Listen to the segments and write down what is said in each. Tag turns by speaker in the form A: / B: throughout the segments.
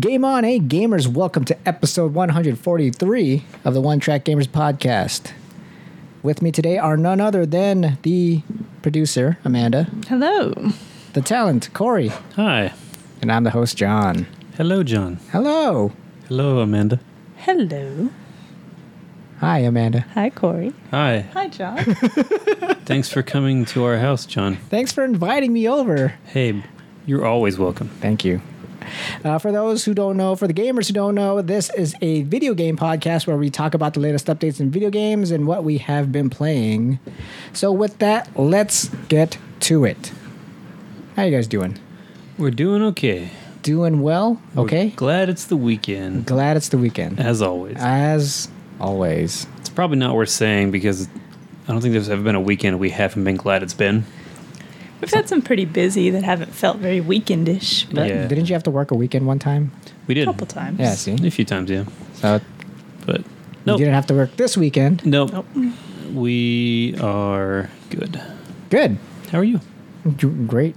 A: Game on, eh, gamers? Welcome to episode 143 of the One Track Gamers podcast. With me today are none other than the producer, Amanda,
B: Hello.
A: the talent, Corey,
C: Hi.
A: and I'm the host, John.
C: Hello, John.
A: Hello.
C: Hello, Amanda.
B: Hello.
A: Hi, Amanda.
B: Hi, Corey.
C: Hi.
B: Hi, John.
C: Thanks for coming to our house, John.
A: Thanks for inviting me over.
C: Hey, you're always welcome.
A: Thank you. Uh, for those who don't know, for the gamers who don't know, this is a video game podcast where we talk about the latest updates in video games and what we have been playing. So, with that, let's get to it. How you guys doing?
C: We're doing okay.
A: Doing well?
C: We're
A: Okay.
C: glad it's the weekend,
A: Glad it's the weekend.
C: as always.
A: As always.
C: It's probably not worth saying because I don't think there's ever been a weekend we haven't been glad it's been.
B: We've had some pretty busy that haven't felt very weekendish, but
C: Yeah.
A: Didn't you have to work a weekend one time?
C: We
B: a
C: did.
B: couple times.
A: Yeah, see?
C: A few times, yeah.
A: So,
C: But
A: you
C: nope.
A: didn't have to work this weekend.
C: Nope.
B: Nope.
C: We are good.
A: Good.
C: How are you?
A: G- Great.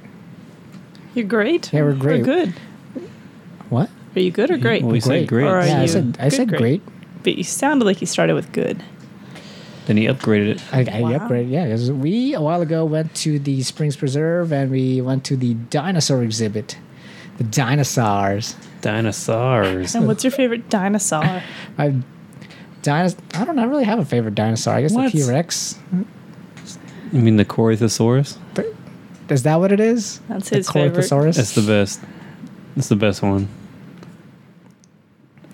B: You're great.
A: Yeah, we're great.
B: We're good.
A: What?
B: Are you good or great?
C: We
A: Great.
C: said great.
B: Or are
A: Yeah, I
B: you
A: said, I
B: good,
A: said great.
B: great? But you sounded like you started with good.
C: Then he upgraded it.
A: I, I
B: Wow.
A: upgraded, yeah. 'cause we a while ago went to the Springs Preserve and we went to the dinosaur exhibit, the dinosaurs.
C: Dinosaurs.
B: And what's your favorite dinosaur?
A: I, dinos- I don't. I really have a favorite dinosaur. I guess
C: What?
A: the T Rex.
C: You mean the Corythosaurus?
A: Is that what it is?
B: That's
A: The
B: his favorite.
A: Corythosaurus?
C: That's the best. That's the best one.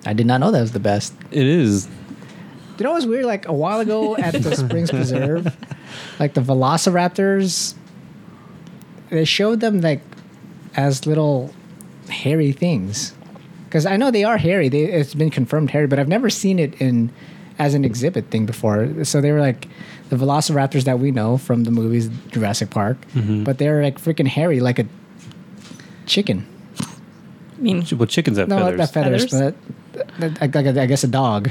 A: I did not know that was the best.
C: It is.
A: You know, it was weird. Like a while ago at the Springs Preserve, like the Velociraptors, they showed them like as little hairy things. Because I know they are hairy. They, it's been confirmed hairy, but I've never seen it in as an exhibit thing before. So they were like the Velociraptors that we know from the movies Jurassic Park, but they're like freaking hairy, like a chicken.
B: I mean,
C: Well, chickens have
A: No,
C: feathers.
A: not feathers,
B: Feathers?
A: but uh, like, like a, I guess a dog.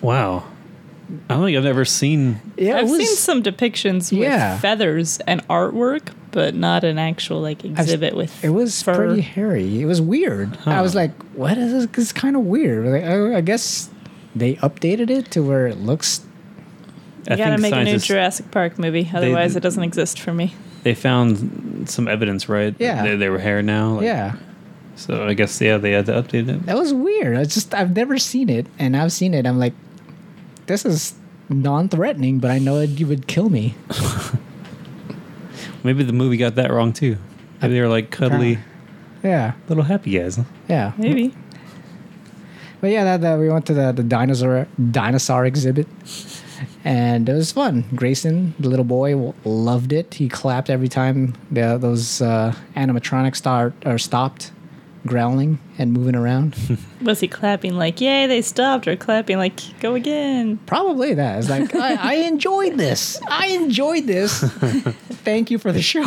C: Wow. I don't think I've ever seen.
A: Yeah,
B: I've seen some depictions with
A: Yeah.
B: feathers and artwork, but not an actual like exhibit with
A: It was
B: fur.
A: pretty hairy. It was weird. I was
C: Huh.
A: like, "What is this? It's kind of weird." Like, I, I guess they updated it to where it looks.
C: I
B: You gotta
C: think
B: make a new
C: scientists-
B: Jurassic Park movie, otherwise
C: d-
B: it doesn't exist for me.
C: They found some evidence, right? that
A: Yeah.
C: They, they were hair now. like-
A: yeah,
C: So I guess yeah, they had to update it.
A: that was weird. I just I've never seen it, and I've seen it. I'm like, this is non-threatening, but I know it, you would kill me.
C: Maybe the movie got that wrong too. Maybe they were like cuddly
A: Yeah,
C: little happy guys.
A: yeah.
B: Maybe.
A: But yeah, that, that we went to the, the dinosaur dinosaur exhibit, and it was fun. Grayson, the little boy, w- loved it. He clapped every time the, those uh, animatronics start or stopped growling and moving around.
B: Was he clapping like, yay, they stopped, or clapping like, go again?
A: Probably that. It's like I, I enjoyed this. I enjoyed this. Thank you for the show.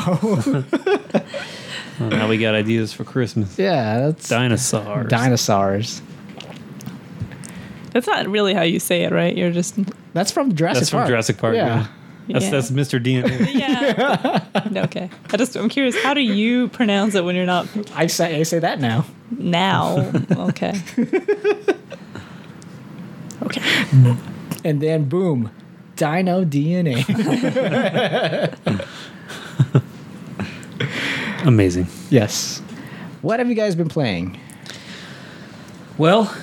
C: Well, now we got ideas for Christmas.
A: yeah, that's
C: Dinosaurs.
A: dinosaurs.
B: That's not really how you say it, right? You're just.
A: That's from Jurassic
C: That's from
A: Park.
C: Jurassic Park.
A: Yeah.
C: Yeah. That's
B: Yeah.
C: that's Mr. DNA.
B: Yeah. okay. I just, I'm curious, how do you pronounce it when you're not
A: I say I say that now.
B: now? Okay. Okay.
A: And then boom, Dino DNA.
C: Amazing.
A: Yes. What have you guys been playing?
C: Well,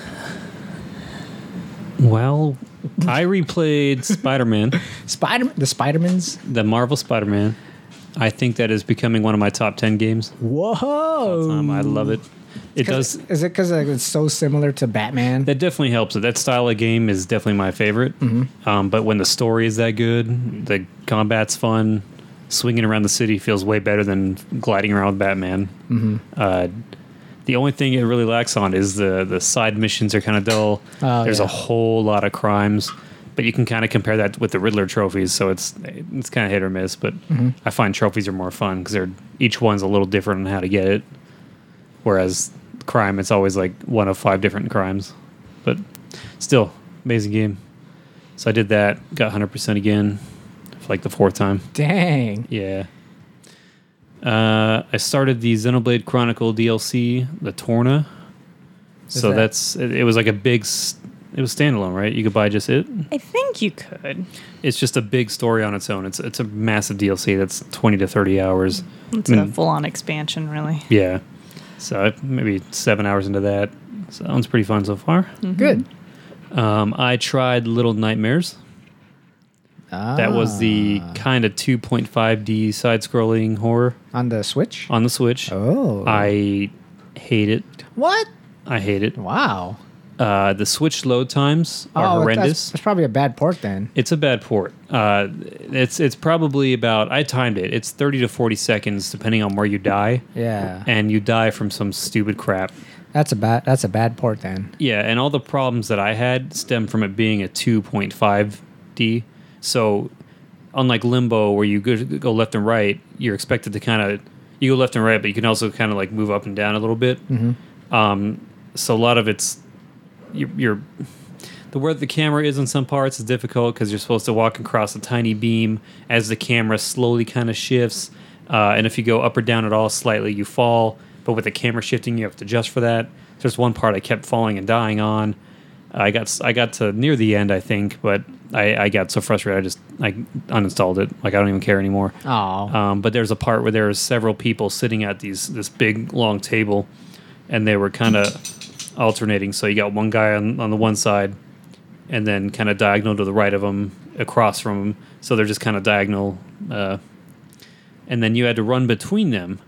C: well, I replayed Spider Man.
A: Spider the Spidermans.
C: the Marvel Spider-Man. I think that is becoming one of my top ten games.
A: Whoa!
C: Um, I love it. It
A: 'Cause-
C: does.
A: Is it because it's so similar to Batman?
C: That definitely helps it. That style of game is definitely my favorite. Um, but when the story is that good, the combat's fun. Swinging around the city feels way better than gliding around with Batman. Uh, the only thing it really lacks on is the the side missions are kind of dull.
A: Oh,
C: There's
A: yeah.
C: a whole lot of crimes, but you can kind of compare that with the Riddler trophies. So it's it's kind of hit or miss. But
A: Mm-hmm.
C: I find trophies are more fun because they're each one's a little different on how to get it. Whereas crime, it's always like one of five different crimes. But still, amazing game. So I did that, got 100% again for like the fourth time.
A: Dang.
C: Yeah. Uh, I started the Xenoblade Chronicle DLC, the Torna. so
A: that-
C: that's it, it was like a big s- it was standalone, right? You could buy just it.
B: I think you could.
C: It's just a big story on its own. It's it's a massive DLC that's 20 to 30 hours.
B: It's
C: I
B: a
C: mean,
B: full on expansion, really.
C: yeah. So I- maybe 7 hours into that. Sounds pretty fun so far.
A: Good.
C: Um, I tried Little Nightmares. That was the
A: Ah.
C: kind of 2.5D side scrolling horror
A: on the Switch.
C: on the Switch.
A: Oh.
C: I hate it.
A: what?
C: I hate it.
A: Wow.
C: Uh, the Switch load times are
A: oh,
C: horrendous.
A: That's, that's probably a bad port then.
C: it's a bad port. Uh, it's it's probably about I timed it. It's 30 to 40 seconds depending on where you die.
A: Yeah.
C: And you die from some stupid crap.
A: That's a bad. That's a bad port then.
C: Yeah, and all the problems that I had stem from it being a 2.5D. So, unlike Limbo, where you go, go left and right, you're expected to kind of you go left and right, but you can also kind of like move up and down a little bit. Um, so a lot of it's you're, you're the where the camera is in some parts is difficult because you're supposed to walk across a tiny beam as the camera slowly kind of shifts, uh, and if you go up or down at all slightly, you fall. But with the camera shifting, you have to adjust for that. There's one part I kept falling and dying on. I got s- I got to near the end, I think, but I, I got so frustrated I just I uninstalled it. Like I don't even care anymore.
A: Oh.
C: Um, but there's a part where there was several people sitting at these this big long table, and they were kind of alternating. So you got one guy on, on the one side, and then kind of diagonal to the right of him, across from him. So they're just kind of diagonal, uh, and then you had to run between them.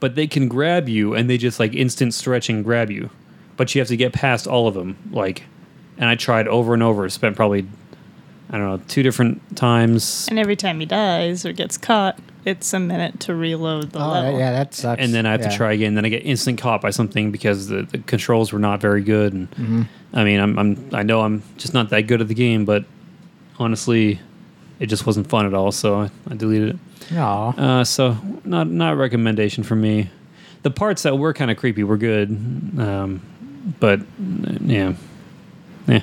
C: But they can grab you, and they just like instant stretch and grab you. But you have to get past all of them. Like, and I tried over and over. Spent probably I don't know two different times.
B: And every time he dies or gets caught, it's a minute to reload the
A: oh, that-
B: level.
A: yeah, that sucks.
C: and then I have
A: Yeah.
C: to try again. Then I get instant caught by something because the, the controls were not very good. And I mean, I'm, I'm I know I'm just not that good at the game, but honestly, it just wasn't fun at all. So I, I deleted it.
A: Aw.
C: Uh, so not not a recommendation for me. The parts that were kind of creepy were good, um, but uh, yeah, yeah.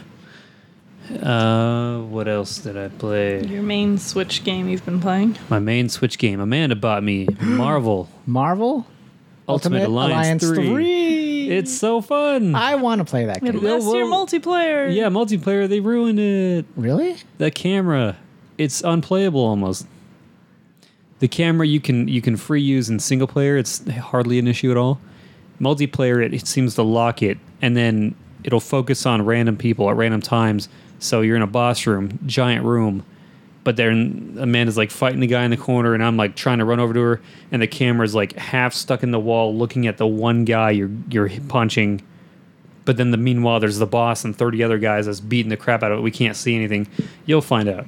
C: Uh, what else did I play?
B: Your main Switch game you've been playing?
C: My main Switch game. Amanda bought me Marvel
A: Marvel
C: Ultimate, Alliance, 3. It's so fun.
A: I want to play that
B: We had
A: game.
C: Yeah,
B: last year
C: well-
B: multiplayer.
C: yeah, multiplayer, they ruined it.
A: Really?
C: The camera, it's unplayable almost. The camera you can you can free use in single player, it's hardly an issue at all. Multiplayer it, it seems to lock it and then it'll focus on random people at random times. So you're in a boss room, giant room, but then Amanda's like fighting the guy in the corner, and I'm like trying to run over to her, and the camera's like half stuck in the wall, looking at the one guy you're you're punching. But then the meanwhile, there's the boss and 30 other guys that's beating the crap out of it. We can't see anything. You'll find out.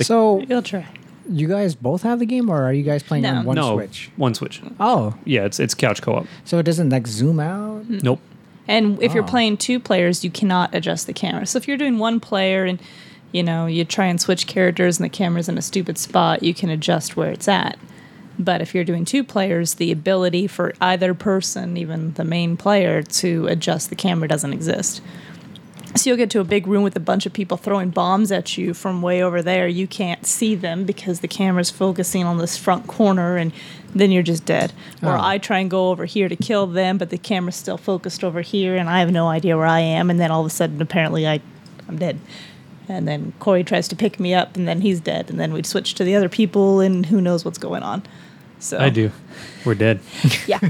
A: So
B: You'll try.
A: you guys both have the game, or are you guys playing
B: No.
A: on one
C: no,
A: Switch?
C: one switch.
A: Oh,
C: Yeah, it's it's couch co-op.
A: so it doesn't like zoom out.
C: Nope.
B: And if you're
A: Oh.
B: playing two players, you cannot adjust the camera. So if you're doing one player and you know you try and switch characters and the camera's in a stupid spot, you can adjust where it's at. But if you're doing two players, the ability for either person, even the main player, to adjust the camera doesn't exist. So you'll get to a big room with a bunch of people throwing bombs at you from way over there. You can't see them because the camera's focusing on this front corner, and then you're just dead. Or
A: Oh.
B: I try and go over here to kill them, but the camera's still focused over here, and I have no idea where I am. And then all of a sudden, apparently, I, I'm dead. And then Corey tries to pick me up, and then he's dead. And then we'd switch to the other people, and who knows what's going on. So
C: I do. We're dead.
B: yeah.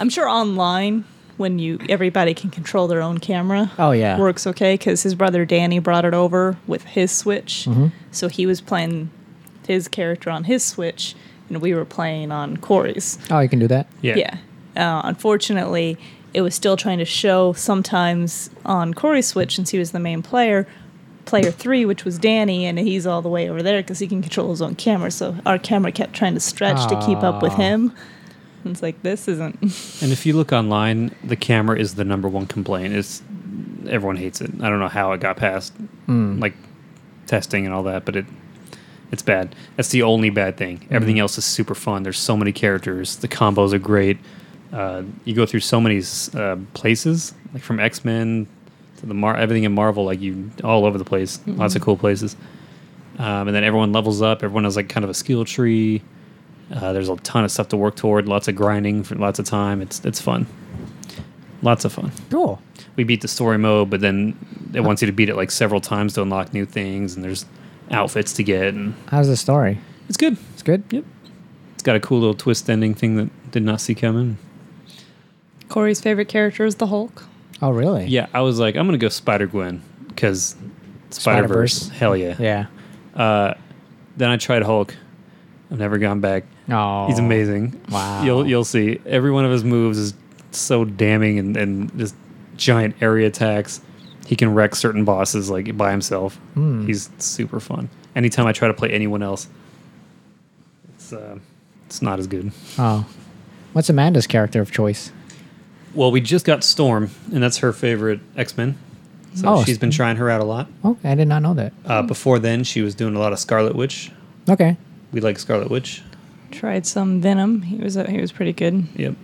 B: I'm sure online when you everybody can control their own camera.
A: Oh, yeah.
B: Works okay because his brother Danny brought it over with his Switch,
A: Mm-hmm.
B: so he was playing his character on his Switch, and we were playing on Corey's.
A: Oh, you can do that.
C: Yeah.
B: Yeah. Uh, unfortunately, it was still trying to show sometimes on Corey's Switch, since he was the main player, player three, which was Danny, and he's all the way over there because he can control his own camera. So our camera kept trying to stretch to keep up with
A: Aw.
B: him. And It's like, this isn't.
C: And if you look online, the camera is the number one complaint. It's everyone hates it. I don't know how it got past like testing and all that, but it it's bad. That's the only bad thing. Everything else is super fun. There's so many characters. The combos are great. Uh, you go through so many uh, places, like from X Men to the Mar- everything in Marvel, like you all over the place, lots of cool places. Um, and then everyone levels up. Everyone has like kind of a skill tree. Uh, there's a ton of stuff to work toward. Lots of grinding for lots of time. It's it's fun. Lots of fun.
A: Cool.
C: We beat the story mode, but then it wants you to beat it like several times to unlock new things. And there's outfits to get, and
A: How's the story?
C: it's good.
A: It's good.
C: Yep. It's got a cool little twist ending thing that did not see coming.
B: Corey's favorite character is the Hulk.
A: Oh, really?
C: Yeah, I was like, I'm gonna go Spider Gwen because Spider Verse.
A: Spider-Verse.
C: Hell yeah.
A: Yeah.
C: Then I tried Hulk. I've never gone back.
A: Oh,
C: He's amazing.
A: Wow.
C: You'll you'll see. Every one of his moves is so damning and, and just giant area attacks. He can wreck certain bosses like by himself. He's super fun. Anytime I try to play anyone else, it's uh, it's not as good.
A: Oh, what's Amanda's character of choice?
C: Well, we just got Storm, and that's her favorite X Men. So
A: Oh.
C: she's been trying her out a lot.
A: Oh, I did not know that.
C: Uh, before then, she was doing a lot of Scarlet Witch.
A: Okay.
C: We like Scarlet Witch.
B: Tried some Venom. He was he was pretty good.
C: Yep.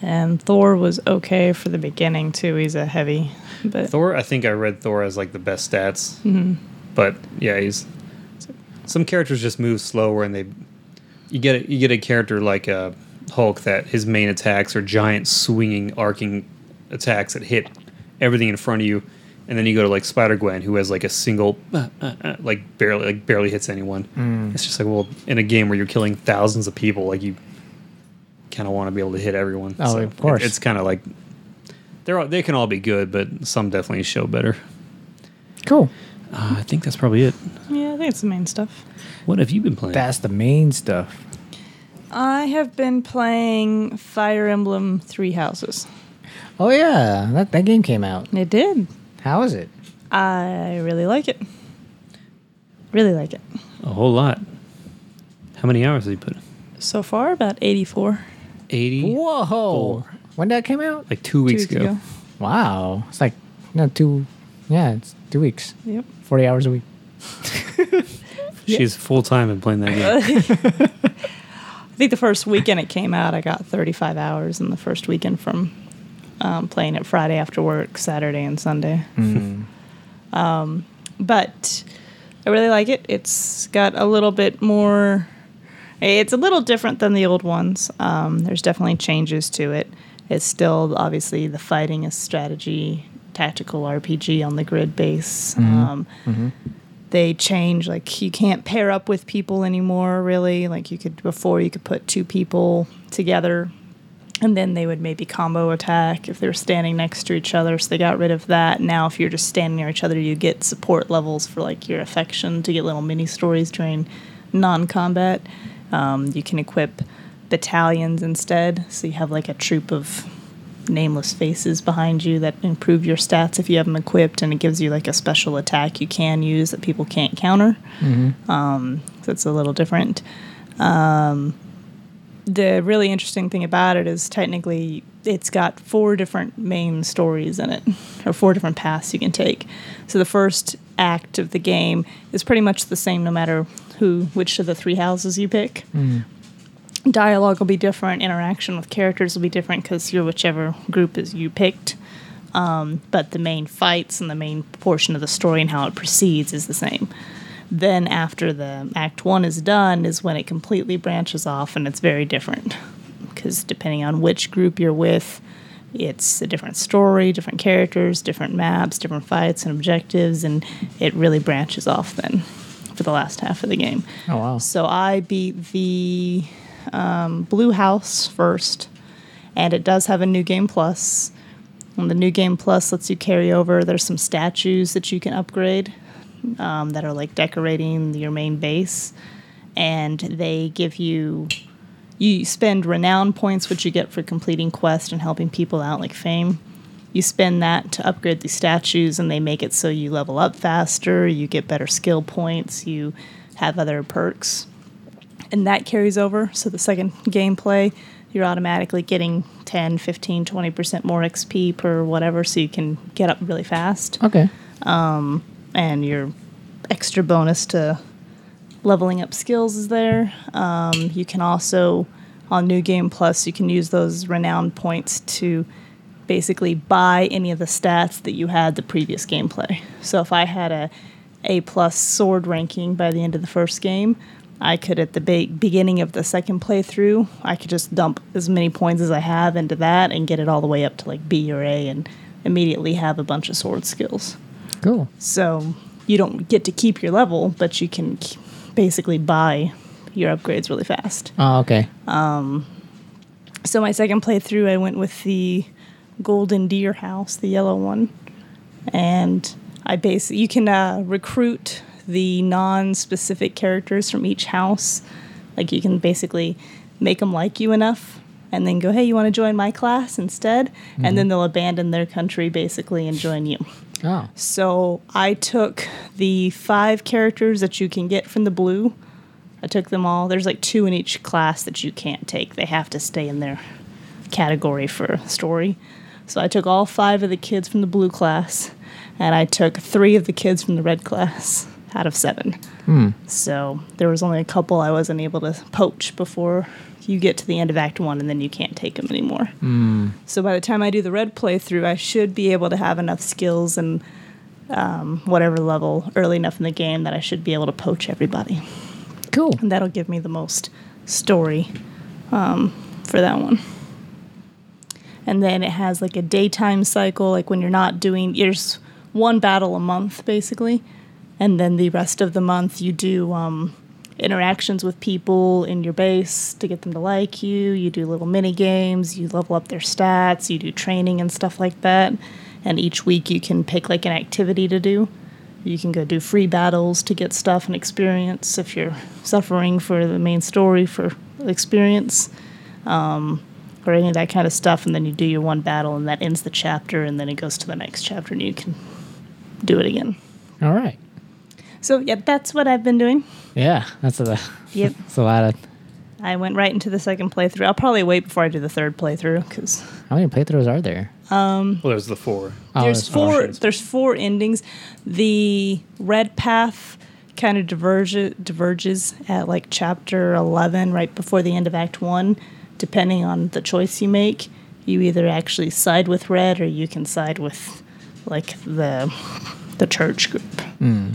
B: And Thor was okay for the beginning too. He's a heavy, but
C: Thor, I think I read Thor as like the best stats. Mm-hmm. But yeah, he's some characters just move slower, and they you get a, you get a character like uh, Hulk that his main attacks are giant swinging, arcing attacks that hit everything in front of you, and then you go to like Spider Gwen who has like a single uh, uh, uh, like barely like barely hits anyone.
A: Mm.
C: It's just like well, in a game where you're killing thousands of people, like you kind of want to be able to hit everyone.
A: Oh,
C: So
A: of course.
C: it- it's kind of like they're all, they can all be good, but some definitely show better.
A: Cool.
C: Uh, I think that's probably it.
B: yeah, I think it's the main stuff.
C: What have you been playing?
A: That's the main stuff.
B: I have been playing Fire Emblem Three Houses.
A: Oh yeah, that that game came out.
B: It did.
A: How is it?
B: I really like it. Really like it.
C: a whole lot. How many hours have you put?
B: So far, about 84.
C: Eighty.
A: Whoa!
C: Four.
A: When that came out?
C: Like two
B: Two
C: weeks, ago.
A: Wow, it's like no two. Yeah, it's two weeks,
B: Yep.
A: forty hours a week.
C: She's full time in playing that game.
B: I think the first weekend it came out, I got 35 hours in the first weekend from um, playing it Friday after work, Saturday, and Sunday. um, but I really like it. It's got a little bit more, it's a little different than the old ones. Um, there's definitely changes to it. It's still, obviously, the fighting is strategy, tactical RPG on the grid base. Um, they change like you can't pair up with people anymore really like you could before you could put two people together and then they would maybe combo attack if they were standing next to each other so they got rid of that now if you're just standing near each other you get support levels for like your affection to get little mini stories during non-combat um, you can equip battalions instead so you have like a troop of nameless faces behind you that improve your stats if you have them equipped, and it gives you like a special attack you can use that people can't counter. Um, so it's a little different. Um, the really interesting thing about it is technically it's got four different main stories in it, or four different paths you can take. So the first act of the game is pretty much the same no matter who, which of the three houses you pick dialogue will be different, interaction with characters will be different because you're whichever group is you picked. Um, but the main fights and the main portion of the story and how it proceeds is the same. Then after the act one is done is when it completely branches off and it's very different because depending on which group you're with, it's a different story, different characters, different maps, different fights and objectives, and it really branches off then for the last half of the game.
A: Oh wow.
B: So I beat the um, Blue House first, and it does have a new game plus. And the new game plus lets you carry over. There's some statues that you can upgrade um, that are like decorating your main base, and they give you you spend renown points, which you get for completing quests and helping people out, like fame. You spend that to upgrade the statues, and they make it so you level up faster, you get better skill points, you have other perks. And that carries over. So the second gameplay, you're automatically getting 10, 15, 20% more XP per whatever, so you can get up really fast
A: Okay.
B: and your extra bonus to leveling up skills is there. Um, you can also on New Game Plus, you can use those renown points to basically buy any of the stats that you had the previous gameplay. So if I had a A plus sword ranking by the end of the first game, I could at the be- beginning of the second playthrough, I could just dump as many points as I have into that and get it all the way up to like B or A and immediately have a bunch of sword skills.
A: Cool.
B: So you don't get to keep your level, but you can k- basically buy your upgrades really fast.
A: Oh, okay.
B: So my second playthrough, I went with the Golden Deer House, the yellow one, and I base you can uh, recruit the non-specific characters from each house. Like you can basically make them like you enough, and then go, "Hey, you want to join my class instead?" And then they'll abandon their country basically and join you.
A: Oh,
B: So I took the five characters that you can get from the blue. I took them all. There's like two in each class that you can't take. They have to stay in their category for story. So I took all five of the kids from the blue class, and I took three of the kids from the red class out of seven. So there was only a couple I wasn't able to poach before you get to the end of Act One, and then you can't take them anymore. So by the time I do the red playthrough, I should be able to have enough skills and um, whatever level early enough in the game that I should be able to poach everybody.
A: cool.
B: And that'll give me the most story um, for that one. And then it has like a daytime cycle, like when you're not doing, there's one battle a month basically. And then the rest of the month, you do um, interactions with people in your base to get them to like you. You do little mini games, you level up their stats, you do training and stuff like that. And each week, you can pick like an activity to do. You can go do free battles to get stuff and experience if you're suffering for the main story for experience or any of that kind of stuff, and then you do your one battle, and that ends the chapter, and then it goes to the next chapter, and you can do it again.
A: All right.
B: So, yeah, that's what I've been doing.
A: Yeah, that's a
B: Yep.
A: that's a lot of.
B: I went right into the second playthrough. I'll probably wait before I do the third playthrough because
A: How many playthroughs are there?
C: Well, there's the four.
A: Oh,
B: there's
A: that's fine.
B: four.
C: options.
B: There's four endings. The red path kind of diverges diverges at like chapter eleven, right before the end of Act One. Depending on the choice you make, you either actually side with red or you can side with like the the church group.
A: Mm.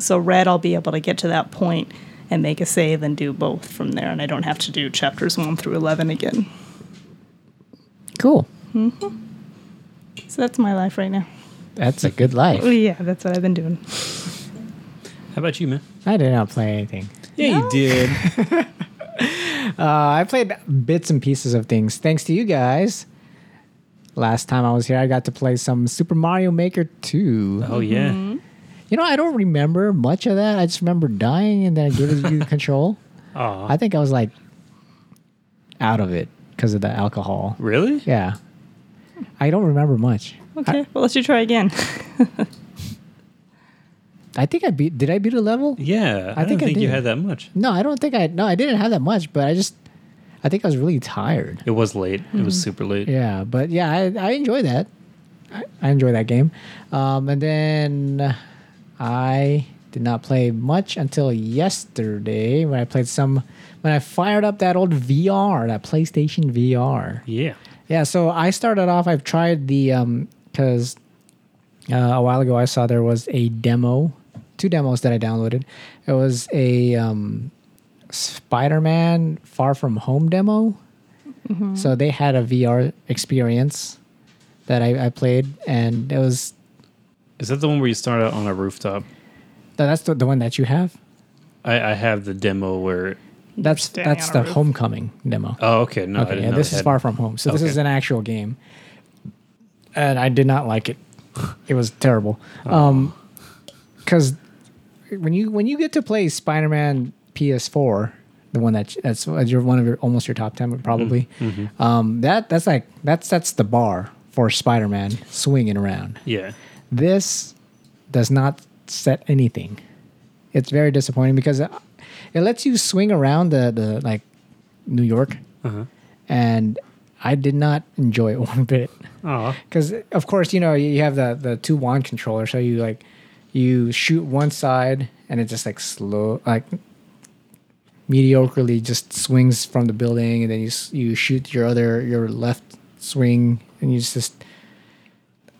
B: So red, I'll be able to get to that point and make a save and do both from there, and I don't have to do chapters one through eleven again.
A: Cool.
B: So that's my life right now.
A: That's a good life.
B: Oh, Yeah, that's what I've been doing.
C: How about you, man?
A: I did not play anything.
C: Yeah, you did.
A: Uh, I played bits and pieces of things thanks to you guys. Last time I was here, I got to play some Super Mario Maker 2.
C: oh yeah.
A: Mm-hmm. You know, I don't remember much of that. I just remember dying and then I gave you the control.
C: Aw.
A: I think I was like out of it because of the alcohol.
C: really?
A: Yeah. I don't remember much.
B: Okay, well, let's you try again.
A: I think I beat, did I beat a level?
C: Yeah.
A: I
C: I, don't
A: think
C: think,
A: I
C: you
A: did.
C: had that much.
A: No, I don't think I, no, I didn't have that much, but I just, I think I was really tired.
C: It was late. It was super late.
A: Mm-hmm. Yeah, but yeah, I, I enjoy that. I, I enjoy that game. Um, and then I did not play much until yesterday when I played some when I fired up that old VR, that PlayStation VR.
C: Yeah.
A: Yeah, so I started off. I've tried the um because uh, a while ago I saw there was a demo, two demos that I downloaded. It was a um, Spider-Man Far From Home demo.
B: Mm-hmm.
A: So they had a VR experience that I, I played, and it was
C: Is that the one where you start out on a rooftop?
A: tha- that's the, the one that you have.
C: I, I have the demo where.
A: That's
B: standing
A: that's
B: on a
A: the
B: roof.
A: Homecoming demo.
C: Oh, okay. No, I
A: okay,
C: didn't
A: yeah,
C: know
A: this
C: they
A: is
C: had-
A: Far From Home. So this
C: Okay.
A: is an actual game, and I did not like it. It was terrible.
C: Oh.
A: Um 'cause because when you when you get to play Spider Man PS4, the one that that's your one of your almost your top ten probably,
C: Mm-hmm.
A: um, that that's like that's that's the bar for Spider Man swinging around.
C: Yeah.
A: This does not set anything. It's very disappointing because it, it lets you swing around the the like New York
C: Uh-huh.
A: and I did not enjoy it one bit.
C: Aw.
A: Because of course, you know you have the the two wand controller, so you like you shoot one side and it just like slow like mediocrely just swings from the building, and then you s- you shoot your other your left swing and you just.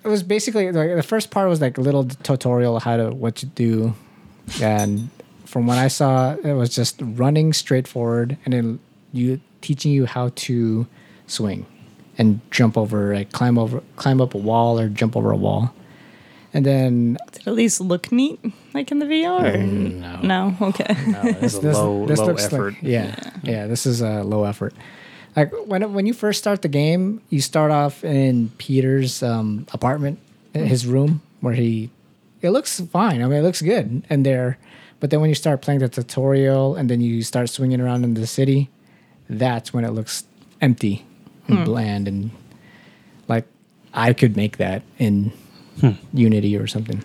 A: It was basically like the first part was like a little tutorial how to what to do, and from what I saw, it was just running straight forward, and then you teaching you how to swing, and jump over, like climb over, climb up a wall or jump over a wall, and then
B: Did it at least look neat, like in the VR? or-
A: Mm,
B: no. Okay.
C: It's a low,
A: this
C: low
A: looks like-
C: effort.
A: yeah, yeah, This is a low effort. Like when when you first start the game, you start off in Peter's um, apartment, in his room where he. It looks fine. I mean, it looks good in there, but then when you start playing the tutorial and then you start swinging around in the city, that's when it looks empty and bland and like I could make that in
C: Hmm.
A: Unity or something.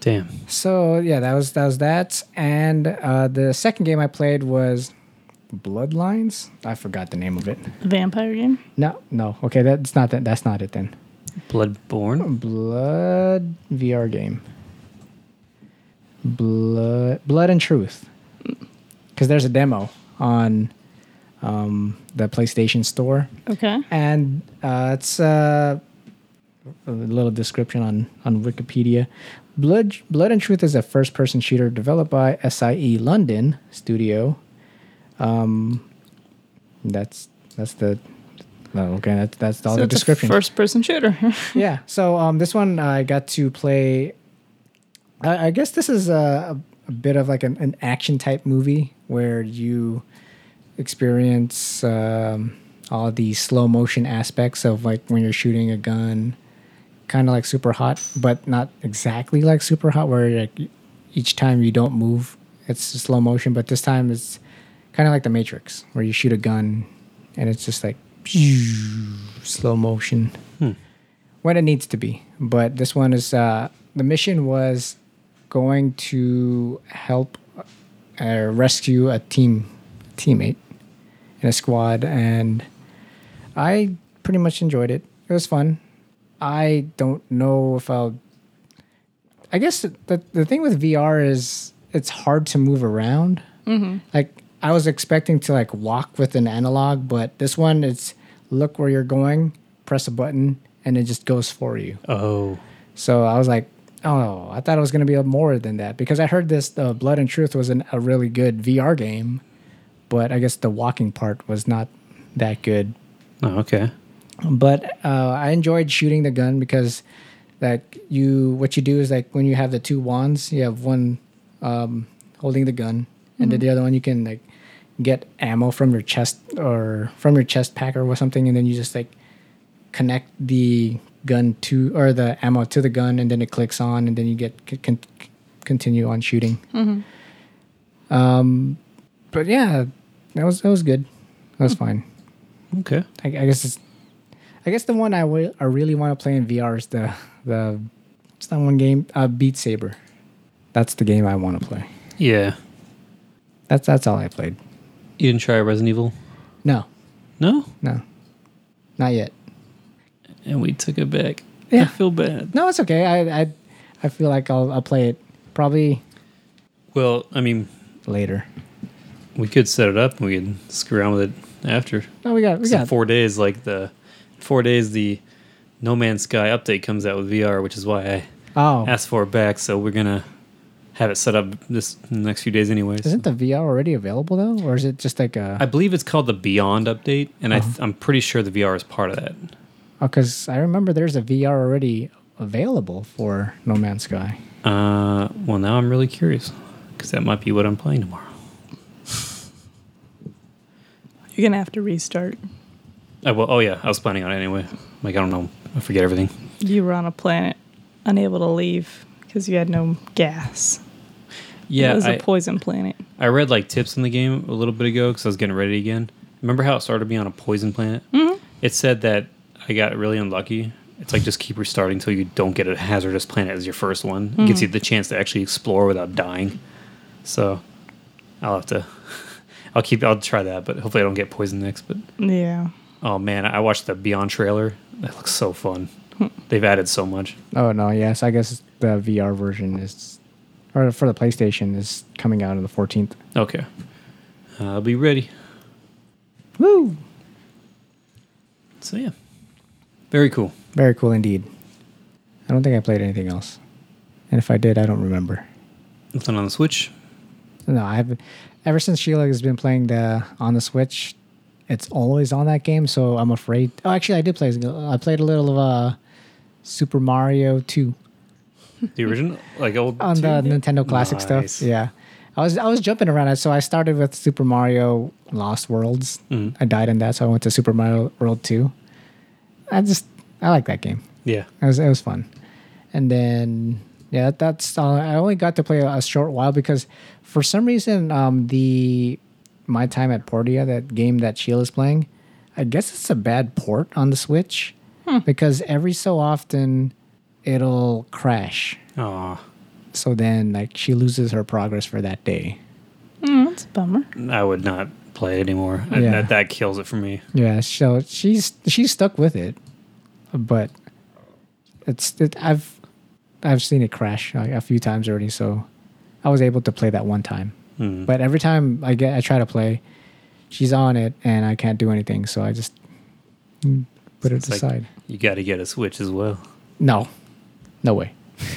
C: Damn.
A: So yeah, that was that was that. And uh, the second game I played was Bloodlines. I forgot the name of it.
B: Vampire game.
A: No, no. Okay, that's not that. That's not it then.
C: Bloodborne.
A: Blood VR game. Blood, Blood and Truth. Because there's a demo on um, the PlayStation Store,
B: Okay.
A: and uh, it's uh, a little description on on Wikipedia. Blood Blood and Truth is a first person shooter developed by SIE London Studio. Um, that's that's the oh, okay. That's that's all
B: So
A: the
B: it's a
A: description.
B: first-person shooter.
A: yeah. So um, this one I got to play. I, I guess this is a, a bit of like an, an action type movie where you experience um, all the slow motion aspects of like when you're shooting a gun, kind of like super hot, but not exactly like super hot, where like each time you don't move, it's slow motion. But this time it's kind of like the Matrix, where you shoot a gun and it's just like slow motion when it needs to be. But this one is uh, the mission was going to help uh, rescue a team teammate in a squad, and I pretty much enjoyed it. It was fun. I don't know if I'll. I guess the the thing with VR is it's hard to move around. Mm-hmm. Like I was expecting to like walk with an analog, but this one it's look where you're going, press a button, and it just goes for you.
C: Oh.
A: So I was like, oh, I thought it was going to be more than that because I heard this uh, Blood and Truth was an, a really good VR game, but I guess the walking part was not that good.
C: Oh, okay.
A: But uh, I enjoyed shooting the gun because like you what you do is like when you have the two wands, you have one um, holding the gun, and then the other one you can like get ammo from your chest or from your chest pack or something, and then you just like connect the gun to or the ammo to the gun and then it clicks on and then you get c- con- c- continue on shooting um but yeah that was that was good that was fine
C: Okay.
A: I, I guess it's i guess the one I wi- I really want to play in vr is the the it's not one game uh beat saber that's the game i want to play
C: Yeah.
A: that's that's all i played
C: You didn't try Resident Evil?
A: no
C: No.
A: no not yet
C: And we took it back. I
A: Yeah.
C: feel bad.
A: no it's okay i i, I feel like I'll, I'll play it probably
C: Well, I mean,
A: later
C: we could set it up and we could screw around with it after.
A: no we got we
C: So
A: got
C: four days, like the four days, the No Man's Sky update comes out with VR, which is why I
A: Oh,
C: asked for it back. So we're gonna have it set up this next few days, anyways.
A: isn't the VR already available though, or is it just like
C: I
A: a?
C: believe it's called the Beyond update, and I
A: Uh-huh.
C: th- I'm pretty sure the VR is part of that.
A: Because oh, I remember there's a VR already available for No Man's Sky.
C: Uh, well, now I'm really curious because that might be what I'm playing tomorrow.
B: You're gonna have to restart.
C: I will, oh yeah, I was planning on it anyway. Like I don't know, I forget everything.
B: You were on a planet, unable to leave because you had no gas. it
C: Yeah,
B: was a
C: I-
B: poison planet.
C: I read like tips in the game a little bit ago because I was getting ready again. Remember how it started me on a poison planet? Mm-hmm. It said that I got really unlucky. It's like just keep restarting until you don't get a hazardous planet as your first one. It gives you the chance to actually explore without dying. So I'll have to. I'll keep. I'll try that, but hopefully I don't get poisoned next. But
B: Yeah.
C: oh man, I watched the Beyond trailer. That looks so fun. They've added so much.
A: Oh no, yes, I guess the VR version is, or for the PlayStation is coming out on the 14th.
C: Okay, I'll be ready.
A: Woo!
C: So yeah, Very cool.
A: Very cool indeed. I don't think I played anything else, and if I did, I don't remember.
C: Nothing on the Switch.
A: No, I have. Ever since Sheila has been playing the on the Switch, it's always on that game. So I'm afraid. Oh, actually, I did play. I played a little of uh, Super Mario Two
C: The original, like old
A: on the
C: two?
A: Nintendo Classic
C: Nice.
A: stuff. Yeah, I was I was jumping around it. So I started with Super Mario Lost Worlds.
C: Mhm.
A: I died in that, so I went to Super Mario World Two. I just I like that game.
C: Yeah.
A: It was it was fun, and then yeah, that, that's all. I only got to play a, a short while because for some reason um the my time at Portia that game that Sheila's playing, I guess it's a bad port on the Switch because every so often it'll crash.
C: Aw.
A: So then like she loses her progress for that day.
B: Mm, that's a bummer.
C: I would not play it anymore. I-
A: Yeah.
C: That that kills it for me.
A: Yeah, so she's she's stuck with it, but it's it, I've I've seen it crash like, a few times already. So I was able to play that one time,
C: Hmm.
A: but every time I get I try to play, she's on it and I can't do anything. So I just mm, put it
C: It's like-
A: aside.
C: You got to get a Switch as well.
A: no, no way.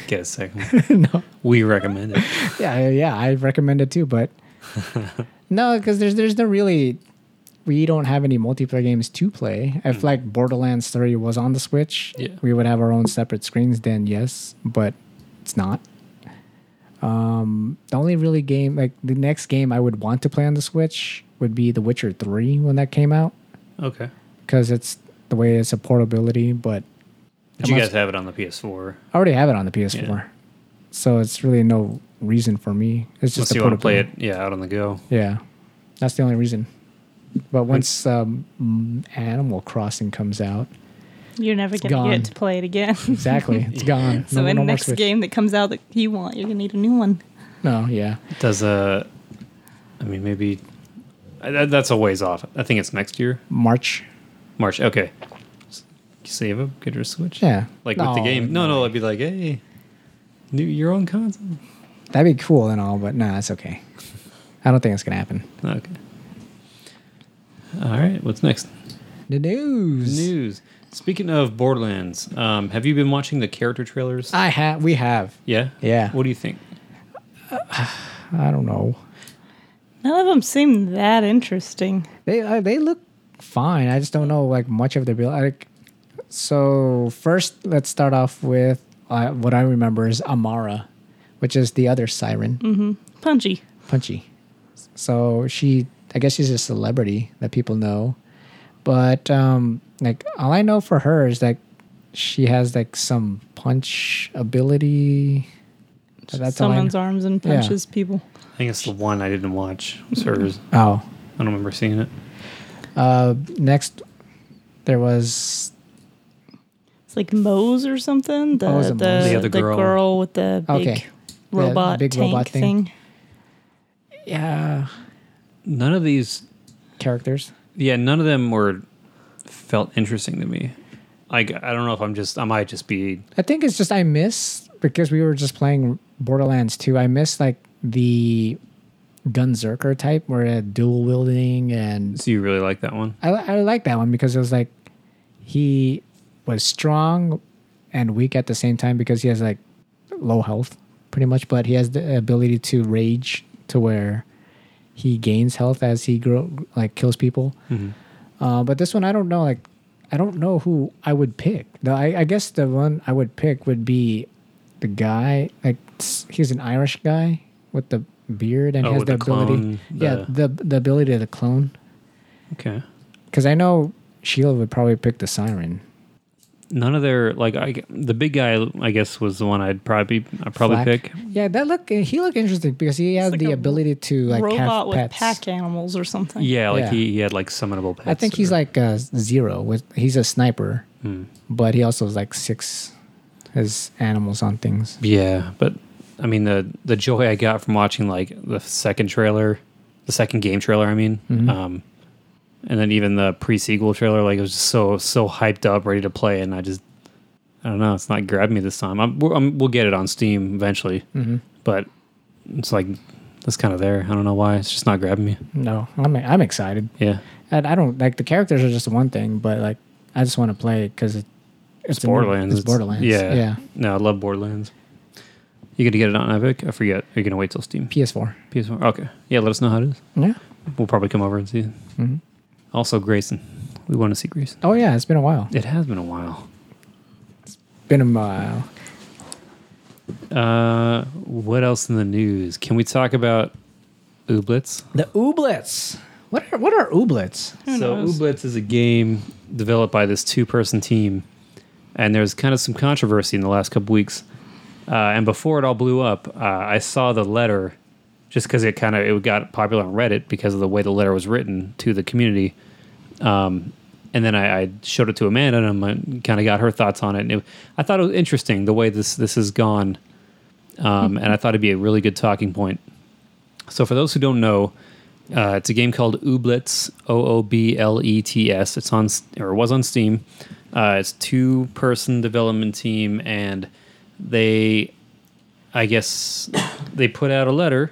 C: Get a second. one.
A: no,
C: we recommend it.
A: yeah, yeah, I recommend it too, but no, because there's there's no really we don't have any multiplayer games to play. If like Borderlands 3 was on the Switch,
C: Mm. Yeah.
A: we would have our own separate screens then, yes, but it's not. Um, the only really game like the next game I would want to play on the Switch would be The Witcher 3 when that came out
C: Okay.
A: because it's the way it's a portability, but
C: But you
A: must-
C: guys have it on the PS4.
A: I already have it on the PS4.
C: Yeah.
A: So it's really no reason for me. It's just
C: Unless
A: a
C: you want to play
A: portability.
C: it, yeah, out on the go.
A: Yeah, that's the only reason. But once um, mm, Animal Crossing comes out,
B: You're never going
A: gone.
B: to get to play it again.
A: exactly, it's gone.
B: so
A: No-
B: any
A: no more
B: next
A: Switch.
B: game that comes out that you want, you're going to need a new one.
A: No, yeah,
C: Does uh, I mean maybe I- that, that's a ways off. I think it's next year,
A: March.
C: March. Okay. S- Save up, get her a Switch.
A: Yeah,
C: Like with the game. No, no, I'd be like, hey, new your own console.
A: that'd be cool and all, but nah, it's okay. I don't think it's gonna happen.
C: Okay. All right. What's next?
A: The news.
C: News. Speaking of Borderlands, um, have you been watching the character trailers?
A: I have. We have.
C: yeah.
A: Yeah.
C: What do you think?
A: I don't know.
B: None of them seem that interesting.
A: They uh, they look fine. I just don't know like much of their build. Like, so first, let's start off with uh, what I remember is Amara, which is the other siren.
B: Punchy.
A: punchy. So she, I guess she's a celebrity that people know. But um, like all I know for her is that she has like some punch ability. That's all I
B: Someone's
A: know.
B: arms and
A: Yeah.
B: punches people.
C: I think it's the one I didn't watch. It was hers.
A: Oh,
C: I don't remember seeing it.
A: uh, next there was
B: It's like Mose or something. The
A: Oh, is
B: the,
A: it Moe's?
B: the, other girl. with the big
A: Okay. The
B: robot
A: big
B: tank
A: robot thing.
B: thing.
A: yeah
C: None of these
A: characters.
C: yeah, none of them were felt interesting to me. Like I don't know if I'm just I might just be
A: I think it's just I miss because we were just playing Borderlands 2. I miss like the Gunzerker type where it had dual wielding and
C: so you really like that one.
A: I, I like that one because it was like he was strong and weak at the same time because he has like low health pretty much, but he has the ability to rage to where he gains health as he grow like kills people.
C: Mm-hmm.
A: Uh, but this one, I don't know. Like, I don't know who I would pick. The, I, I guess the one I would pick would be the guy. Like, s- he's an Irish guy with the beard and
C: Oh,
A: he has
C: with
A: the,
C: the
A: ability.
C: clone,
A: yeah, the the ability to clone.
C: Okay.
A: Because I know Sheila would probably pick the siren.
C: None of their like I the big guy I guess was the one I'd probably I probably
A: Flack.
C: pick.
A: Yeah, that look. eh, He looked interesting because he had
B: like
A: the
B: a
A: ability to like
B: robot
A: have
B: with
A: pets.
B: pack animals or something.
C: Yeah, like
A: Yeah.
C: He, he had like summonable pets.
A: I think he's
C: or- hmm.
A: like a zero. With he's a sniper, but he also is like six. His animals on things.
C: Yeah, but I mean the the joy I got from watching like the second trailer, the second game trailer, I mean,
A: Mm-hmm.
C: um, and then even the pre sequel trailer, like it was just so so hyped up, ready to play, and I just I don't know, it's not grabbing me this time. I'm, we're, i we'll get it on Steam eventually,
A: Mm-hmm.
C: but it's like that's kind of there. I don't know why it's just not grabbing me.
A: No, I'm I'm excited.
C: Yeah,
A: And I don't like the characters are just one thing, but like I just want to play because it, It's a movie.
C: Borderlands.
A: It's Borderlands.
C: Yeah.
A: Yeah.
C: No, I love Borderlands. You gonna get it on Epic? I forget. Are you gonna wait till Steam?
A: PS4.
C: PS4. Okay. Yeah, let us know how it is.
A: Yeah.
C: We'll probably come over and see. it. Also, Grayson. We want to see Grayson.
A: Oh yeah, it's been a while.
C: It has been a while.
A: Been a while.
C: Uh, what else in the news? Can we talk about Ooblets?
A: The Ooblets. What are what are Ooblets?
C: so
B: knows?
C: Ooblets is a game developed by this two-person team, and there's kind of some controversy in the last couple weeks. Uh, and before it all blew up, uh, I saw the letter, just because it kind of it got popular on Reddit because of the way the letter was written to the community. Um, and then I, I showed it to Amanda, and I kind of got her thoughts on it. And it, I thought it was interesting the way this this has gone, um, and I thought it'd be a really good talking point. So for those who don't know, uh, it's a game called Ooblets, O O B L E T S. It's on S- or was on Steam. Uh, it's two person development team, and they, I guess, they put out a letter.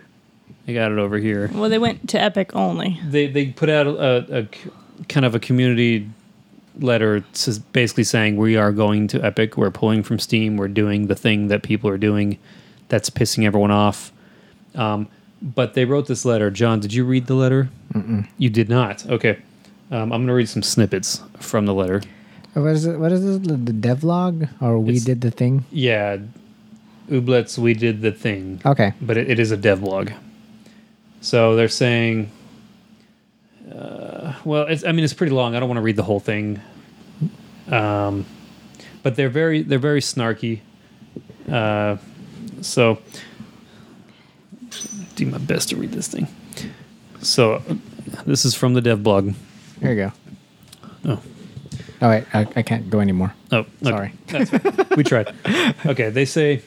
C: I got it over here.
B: Well, they went to Epic only.
C: They they put out a, a c- kind of a community letter s- basically saying we are going to Epic. We're pulling from Steam. We're doing the thing that people are doing that's pissing everyone off. Um, but they wrote this letter. John, did you read the letter? Mm-mm. You did not. Okay. Um, I'm going to read some snippets from the letter.
A: What is it? What is it? The, the devlog or we
C: It's-
A: did the thing?
C: Yeah. Ooblets, we did the thing.
A: Okay.
C: but it, it is a devlog. So they're saying, uh, well, it's, I mean, it's pretty long. I don't want to read the whole thing, um, but they're very they're very snarky. Uh, so do my best to read this thing. So this is from the dev blog.
A: Here you go.
C: Oh,
A: Oh wait, I, I can't go anymore.
C: oh,
A: Sorry.
C: okay. we tried. Okay, they say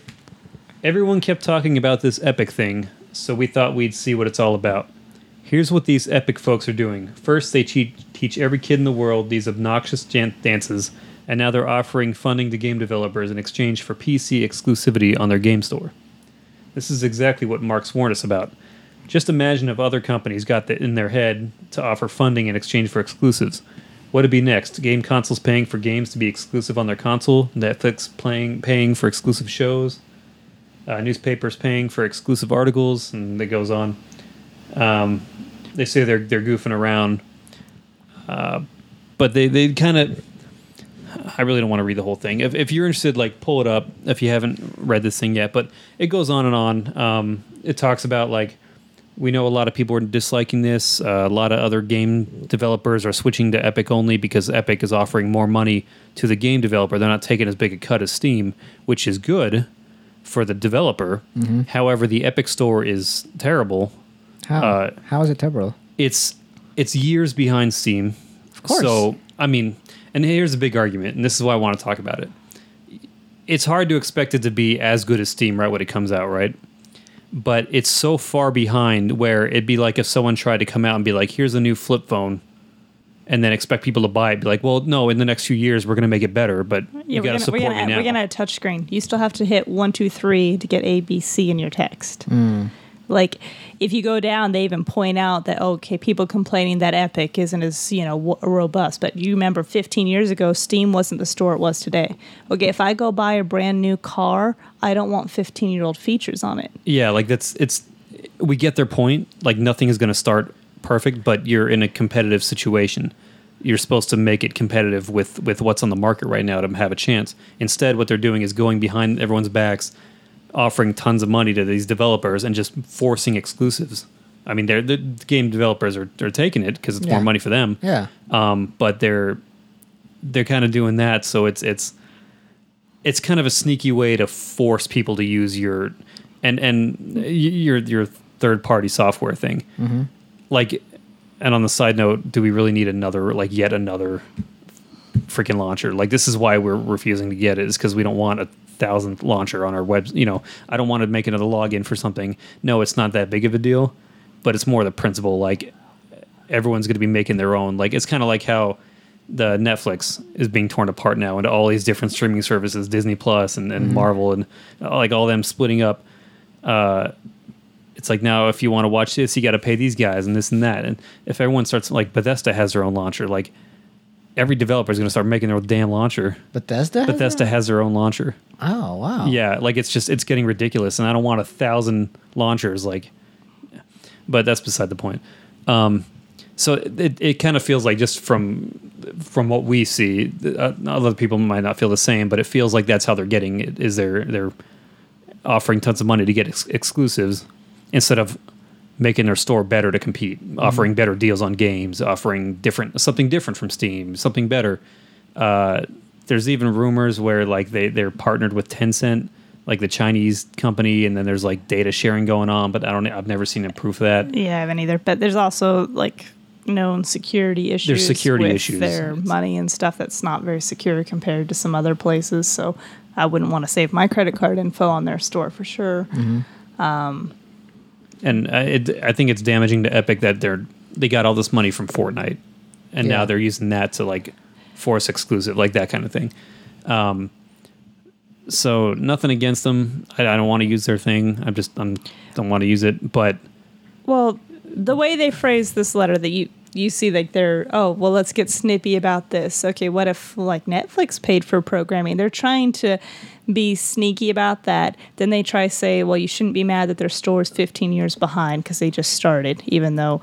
C: everyone kept talking about this epic thing, so we thought we'd see what it's all about. Here's what these epic folks are doing. First, they teach, teach every kid in the world these obnoxious jan- dances, and now they're offering funding to game developers in exchange for PC exclusivity on their game store. This is exactly what Mark's warned us about. Just imagine if other companies got that in their head to offer funding in exchange for exclusives. What'd be next? Game consoles paying for games to be exclusive on their console, Netflix playing paying for exclusive shows, uh, newspapers paying for exclusive articles, and it goes on. Um, they say they're they're goofing around, uh, but they they kind of. I really don't want to read the whole thing. If, if you're interested, like pull it up if you haven't read this thing yet. But it goes on and on. Um, it talks about like we know a lot of people are disliking this. Uh, a lot of other game developers are switching to Epic only because Epic is offering more money to the game developer. They're not taking as big a cut as Steam, which is good for the developer. However, the Epic Store is terrible.
A: How?
C: Uh,
A: How is it terrible?
C: It's it's years behind Steam. Of
A: course.
C: So I mean, and here's a big argument, and this is why I want to talk about it. It's hard to expect it to be as good as Steam right when it comes out, right? but it's so far behind where it'd be like if someone tried to come out and be like, here's a new flip phone, and then expect people to buy it. Be like, well, no, in the next few years, we're going to make it better, but you
B: we're
C: got to
B: gonna,
C: support
B: we're gonna
C: me
B: add,
C: now.
B: We're gonna add touchscreen. You still have to hit one, two, three to get A, B, C in your text.
A: Hmm.
B: Like if you go down, they even point out that okay, people complaining that Epic isn't as you know w- robust, but you remember 15 years ago, Steam wasn't the store it was today. Okay, if I go buy a brand new car, I don't want 15 year old features on it.
C: yeah, like that's, it's, we get their point. Like nothing is going to start perfect, but you're in a competitive situation. You're supposed to make it competitive with, with what's on the market right now to have a chance. Instead, what they're doing is going behind everyone's backs, offering tons of money to these developers and just forcing exclusives. I mean, they're, the game developers are, are taking it because it's more
A: Yeah.
C: money for them.
A: Yeah.
C: Um, but they're they're kind of doing that, so it's it's it's kind of a sneaky way to force people to use your and and y- your your third party software thing. Like, and on the side note, do we really need another like yet another freaking launcher? Like, this is why we're refusing to get it is because we don't want a thousandth launcher on our web. You know, I don't want to make another login for something. No, it's not that big of a deal, but it's more the principle. Like, everyone's going to be making their own. Like, it's kind of like how the Netflix is being torn apart now into all these different streaming services, Disney Plus and, and Marvel, and uh, like all them splitting up. Uh, it's like now if you want to watch this, you got to pay these guys and this and that. And if everyone starts like Bethesda has their own launcher, like every developer is going to start making their damn launcher.
A: Mm-hmm. Bethesda. has
C: Bethesda
A: their-
C: has their own launcher.
A: Oh wow.
C: Yeah, like it's just it's getting ridiculous, and I don't want a thousand launchers. Like, but that's beside the point. Um, so it it kind of feels like just from from what we see, uh, other people might not feel the same, but it feels like that's how they're getting it. Is they're they're offering tons of money to get ex- exclusives instead of making their store better to compete, offering better deals on games, offering different something different from Steam, something better uh, there's even rumors where like they they're partnered with Tencent, like the Chinese company, and then there's like data sharing going on. But I don't, I've never seen a proof of that.
B: Yeah, I haven't either. But there's also like known security issues.
C: security
B: with
C: issues.
B: Their money and stuff that's not very secure compared to some other places. So I wouldn't want to save my credit card info on their store for sure.
C: And I, it, I think it's damaging to Epic that they're they got all this money from Fortnite, and
A: Yeah.
C: now they're using that to like force exclusive, like that kind of thing. Um, so nothing against them. I, I don't want to use their thing. I'm just I'm don't want to use it, but.
B: Well, the way they phrase this letter that you you see like they're oh well let's get snippy about this. Okay, what if like Netflix paid for programming? They're trying to be sneaky about that. Then they try say, well, you shouldn't be mad that their store's 15 years behind because they just started, even though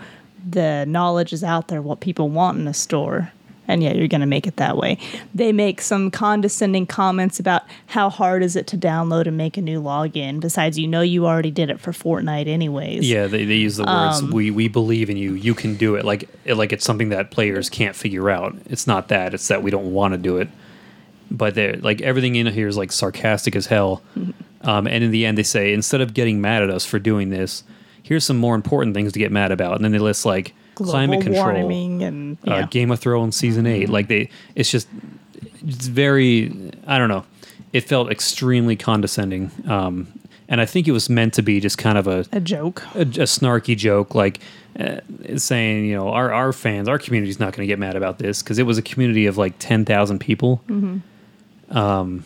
B: the knowledge is out there what people want in a store. And yet you're going to make it that way. They make some condescending comments about how hard is it to download and make a new login. Besides, you know you already did it for Fortnite anyways.
C: Yeah, they, they use the words
B: Um,
C: "we we believe in you. You can do it." Like it- like it's something that players can't figure out. It's not that. It's that we don't want to do it. But they're like everything in here is like sarcastic as hell.
B: Mm-hmm.
C: Um, and in the end, they say instead of getting mad at us for doing this, here's some more important things to get mad about. And then they list like climate
B: global
C: control,
B: warming and
C: uh,
B: yeah. Mm-hmm.
C: Game of Thrones season eight. Like they, it's just it's very. I don't know. It felt extremely condescending. Um, and I think it was meant to be just kind of a
B: a joke.
C: a, a snarky joke like uh, saying you know our our fans our community's not going to get mad about this because it was a community of like 10,000 people um
B: Mm-hmm.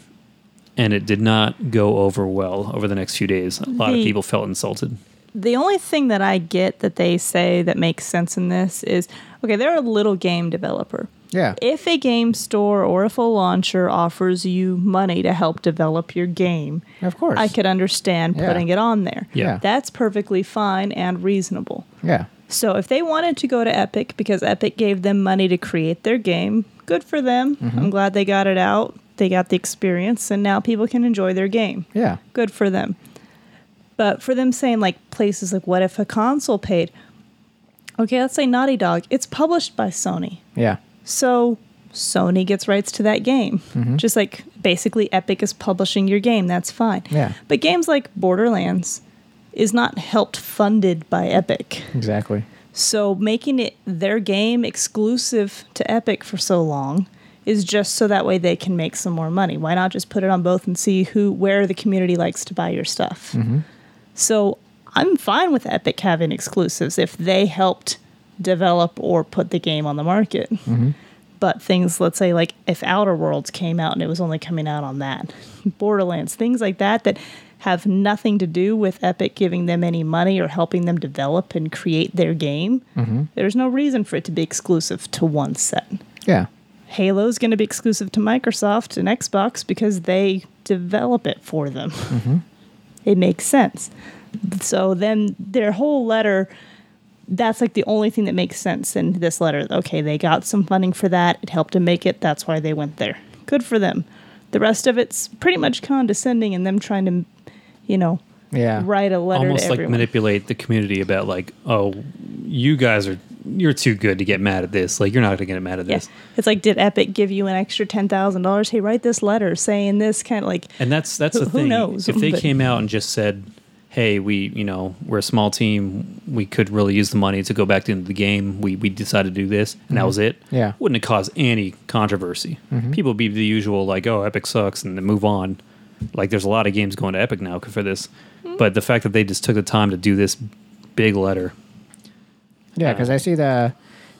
C: and it did not go over well over the next few days a lot of
B: The-
C: people felt insulted
B: The only thing that I get that they say that makes sense in this is okay, they're a little game developer.
A: Yeah.
B: If a game store or if a launcher offers you money to help develop your game,
A: Of course.
B: I could understand
A: Yeah.
B: putting it on there.
A: Yeah.
B: That's perfectly fine and reasonable.
A: Yeah.
B: So if they wanted to go to Epic because Epic gave them money to create their game, good for them.
C: Mm-hmm.
B: I'm glad they got it out. They got the experience and now people can enjoy their game.
A: Yeah.
B: good for them. But for them saying like places like what if a console paid? Okay, let's say Naughty Dog. It's published by Sony.
A: Yeah.
B: So Sony gets rights to that game. Just like basically Epic is publishing your game, that's fine.
A: Yeah.
B: But games like Borderlands is not helped funded by Epic.
A: Exactly.
B: So making it their game exclusive to Epic for so long is just so that way they can make some more money. Why not just put it on both and see who where the community likes to buy your stuff? So I'm fine with Epic having exclusives if they helped develop or put the game on the market. But things, let's say, like if Outer Worlds came out and it was only coming out on that, Borderlands, things like that, that have nothing to do with Epic giving them any money or helping them develop and create their game, there's no reason for it to be exclusive to one set.
A: Yeah.
B: Halo's going to be exclusive to Microsoft and Xbox because they develop it for them.
C: Mm-hmm.
B: It makes sense. So then their whole letter, that's like the only thing that makes sense in this letter. Okay, they got some funding for that. It helped to make it. That's why they went there. Good for them. The rest of it's pretty much condescending and them trying to, you know,
A: Yeah.
B: write a letter
C: almost
B: to
C: like
B: everyone.
C: manipulate the community about like oh you guys are you're too good to get mad at this like you're not going to get mad at
B: yeah.
C: this
B: It's like, did Epic give you an extra $10,000? Hey, write this letter saying this kind of like,
C: And that's that's
B: Who-
C: the
B: who
C: thing.
B: knows?
C: If they
B: But-
C: came out and just said, "Hey, we you know we're a small team. We could really use the money to go back into the game. We we decided to do this, and
B: Mm-hmm.
C: that was it."
A: Yeah.
C: wouldn't it cause any controversy? People would be the usual like, "Oh, Epic sucks," and then move on. Like, there's a lot of games going to Epic now for this,
B: Mm-hmm.
C: but the fact that they just took the time to do this big letter,
A: Yeah, because I see the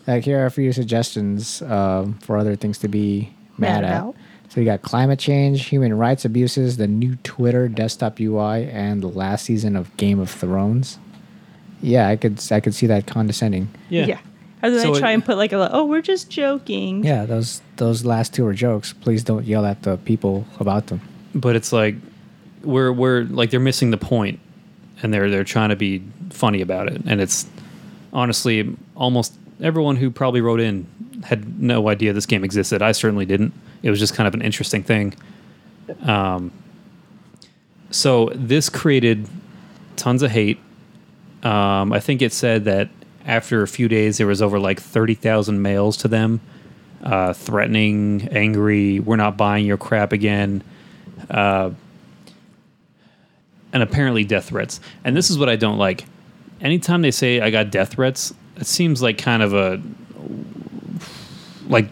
A: like here are a few suggestions um, for other things to be mad,
B: Mad
A: at.
B: about.
A: So you got climate change, human rights abuses, the new Twitter desktop UI, and the last season of Game of Thrones. Yeah, I could I could see that condescending.
B: yeah. Or then
C: So
B: they try
C: it-
B: and put like a oh we're just joking.
A: Yeah, those those last two were jokes. Please don't yell at the people about them.
C: but it's like we're we're like they're missing the point and they're they're trying to be funny about it and it's honestly almost everyone who probably wrote in had no idea this game existed i certainly didn't it was just kind of an interesting thing um so this created tons of hate um i think it said that after a few days there was over like 30,000 mails to them uh threatening angry we're not buying your crap again Uh, and apparently death threats. And this is what I don't like. Anytime they say I got death threats, it seems like kind of a like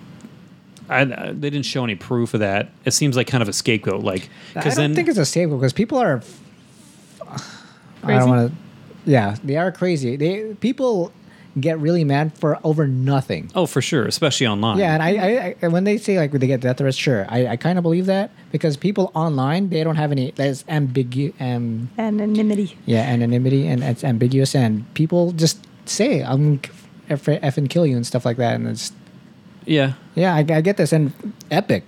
C: I, they didn't show any proof of that. It seems like kind of a scapegoat. Like
A: I
C: because
A: don't
C: then
A: think it's a staple because people are. I
B: Crazy?
A: don't want to. Yeah, they are crazy. They people get really mad for over nothing.
C: oh for sure, especially online.
A: Yeah, and I, I, I and when they say like they get death threats, sure, I, I kind of believe that because people online they don't have any that's ambiguous, um,
B: Anonymity.
A: yeah, anonymity and it's ambiguous, and people just say I'm eff- effing kill you and stuff like that, and it's
C: yeah.
A: yeah, I, I get this. And Epic,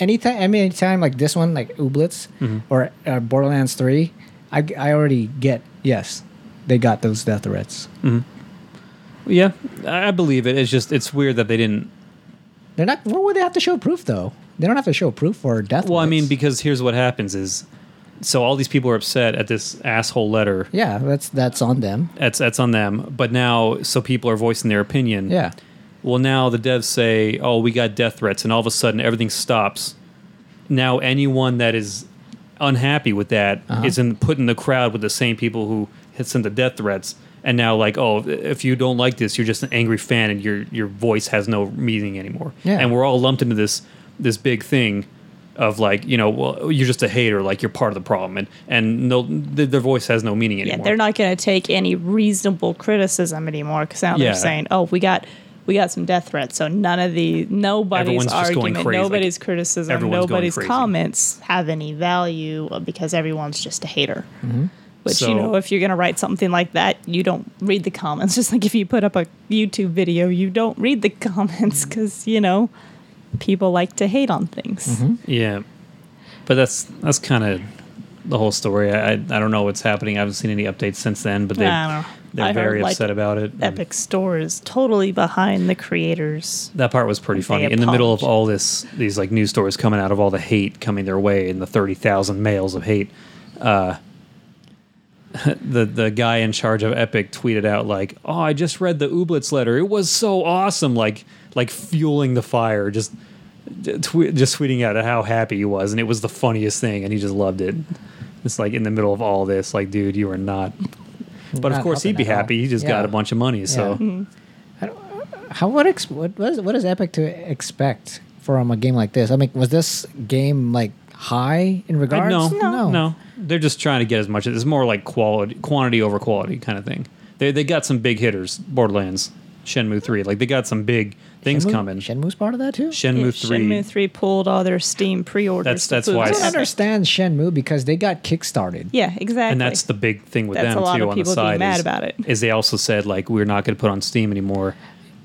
A: anytime, I mean, anytime like this one, like Ooblets
C: Mm-hmm.
A: or uh, Borderlands Three, I, I already get yes, they got those death threats.
C: Yeah, I I believe it. It's just it's weird that they didn't.
A: They're not. What would they have to show proof though? They don't have to show proof for death.
C: Well, I mean,
A: threats.
C: because here's what happens is, so all these people are upset at this asshole letter.
A: yeah, that's that's on them.
C: That's that's on them. But now, so people are voicing their opinion.
A: Yeah,
C: Well, now the devs say, "Oh, we got death threats," and all of a sudden everything stops. Now anyone that is unhappy with that is in put in the crowd with the same people who had sent the death threats, and now like, oh, if you don't like this, you're just an angry fan, and your your voice has no meaning anymore.
A: Yeah.
C: And we're all lumped into this this big thing of like, you know, well, you're just a hater, like you're part of the problem, and and no, th- their voice has no meaning
B: Yeah,
C: anymore.
B: they're not going to take any reasonable criticism anymore because now
C: Yeah.
B: they're saying, "Oh, we got we got some death threats." So none of the nobody's
C: Everyone's just going
B: argument,
C: crazy, like,
B: nobody's criticism,
C: everyone's going
B: nobody's
C: crazy.
B: comments have any value uh, because everyone's just a hater. Which
C: Mm-hmm. So-
B: you know, if you're going to write something like that, you don't read the comments. Just like if you put up a YouTube video, you don't read the comments because you know people like to hate on things.
C: Mm-hmm. Yeah, but that's that's kind of the whole story. I, I I don't know what's happening. I haven't seen any updates since then, but they
B: I don't know.
C: they're
B: I heard,
C: very
B: like,
C: upset about it.
B: Epic Store is totally behind the creators.
C: That part was pretty
B: They
C: funny. In the middle of
B: apologized.
C: all this, these like news stories coming out of all the hate coming their way and the thirty thousand mails of hate, uh, the the guy in charge of Epic tweeted out like, "Oh, I just read the Ooblets letter. It was so awesome!" Like like fueling the fire, just twe- just tweeting out how happy he was, and it was the funniest thing, and he just loved it. It's like in the middle of all this, like, dude, you are not. But of
A: Not
C: course, he'd
A: helping at
C: be
A: all.
C: happy. He just
A: Yeah.
C: got a bunch of money, so.
A: how what ex- what what is, what is Epic to expect from a game like this? I mean, was this game like high in
C: Uh,
A: regards?
C: No, no, They're just trying to get as much. It's more like quality, quantity over quality kind of thing. They they got some big hitters. Borderlands, Shenmue three. Like they got some big things
A: Shenmue-
C: coming. Shenmue,
A: Shenmue's part of that too.
B: Yeah,
C: three.
B: Shenmue 3 pulled all their Steam pre-orders.
C: That's-
B: to
C: that's
B: Fubu.
C: why
A: I
C: it's-
A: don't
C: Epic.
A: understand Shenmue because they got kickstarted.
B: Yeah, exactly.
C: and that's the big thing with
B: That's
C: them
B: a lot
C: too.
B: of
C: on the
B: people being
C: side,
B: mad
C: is,
B: about it.
C: is they also said like we're not going to put on Steam anymore.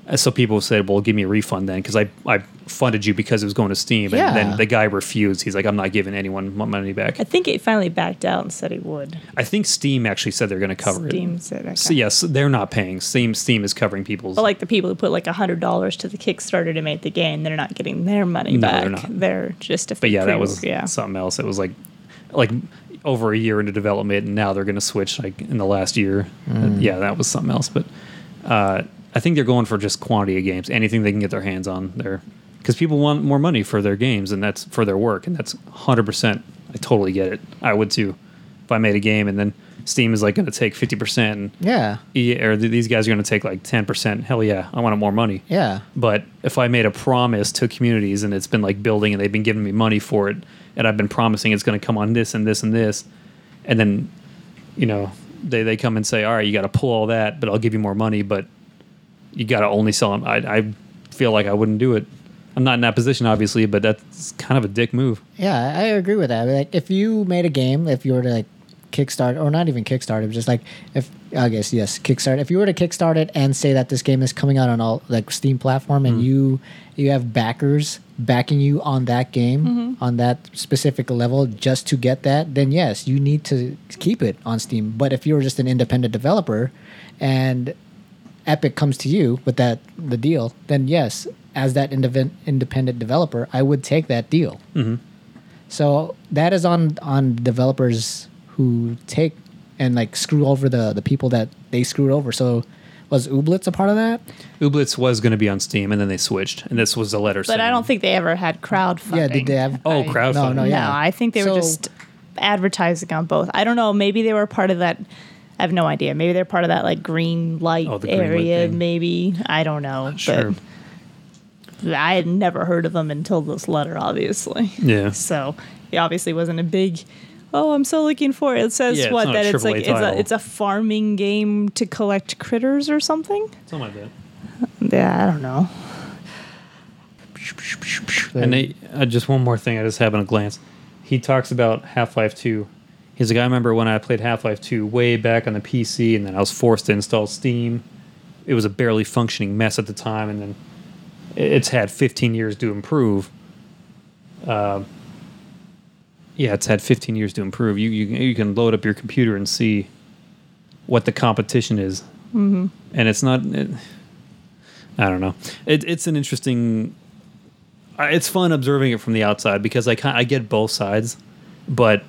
C: Uh, So people said, "Well, give me a refund then, because I I funded you because it was going to Steam." And
A: Yeah.
C: then the guy refused. He's like, "I'm not giving anyone my money back."
B: I think it finally backed out and said it would.
C: I think Steam actually said they're going to cover
B: Steam
C: it.
B: said okay.
C: So yes, they're not paying. Steam Steam is covering people's.
B: But like the people who put like hundred dollars to the Kickstarter to make the game, they're not getting their money
C: No,
B: back.
C: they're not.
B: They're just if
C: but
B: they
C: yeah, that
B: pre-order-
C: was
B: yeah.
C: something else. It was like like over a year into development, and now they're going to switch like in the last year. Uh, Yeah, that was something else. But uh, I think they're going for just quantity of games, anything they can get their hands on there, because people want more money for their games, and that's for their work, and that's hundred percent. I totally get it. I would too if I made a game and then Steam is like going to take fifty percent.
A: Yeah,
C: Yeah, or th- these guys are going to take like ten percent. Hell yeah, I wanted more money.
A: yeah.
C: But if I made a promise to communities and it's been like building and they've been giving me money for it, and I've been promising it's going to come on this and this and this, and then, you know, they, they come and say, all right, you got to pull all that, but I'll give you more money, but you got to only sell them. I, I feel like I wouldn't do it. I'm not in that position, obviously, but that's kind of a dick move.
A: Yeah, I agree with that. Like, if you made a game, if you were to like Kickstart or not even Kickstart, it was just like if I guess yes, Kickstart. If you were to Kickstart it and say that this game is coming out on all like Steam platform and you you have backers backing you on that game on that specific level just to get that, then yes, you need to keep it on Steam. But if you're just an independent developer and Epic comes to you with that the deal, then yes, as that indiv- independent developer, I would take that deal. So that is on on developers who take and like screw over the the people that they screwed over. So was Ooblets a part of that?
C: Ooblets was going to be on Steam, and then they switched, and this was the letter.
B: But I don't think they ever had crowdfunding.
A: Yeah, did they have?
C: Oh,
B: I-
C: crowdfunding.
A: No, no, yeah.
B: No, I think they were
A: So-
B: just advertising on both. I don't know. Maybe they were part of that. I have no idea. Maybe they're part of that like green light
C: Oh, the green light
B: area.
C: thing.
B: maybe I don't know.
C: Sure.
B: But I had never heard of them until this letter, obviously.
C: Yeah.
B: So it obviously wasn't a big. Oh, I'm so looking for it. It says
C: Yeah, it's
B: what
C: not a
B: that it's
C: AAA
B: like it's a
C: title.
B: it's a farming game to collect critters or something.
C: Something like that.
B: Yeah, I don't know.
C: And they, uh, just one more thing I just have in a glance. He talks about Half Life 2. He's like, I remember when I played Half Life 2 way back on the PC, and then I was forced to install Steam. It was a barely functioning mess at the time, and then it- it's had 15 years to improve. Um, yeah, it's had 15 years to improve. You, you, you can load up your computer and see what the competition is. Mm-hmm. And it's not. It, I don't know. It, it's an interesting I- it's fun observing it from the outside because I ki- I get both sides, but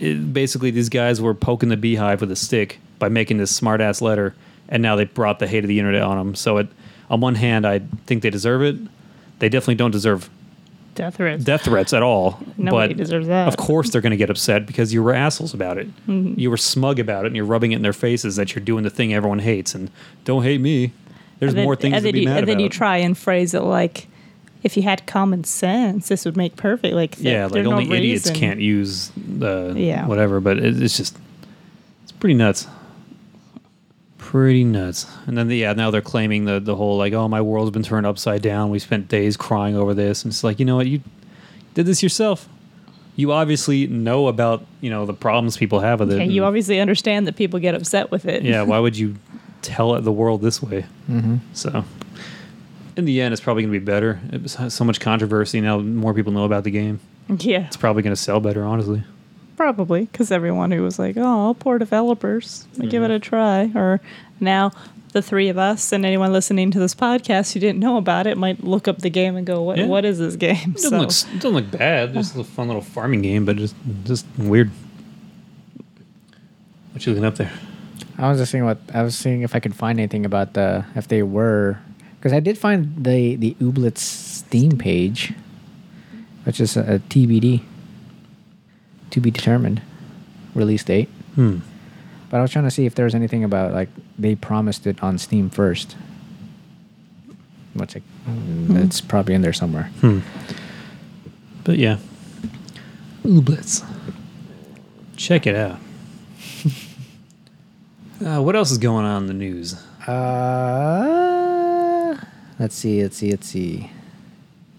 C: it, basically these guys were poking the beehive with a stick by making this smart ass letter, and now they brought the hate of the internet on them. So it, on one hand, I think they deserve it. They definitely don't deserve
B: Death Risk.
C: death threats at all.
B: Nobody
C: but
B: deserves that. Mm-hmm.
C: Of course, they're going to get upset because you were assholes about it. You were smug about it, and you're rubbing it in their faces that you're doing the thing everyone hates. And don't hate me. There's
B: And then-
C: more things
B: and
C: to
B: then
C: be
B: you,
C: mad
B: And
C: about.
B: then you try and phrase it like, if you had common sense, this would make perfect. Like, there-
C: yeah,
B: there
C: like
B: no
C: only idiots
B: reason.
C: can't use the
B: Yeah.
C: whatever. But it, it's just it's pretty nuts, pretty nuts. And then the, yeah, now they're claiming the the whole like oh my world's been turned upside down. We spent days crying over this, and it's like you know what you did this yourself. You obviously know about you know the problems people have with it.
B: Okay, you
C: and-
B: obviously understand that people get upset with it.
C: yeah, why would you tell it the world this way? Mm-hmm. So, in the end, it's probably going to be better. It was so much controversy now. More people know about the game.
B: yeah,
C: It's probably going to sell better, honestly.
B: probably because everyone who was like, "Oh, poor developers, I give it
C: Mm-hmm.
B: a try," or now the three of us and anyone listening to this podcast who didn't know about it might look up the game and go, "What?
C: Yeah.
B: What is this game?"
C: It doesn't, look, s- it doesn't look bad. Just a fun little farming game, but just just weird. What you looking up there?
A: I was just seeing what I was seeing if I could find anything about the if they were because I did find the the Ooblets Steam page, which is a, a TBD, to be determined, release date.
C: Hmm.
A: But I was trying to see if there was anything about like they promised it on Steam first. Which like, it's probably in there somewhere.
C: Hmm. But yeah, Ooblets. Check it out. uh, what else is going on in the news?
A: Uh, let's see, let's see, let's see.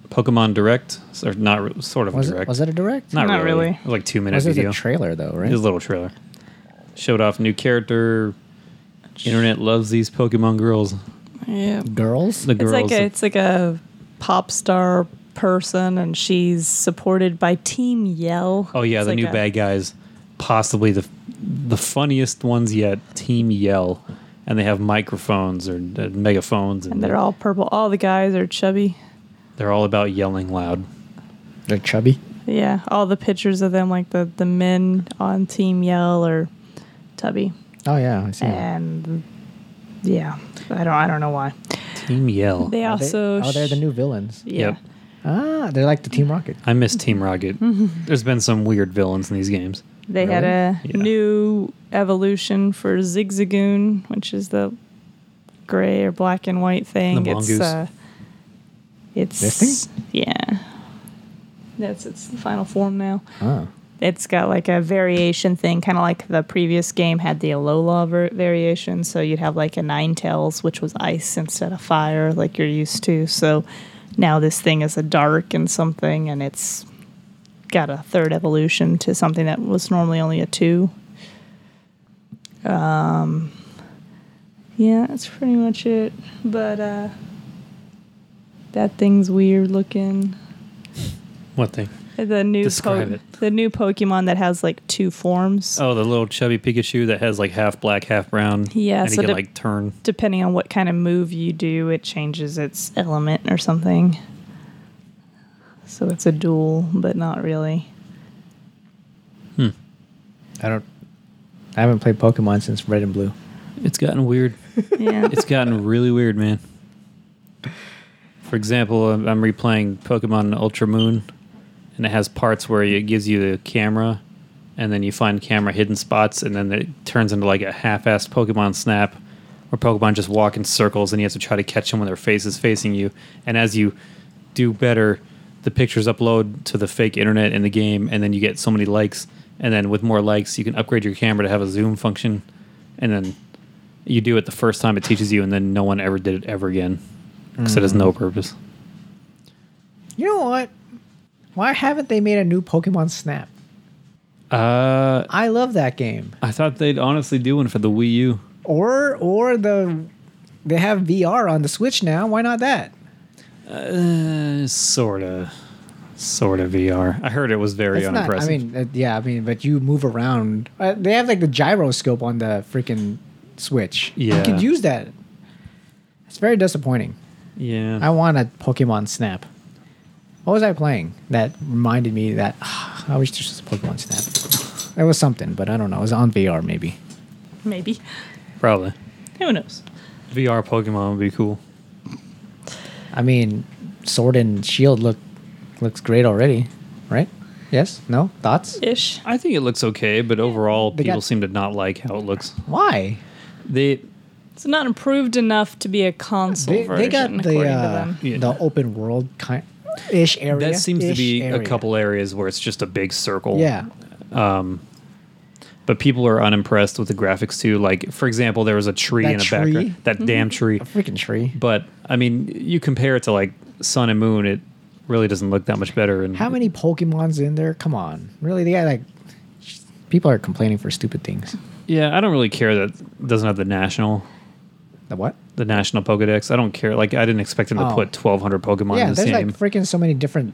C: Pokemon Direct, or not re- sort of a
A: Was
C: direct?
A: it was it a direct?
C: not,
B: Not
C: really.
B: really.
C: It was like two minute
A: was it
C: video.
A: a trailer though, right?
C: It was a little trailer. Showed off new character. Internet loves these Pokemon girls.
B: yeah,
A: Girls.
C: The
B: it's
C: girls.
B: like a, it's like a pop star person, and she's supported by Team Yell.
C: Oh yeah,
B: It's
C: the
B: like
C: new
B: a-
C: bad guys, possibly the the funniest ones yet. Team Yell, and they have microphones or uh, megaphones, and,
B: And they're all purple. All the guys are chubby.
C: they're all about yelling loud.
A: They're chubby.
B: Yeah, all the pictures of them, like the the men on Team Yell are tubby,
A: Oh yeah, I see. that.
B: and yeah, I don't I don't know why.
C: Team Yell.
B: They
A: Are they-
B: also
A: oh, they're the
B: sh-
A: new villains.
B: yeah.
C: Yep.
A: Ah, they're like the Team Rocket.
C: I miss Team Rocket. There's been some weird villains in these games.
B: They had a
C: Really? Yeah.
B: new evolution for Zigzagoon, which is the gray or black and white thing.
C: The mongoose.
B: it's uh, it's
A: This
B: yeah, that's its final form now.
A: Oh,
B: it's got like a variation thing, kind of like the previous game had the Alola ver- variation. So you'd have like a Nine Tails, which was ice instead of fire, like you're used to. So now this thing is a dark and something, and it's got a third evolution to something that was normally only a two. Um, Yeah, that's pretty much it. But uh, that thing's weird looking.
C: What thing?
B: The new
C: Describe it.
B: the new Pokemon that has like two forms,
C: Oh, the little chubby Pikachu that has like half black, half brown.
B: Yeah,
C: and
B: so
C: he
B: the-
C: can like turn.
B: depending on what kind of move you do, it changes its element or something. So it's a duel, but not really.
A: I don't. I haven't played Pokemon since Red and Blue.
C: It's gotten weird.
B: Yeah.
C: it's gotten really weird, man. For example, I'm I'm replaying Pokemon Ultra Moon, and it has parts where it gives you the camera, and then you find camera hidden spots, and then it turns into like a half-assed Pokemon Snap, where Pokemon just walk in circles, and you have to try to catch them when their face is facing you. And as you do better, the pictures upload to the fake internet in the game, and then you get so many likes. And then with more likes, you can upgrade your camera to have a zoom function, and then you do it the first time it teaches you, and then no one ever did it ever again because it has no purpose.
A: You know what? Why haven't they made a new Pokemon Snap?
C: Uh,
A: I love that game.
C: I thought they'd honestly do one for the Wii U.
A: Or or the they have VR on the Switch now. Why not that?
C: Uh, sorta, sorta VR. I heard it was very
A: It's not. I
C: unimpressive.
A: mean, uh, yeah. I mean, but you move around. Uh, they have like the gyroscope on the freaking Switch. you
C: Yeah.
A: could use that. It's very disappointing.
C: yeah,
A: I want a Pokemon Snap. What was I playing that reminded me that ah, I wish this was a Pokemon Snap? It was something, but I don't know. It was on VR maybe.
B: Maybe.
C: probably
B: Who knows?
C: VR Pokemon would be cool.
A: I mean, Sword and Shield look looks great already, right? Yes? No? Thoughts?
B: Ish.
C: I think it looks okay, but overall,
A: They
C: people
A: got-
C: seem to not like how it looks.
A: Why?
C: They
B: It's not improved enough to be a console
A: They, they
B: version,
A: got the
B: according to
A: uh,
B: them.
C: Yeah.
A: the open world kind ish area.
C: that seems to
A: ish
C: be a
A: area.
C: couple areas where it's just a big circle.
A: Yeah.
C: but people are unimpressed with the graphics too. Like for example, there was a tree Mm-hmm.
A: That
C: in a
A: tree?
C: background. That damn tree.
A: A freaking tree.
C: But I mean, you compare it to like Sun and Moon, it really doesn't look that much better. And
A: How many Pokemon's in there? Come on. Really? They got like people are complaining for stupid things.
C: Yeah, I don't really care that it doesn't have the national,
A: The what?
C: the national Pokedex. I don't care. Like I didn't expect them to
A: Oh.
C: put twelve hundred Pokemon
A: yeah,
C: in the
A: there's
C: game.
A: like freaking so many different.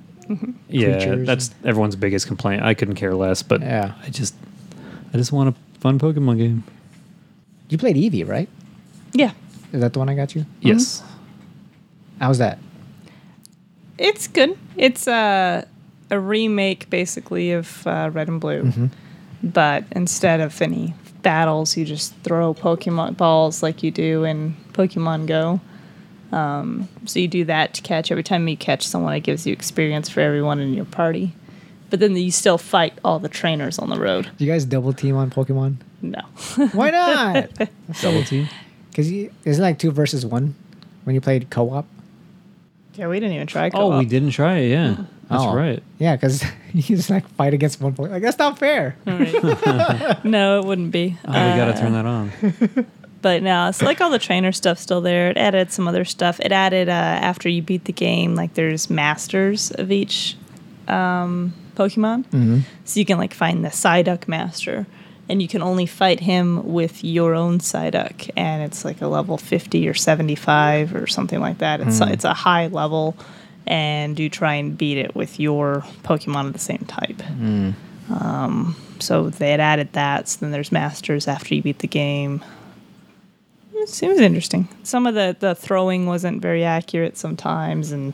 C: yeah,
A: creatures
C: that's everyone's biggest complaint. I couldn't care less. But
A: Yeah. Mm-hmm.
C: I just, I just want a fun Pokemon game.
A: You played Eevee, right?
B: Yeah.
A: Is that the one I got you?
C: Yes.
A: How's that?
B: It's good. It's uh, a remake, basically, of uh, Red and Blue. But instead of any battles, you just throw Pokemon balls like you do in Pokemon Go. Um, so you do that to catch. Every time you catch someone, it gives you experience for everyone in your party. But then you still fight all the trainers on the road.
A: Do you guys double team on Pokemon?
B: No.
A: Why not?
C: Double team.
A: Because isn't it like two versus one when you played co-op?
B: yeah, we didn't even try.
C: Oh, we
B: co-op.
C: didn't try it. Yeah, that's
A: Oh.
C: right.
A: Yeah, because you just like fight against one player. Like that's not fair.
B: no, it wouldn't be. Uh,
C: Oh, we gotta turn that on.
B: But no, it's like all the trainer stuff still there. It added some other stuff. It added uh, after you beat the game, like there's masters of each um, Pokemon, mm-hmm. so you can like find the Psyduck master, and you can only fight him with your own Psyduck, and it's like a level fifty or seventy five or something like that. It's it's a high level, and you try and beat it with your Pokemon of the same type. Um, so they had added that. So then there's masters after you beat the game. It seems interesting. Some of the the throwing wasn't very accurate sometimes, and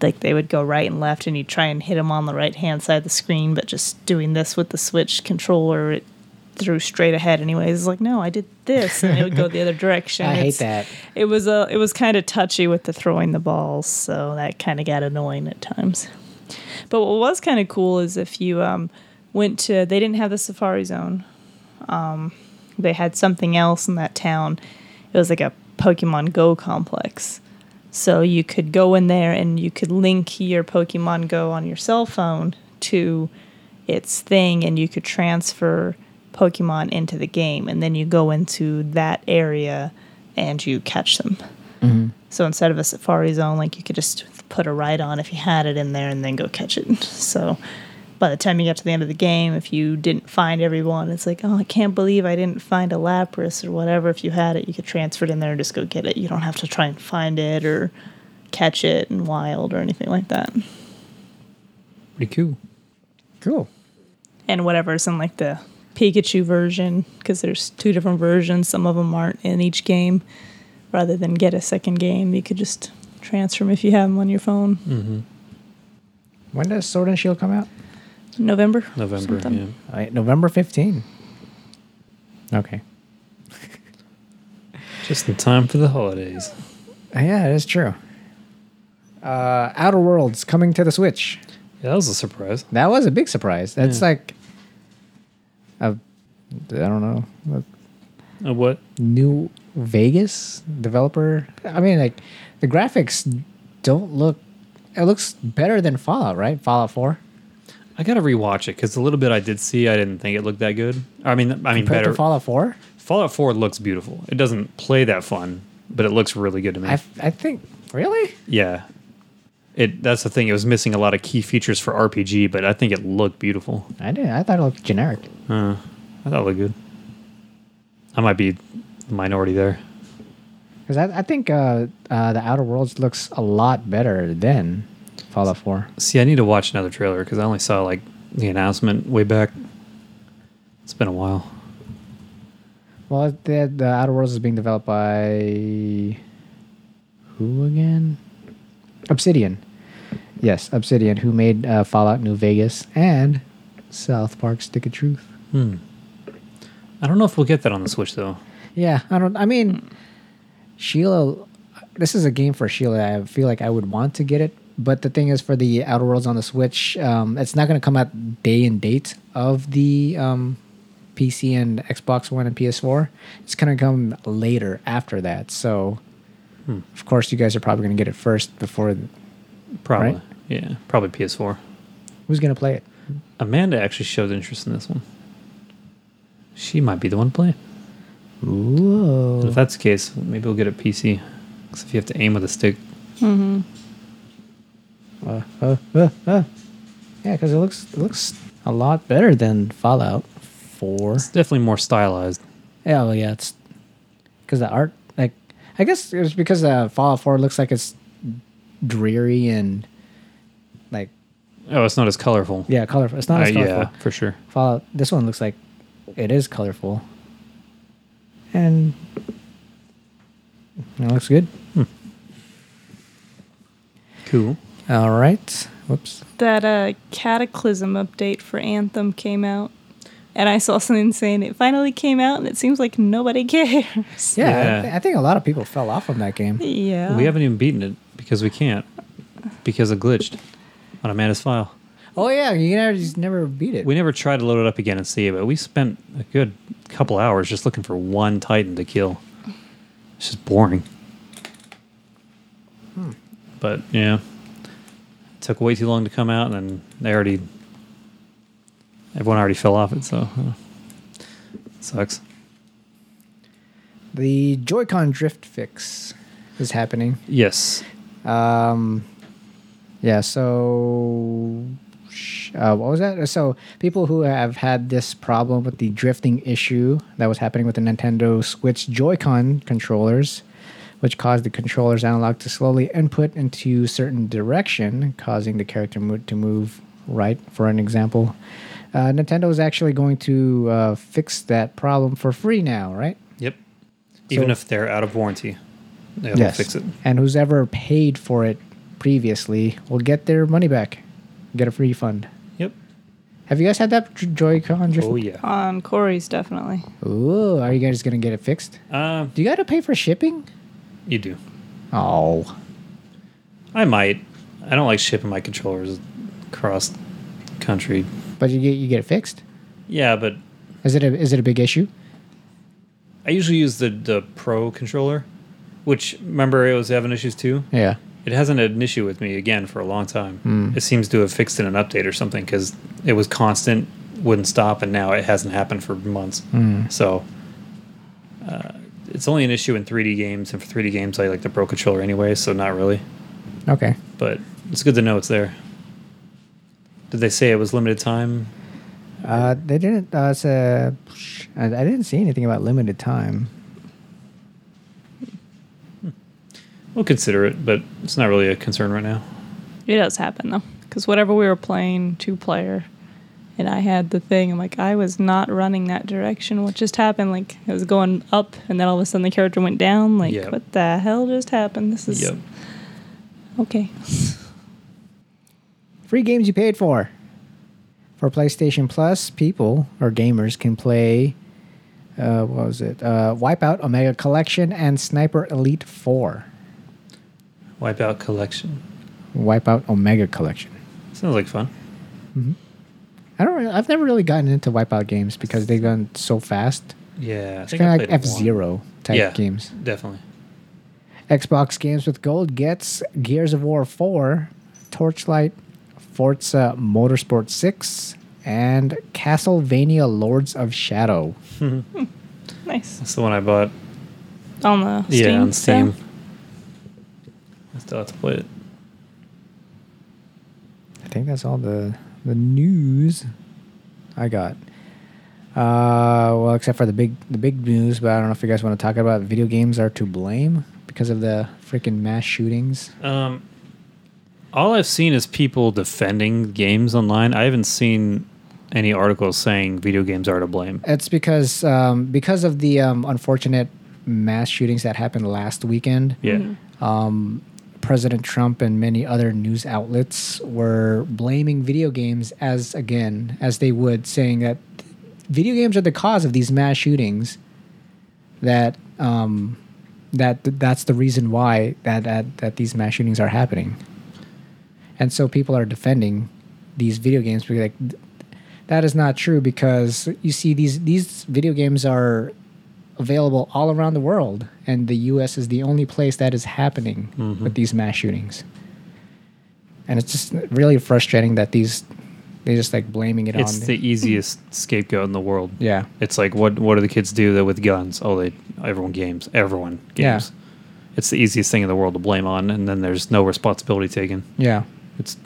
B: like they would go right and left, and you try and hit them on the right hand side of the screen, but just doing this with the Switch controller, it threw straight ahead. Anyways, it's like no, I did this, and it would go the other direction.
A: I hate
B: It's-
A: that.
B: It was a it was kind of touchy with the throwing the balls, so that kind of got annoying at times. But what was kind of cool is if you um, went to they didn't have the Safari Zone Um, they had something else in that town. It was like a Pokemon Go complex. So you could go in there and you could link your Pokemon Go on your cell phone to its thing and you could transfer Pokemon into the game. And then you go into that area and you catch them. So instead of a Safari Zone, like you could just put a ride on if you had it in there and then go catch it. So by the time you get to the end of the game, if you didn't find everyone, it's like, oh, I can't believe I didn't find a Lapras or whatever. If you had it, you could transfer it in there and just go get it. You don't have to try and find it or catch it in wild or anything like that.
C: Pretty cool.
A: Cool.
B: And whatever's in like the Pikachu version, because there's two different versions. Some of them aren't in each game. Rather than get a second game, you could just transfer them if you have them on your phone.
A: When does Sword and Shield come out?
B: November.
C: November.
B: something.
C: Yeah.
A: All right, November 15. Okay.
C: Just in time for the holidays.
A: Yeah, that's true. Uh, Outer Worlds coming to the Switch.
C: Yeah, that was a surprise.
A: That was a big surprise. That's
C: Yeah.
A: like, a, I don't know, a
C: Uh, what?
A: New Vegas developer. I mean, like, the graphics don't look. It looks better than Fallout, right? Fallout Four.
C: I gotta rewatch it because the little bit I did see, I didn't think it looked that good. I mean, I mean,
A: Compared
C: better.
A: to Fallout Four,
C: Fallout Four looks beautiful. It doesn't play that fun, but it looks really good to me.
A: I I think really.
C: yeah, it. That's the thing. It was missing a lot of key features for RPG, but I think it looked beautiful.
A: I didn't. I thought it looked generic.
C: Uh, I thought it looked good. I might be the minority there.
A: Because I, I think uh, uh, the Outer Worlds looks a lot better than Fallout 4.
C: See, I need to watch another trailer because I only saw like the announcement way back. It's been a while.
A: Well, the, the Outer Worlds is being developed by who again? Obsidian. Yes, Obsidian, who made uh, Fallout New Vegas and South Park: Stick of Truth.
C: I don't know if we'll get that on the Switch though.
A: Yeah, I don't. I mean, Sheila, this is a game for Sheila. I feel like I would want to get it, but the thing is, for the Outer Worlds on the Switch, um, it's not going to come out day and date of the um, PC and Xbox One and PS4. It's going to come later after that. So, of course, you guys are probably going to get it first. Before
C: Probably.
A: Right?
C: Yeah, probably PS4.
A: who's going to play it?
C: Amanda actually showed interest in this one. She might be the one playing.
A: Whoa!
C: If that's the case, maybe we'll get a PC. Because if you have to aim with a stick,
A: Yeah, because it looks it looks a lot better than Fallout Four.
C: it's definitely more stylized.
A: Yeah, well, yeah, it's because the art, like, I guess it's because uh, Fallout Four looks like it's dreary and like,
C: Oh, it's not as colorful.
A: yeah, colorful. It's not
C: Uh,
A: as colorful.
C: yeah, for sure.
A: Fallout. This one looks like it is colorful, and it looks good.
C: Cool.
A: All right. Whoops.
B: that uh, Cataclysm update for Anthem came out, and I saw something saying it finally came out, and it seems like nobody cares.
A: Yeah, I,
C: Yeah.
A: th- I think a lot of people fell off from that game.
B: Yeah.
C: We haven't even beaten it because we can't. Because it glitched on Amanda's file.
A: Oh yeah, you never just never beat it.
C: We never tried to load it up again and see it, but we spent a good couple hours just looking for one Titan to kill. It's just boring. But yeah, it took way too long to come out, and then they already everyone already fell off it, so uh, sucks.
A: The Joy-Con drift fix is happening.
C: Yes,
A: Um, yeah. So, sh- uh, what was that? So, people who have had this problem with the drifting issue that was happening with the Nintendo Switch Joy-Con controllers, which caused the controller's analog to slowly input into certain direction, causing the character mo- to move right. For an example, uh, Nintendo is actually going to uh, fix that problem for free now, right?
C: yep. Even
A: So-
C: if they're out of warranty, they'll fix it.
A: And who's ever paid for it previously will get their money back, get a refund.
C: Yep.
A: Have you guys had that J- Joy-Con? drift?
C: Oh yeah.
B: on Corey's definitely.
A: Ooh, are you guys gonna get it fixed?
C: Uh,
A: Do you gotta pay for shipping?
C: you do.
A: Oh,
C: I might. I don't like shipping my controllers across country.
A: but you get you get it fixed.
C: Yeah, but
A: Is it a is it a big issue?
C: I usually use the the Pro controller, which remember it was having issues too.
A: Yeah.
C: It hasn't had an issue with me again for a long time. It seems to have fixed in an update or something because it was constant, wouldn't stop, and now it hasn't happened for months. So uh, it's only an issue in 3D games, and for 3D games, I like the Pro controller anyway, so not really.
A: Okay.
C: But it's good to know it's there. Did they say it was limited time?
A: Uh, they didn't. Uh, it's a, I, I didn't see anything about limited time.
C: We'll consider it, but it's not really a concern right now.
B: It does happen though, because whatever we were playing two player, and I had the thing. I'm like, I was not running that direction. What just happened? Like it was going up, and then all of a sudden the character went down. Like
C: Yep.
B: what the hell just happened? This is
C: Yep.
B: okay.
A: Free games you paid for. For PlayStation Plus, people or gamers can play. Uh, what was it? Uh, Wipeout Omega Collection and Sniper Elite Four.
C: Wipeout collection.
A: Wipeout Omega Collection.
C: Sounds like fun.
A: I don't. Really, I've never really gotten into Wipeout games because they've gone so fast.
C: Yeah, I
A: It's
C: think I
A: kind of like
C: played
A: F
C: it once.
A: Zero type
C: Yeah,
A: games.
C: Definitely.
A: Xbox Games with Gold gets Gears of War 4, Torchlight, Forza Motorsport 6, and Castlevania Lords of Shadow.
B: Nice
C: That's the one I bought.
B: on the Steam.
C: yeah, on
B: sale?
C: Steam. I still have to play it.
A: I think that's all the the news I got. Uh, well, except for the big the big news, but I don't know if you guys want to talk about video games are to blame because of the freaking mass shootings.
C: Um, all I've seen is people defending games online. I haven't seen any articles saying video games are to blame.
A: It's because um, because of the um, unfortunate mass shootings that happened last weekend.
C: Yeah.
A: President Trump and many other news outlets were blaming video games as again as they would saying that video games are the cause of these mass shootings that um that that's the reason why that that, that these mass shootings are happening and so people are defending these video games because like th- that is not true because you see these these video games are available all around the world and the US is the only place that is happening with these mass shootings. And it's just really frustrating that these they just like blaming it
C: It's
A: on
C: the easiest scapegoat in the world.
A: yeah.
C: It's like what what do the kids do though with guns? Oh, they everyone games. Everyone
A: Yeah.
C: games. It's the easiest thing in the world to blame on, and then there's no responsibility taken.
A: Yeah.
C: It's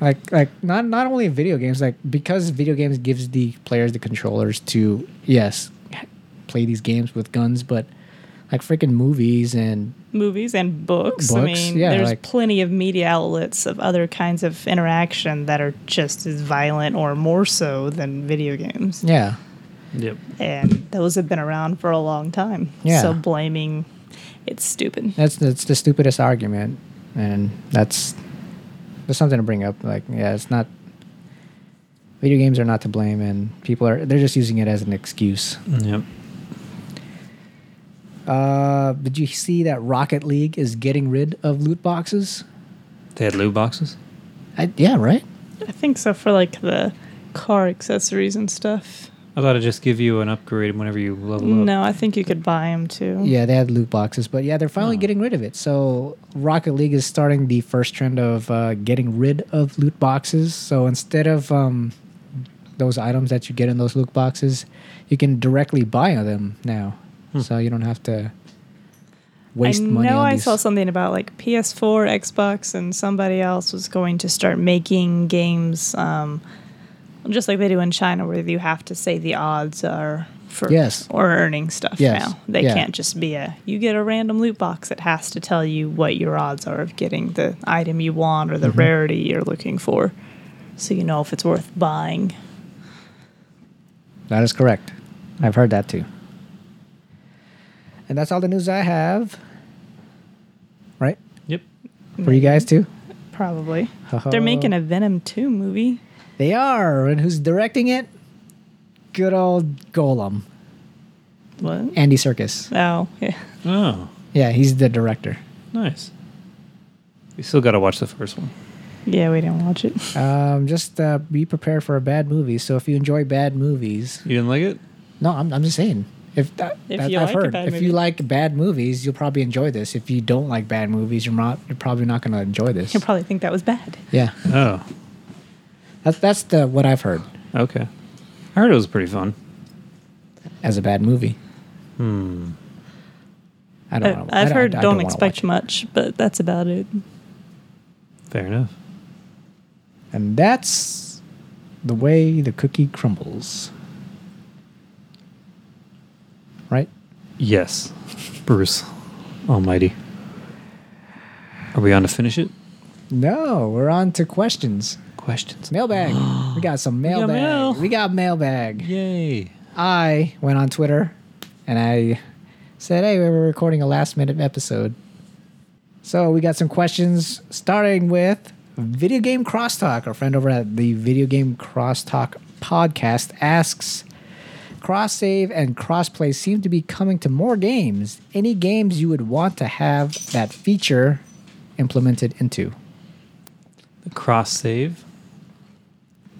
A: like like not not only video games like because video games gives the players the controllers to yes play these games with guns but like freaking movies and
B: Movies and books. I
A: Books,
B: mean,
A: yeah,
B: there's
A: like-
B: plenty of media outlets of other kinds of interaction that are just as violent or more so than video games.
A: yeah
C: yep.
B: and those have been around for a long time.
A: Yeah.
B: So blaming, it's stupid.
A: that's that's the stupidest argument and that's that's something to bring up like yeah it's not video games are not to blame and people are they're just using it as an excuse
C: Yep.
A: uh did you see that rocket league is getting rid of loot boxes
C: They had loot boxes.
A: I, yeah right
B: I think so for like the car accessories and stuff.
C: I thought it'd just give you an upgrade whenever you level up.
B: No, I think you could buy them too.
A: Yeah, they had loot boxes, but yeah, they're finally
C: Oh.
A: getting rid of it. So Rocket League is starting the first trend of uh, getting rid of loot boxes. So instead of um, those items that you get in those loot boxes, you can directly buy them now. So you don't have to waste
B: I
A: money.
B: know
A: on
B: I
A: these.
B: saw something about like PS4, Xbox, and somebody else was going to start making games, um, just like they do in China, where you have to say the odds are for
A: Yes.
B: or earning stuff
A: Yes.
B: now. They
A: Yeah.
B: can't just be a you get a random loot box. It has to tell you what your odds are of getting the item you want or
A: Mm-hmm.
B: the rarity you're looking for, so you know if it's worth buying.
A: That is correct. I've heard that too. And that's all the news I have. Right
C: Yep.
A: for you guys too.
B: Probably
A: Uh,
B: they're making a Venom Two movie.
A: They are, and who's directing it? Good old Golem,
B: What?
A: Andy Circus.
B: Oh yeah.
C: Oh,
A: Yeah, he's the director.
C: nice. You still got to watch the first one.
B: Yeah, we didn't watch it.
A: Um, just uh, be prepared for a bad movie. So if you enjoy bad movies,
C: You didn't like it?
A: no, I'm, I'm just saying. If that,
B: If
A: that-
B: you
A: I've
B: like a
A: heard,
B: bad
A: if
B: movie.
A: you like bad movies, you'll probably enjoy this. If you don't like bad movies, you're not, you're probably not going to enjoy this.
B: You'll probably think that was bad.
A: yeah,
C: Oh,
A: that's that's the what I've heard
C: okay. I heard it was pretty fun.
A: as a bad movie. Hmm. I don't.
B: I,
A: Wanna, I
B: Uh, I've heard
A: I
B: don't,
A: wanna
B: expect
A: watch
B: much, but that's about it.
C: Fair enough.
A: it. And that's the way the cookie crumbles. Right?
C: Yes, Bruce Almighty. Are we on to finish it?
A: No, we're on to questions.
C: Questions.
A: Mailbag. we got some
C: got
A: mailbag. We got,
C: mail.
A: mailbag.
C: Yay.
A: I went on Twitter and I said, hey, we were recording a last minute episode. So we got some questions starting with Video Game Crosstalk. Our friend over at the Video Game Crosstalk podcast asks Cross save and crossplay seem to be coming to more games. Any games you would want to have that feature implemented into?
C: The cross save.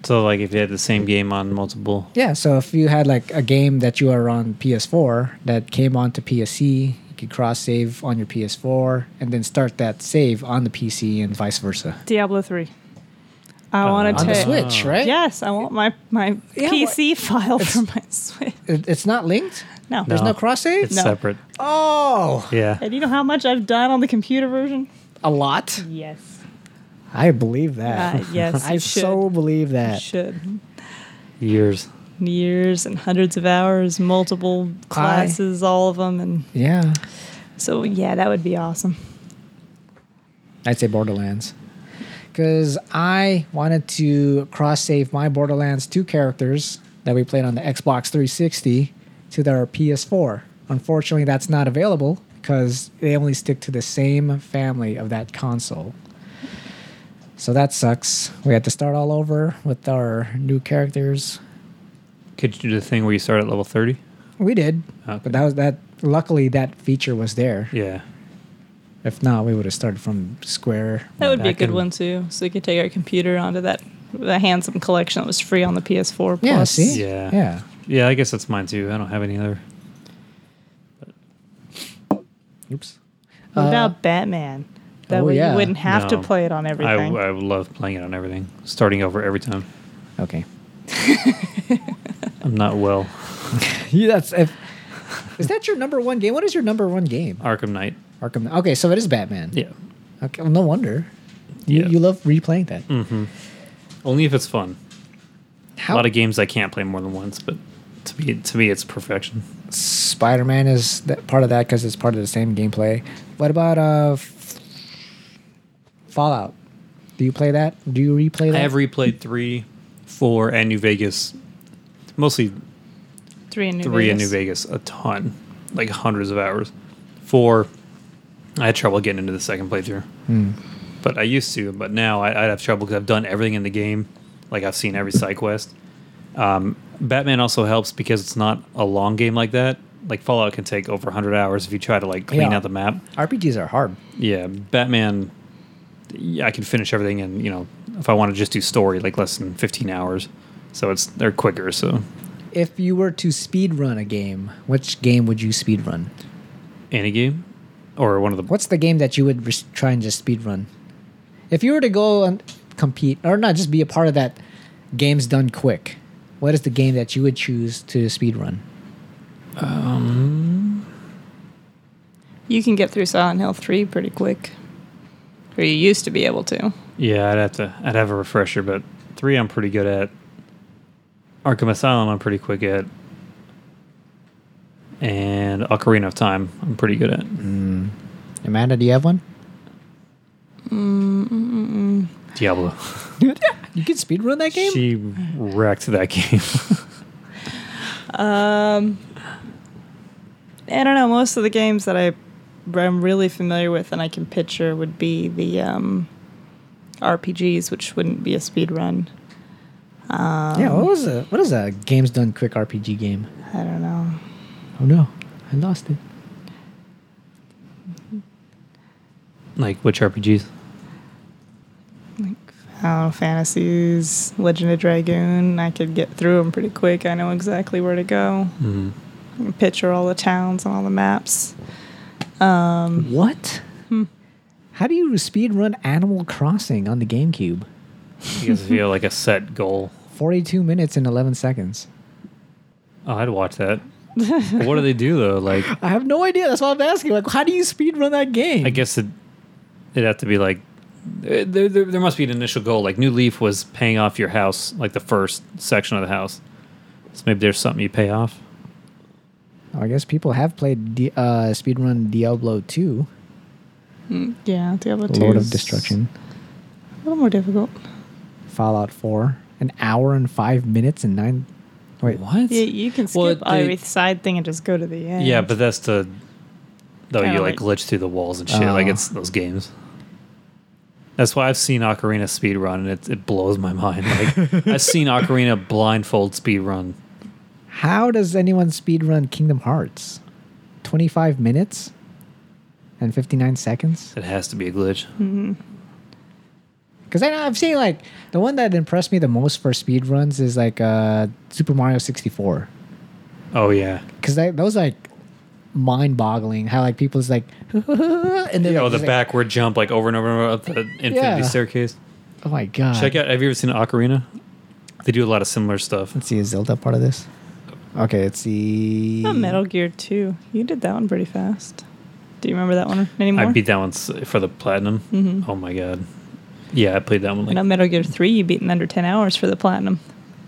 D: So like if you had the same game on multiple
A: Yeah, so if you had like a game that you are on PS4 that came onto PSC, you could cross save on your PS4 and then start that save on the PC and vice versa.
B: Diablo three. I want to
A: Uh, On the
B: take.
A: Switch, right?
B: Yes, I want my my
A: Yeah,
B: PC file for my Switch.
A: It- It's not linked?
B: No.
A: There's no,
C: No.
A: cross save?
C: It's
B: No.
C: separate.
A: Oh,
C: Yeah.
B: And you know how much I've done on the computer version?
A: a lot.
B: Yes.
A: I believe that.
B: Uh, yes,
A: I
B: you should.
A: so believe
B: You
A: that.
B: should.
C: Years.
B: Years and hundreds of hours, multiple classes, all of them, and
A: Yeah.
B: so yeah, that would be awesome.
A: I'd say Borderlands. Because I wanted to cross save my Borderlands 2 characters that we played on the Xbox 360 to their PS4. Unfortunately, that's not available because they only stick to the same family of that console. So that sucks. We had to start all over with our new characters.
C: Could you do the thing where you start at level 30?
A: We did,
C: Okay.
A: but that was that. Luckily, that feature was there.
C: Yeah.
A: If not, we would have started from square.
B: That would be a
C: Back
B: good
C: in-
B: one too. So we could take our computer onto that the handsome collection that was free on the PS4.
A: Yeah.
B: Plus.
A: see.
C: Yeah.
A: Yeah.
C: Yeah, I guess that's mine too. I don't have any other.
A: Oops.
B: What
A: Uh,
B: about Batman? That
A: oh,
B: way
A: yeah.
B: you wouldn't have to
C: No.
B: play it on
C: I, uh,
B: everything.
C: I love playing it on everything, starting over every time.
A: Okay.
C: I'm not well.
A: Yeah, that's if, is that your number one game? What is your number one game?
C: Arkham Knight.
A: Arkham. Okay, so it is Batman.
C: Yeah.
A: Okay. Well, no wonder. You,
C: Yeah.
A: you love replaying that.
C: Only if it's fun.
A: How
C: A lot of games I can't play more than once, but to me, to me, it's perfection.
A: Spider Man is that part of that because it's part of the same gameplay. What about uh, F- Fallout? Do you play that? Do you replay that?
C: I have replayed three, four, and New Vegas. Mostly
B: three in New
C: three
B: Vegas.
C: in New Vegas a ton, like hundreds of hours. Four, I had trouble getting into the second playthrough, but I used to. But now I, I have trouble because I've done everything in the game, like I've seen every side quest. Um, Batman also helps because it's not a long game like that. Like Fallout can take over 100 hours if you try to like clean
A: Yeah.
C: out the map.
A: RPGs are hard.
C: Yeah, Batman. yeah, I can finish everything, and you know, if I want to just do story, like less than 15 hours. So it's they're quicker. So
A: If you were to speed run a game, which game would you speed run?
C: any game, or one of the
A: What's the game that you would res- try and just speed run? If you were to go and compete, or not just be a part of that games done quick, what is the game that you would choose to speed run?
B: You can get through Silent Hill three pretty quick, or you used to be able to.
C: Yeah, I'd have to. I'd have a refresher, but three I'm pretty good at. Arkham Asylum I'm pretty quick at, and Ocarina of Time I'm pretty good at.
A: Amanda, do you have one?
C: Diablo.
A: You can speed run that game.
C: She wrecked that game.
B: Um, I don't know. Most of the games that I I'm really familiar with and I can picture would be the um, RPGs, which wouldn't be a speed run. Um,
A: yeah. What was a what is a games done quick RPG game?
B: I don't know.
A: Oh no, I lost it.
C: like which RPGs?
B: I don't know, Um, fantasies, Legend of Dragoon. I could get through them pretty quick. I know exactly where to go. I
C: Mm-hmm.
B: can picture all the towns and all the maps.
A: Um, What? How do you speed run Animal Crossing on the GameCube?
C: You guys feel like a set goal.
A: Forty-two minutes and eleven seconds.
C: Oh, I'd watch that. But what do they do though? Like,
A: I have no idea. That's why I'm asking. Like, how do you speed run that game?
C: I guess it. It'd have to be like
D: there, eh, there, there must be an initial goal. Like New Leaf was paying off your house, like the first section of the house. So maybe there's something you pay off.
A: I guess people have played D- uh, speedrun Diablo 2,
B: Yeah, Diablo 2.
A: Lord of
B: is
A: Destruction,
B: A little more difficult.
A: Fallout 4, an hour and five minutes and nine. Wait,
D: What?
B: Yeah, you can skip
D: Well, they-
B: every side thing and just go to the end.
C: Yeah, but that's the though
B: Kinda
C: you like
B: like-
C: glitch through the walls and shit.
A: Oh.
C: like it's those games. That's why I've seen Ocarina speedrun and it, it blows my mind. Like I've seen Ocarina blindfold speedrun.
A: How does anyone speedrun Kingdom Hearts? 25 minutes and 59 seconds?
C: It has to be a glitch.
B: Hmm.
A: Because I know I've seen like the one that impressed me the most for speedruns is like uh, Super Mario 64.
C: Oh yeah.
A: Because those like mind boggling how like people's like, and then
C: Yeah,
A: like,
C: oh, the
A: just, like,
C: backward jump like over and over and over up the infinity
A: Yeah.
C: staircase.
A: oh my God.
C: Check out. Have you ever seen Ocarina? They do a lot of similar stuff.
A: Let's see, is Zelda part of this? Okay, it's the.
B: Oh, Metal Gear 2. You did that one pretty fast. Do you remember that one anymore?
C: I beat that one s- for the platinum.
B: Mm-hmm.
C: Oh my god. Yeah, I played that one
B: I know
C: like
B: Metal Gear 3, you beat in under 10 hours for the platinum.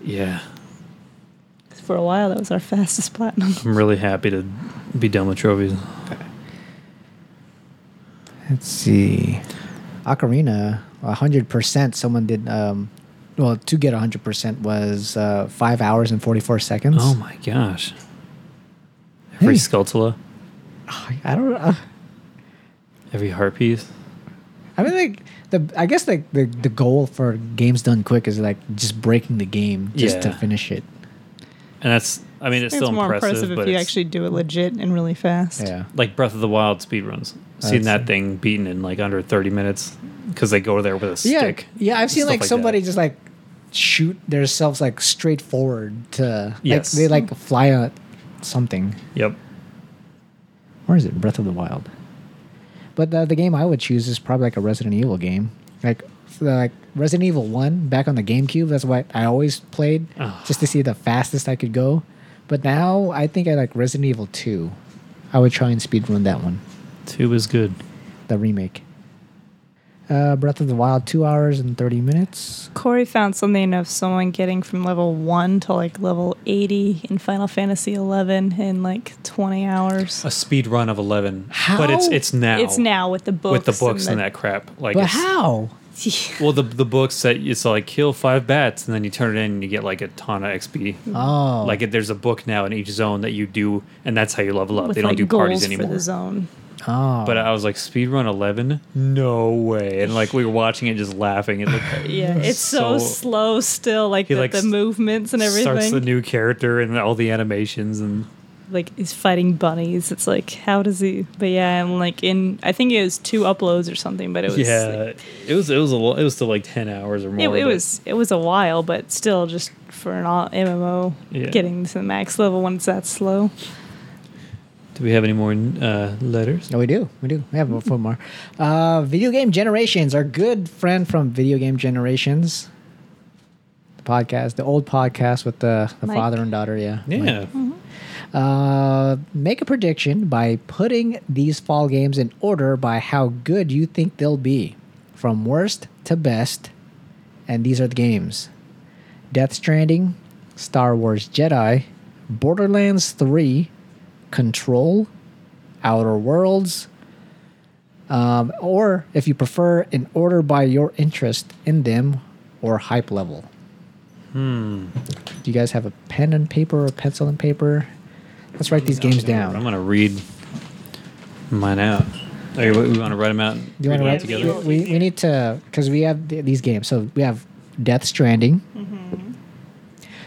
C: yeah.
B: 'Cause For a while, that was our fastest platinum.
C: I'm really happy to be done with trophies.
A: Let's see. Ocarina, 100%. Someone did, um, well, to get 100% was uh, 5 hours and 44 seconds.
C: Oh my gosh. Every
A: Hey.
C: scutula,
A: my. I don't uh, know.
C: every heart piece.
A: I mean, like, the, I guess, like, the, the goal for games done quick is, like, just breaking the game just to
C: Yeah.
A: finish it.
C: And that's I mean it's,
B: it's
C: still
B: more
C: impressive,
B: impressive,
C: but
B: if you
C: it's
B: actually do it legit and really fast.
A: Yeah.
C: like Breath of the Wild speedruns. Seen
A: That's-
C: that thing beaten in like under 30 minutes cuz they go there with a
A: Yeah.
C: stick.
A: Yeah, I've seen,
C: Stuff
A: like,
C: like
A: somebody
C: that.
A: just, like, shoot themselves, like, straight forward to.
C: Yes.
A: Like, they, like, fly on something.
C: Yep.
A: Or is it Breath of the Wild? But uh, the game I would choose is probably like a Resident Evil game, like like Resident Evil One back on the GameCube. That's what I always played,
C: Ugh.
A: just to see the fastest I could go. But now I think I like Resident Evil Two. I would try and speedrun that one,
C: 2 is good.
A: the remake. Uh, Breath of the Wild, two hours and thirty minutes.
B: Corey found something of someone getting from level 1 to like level 80 in Final Fantasy 11 in like 20 hours.
C: A speed run of 11. But it's
A: How?
C: it's now.
B: It's now with the books.
C: with the books and,
B: the-
C: that crap. Like
A: But
C: it's-
A: how?
C: Well, the the books that it's like kill five bats, and then you turn it in, and you get like a ton of XP.
A: Oh,
C: Like there's a book now in each zone that you do, and that's how you level up.
B: with,
C: They don't
B: like,
C: do parties
B: goals
C: anymore.
B: For the zone.
A: oh,
C: But I was like, speedrun eleven? No way! And like we were watching it, just laughing. It like
B: Yeah, it's so,
C: Mm-hmm. so-
B: slow still, like
C: He
B: the,
C: likes-
B: the movements and
C: starts the
B: everything.
C: new character and all the animations, and
B: like he's fighting bunnies. It's like how does he? But yeah, I'm like in. I think it was two uploads or something, but it was
C: yeah, it was it was a lo- it was still like ten hours or
B: It,
C: more.
B: it
C: but-
B: was it was a while, but still, just for an all MMO,
C: Yeah.
B: getting to the max level when it's that slow.
C: Do we have any more uh, letters?
A: Oh, we do. We do. We have a four more. Uh, video game generations. Our good friend from Video Game Generations, the podcast, the old podcast with the, the
B: Mike.
A: father and daughter. Yeah. Mike.
B: Oh,
C: Yeah,
A: Uh, make a prediction by putting these fall games in order by how good you think they'll be, from worst to best. And these are the games: Death Stranding, Star Wars Jedi, Borderlands Three, Control, Outer Worlds. Um, or if you prefer, in order by your interest in them or hype level. Hmm. Do you guys have a pen and paper or pencil and paper? Let's write these games
D: I'm
A: down.
D: gonna read mine out. Are you, we want to write them out?
A: Do you want to write
D: together?
A: together? We, we need to because we have th- these games. So we have Death Stranding,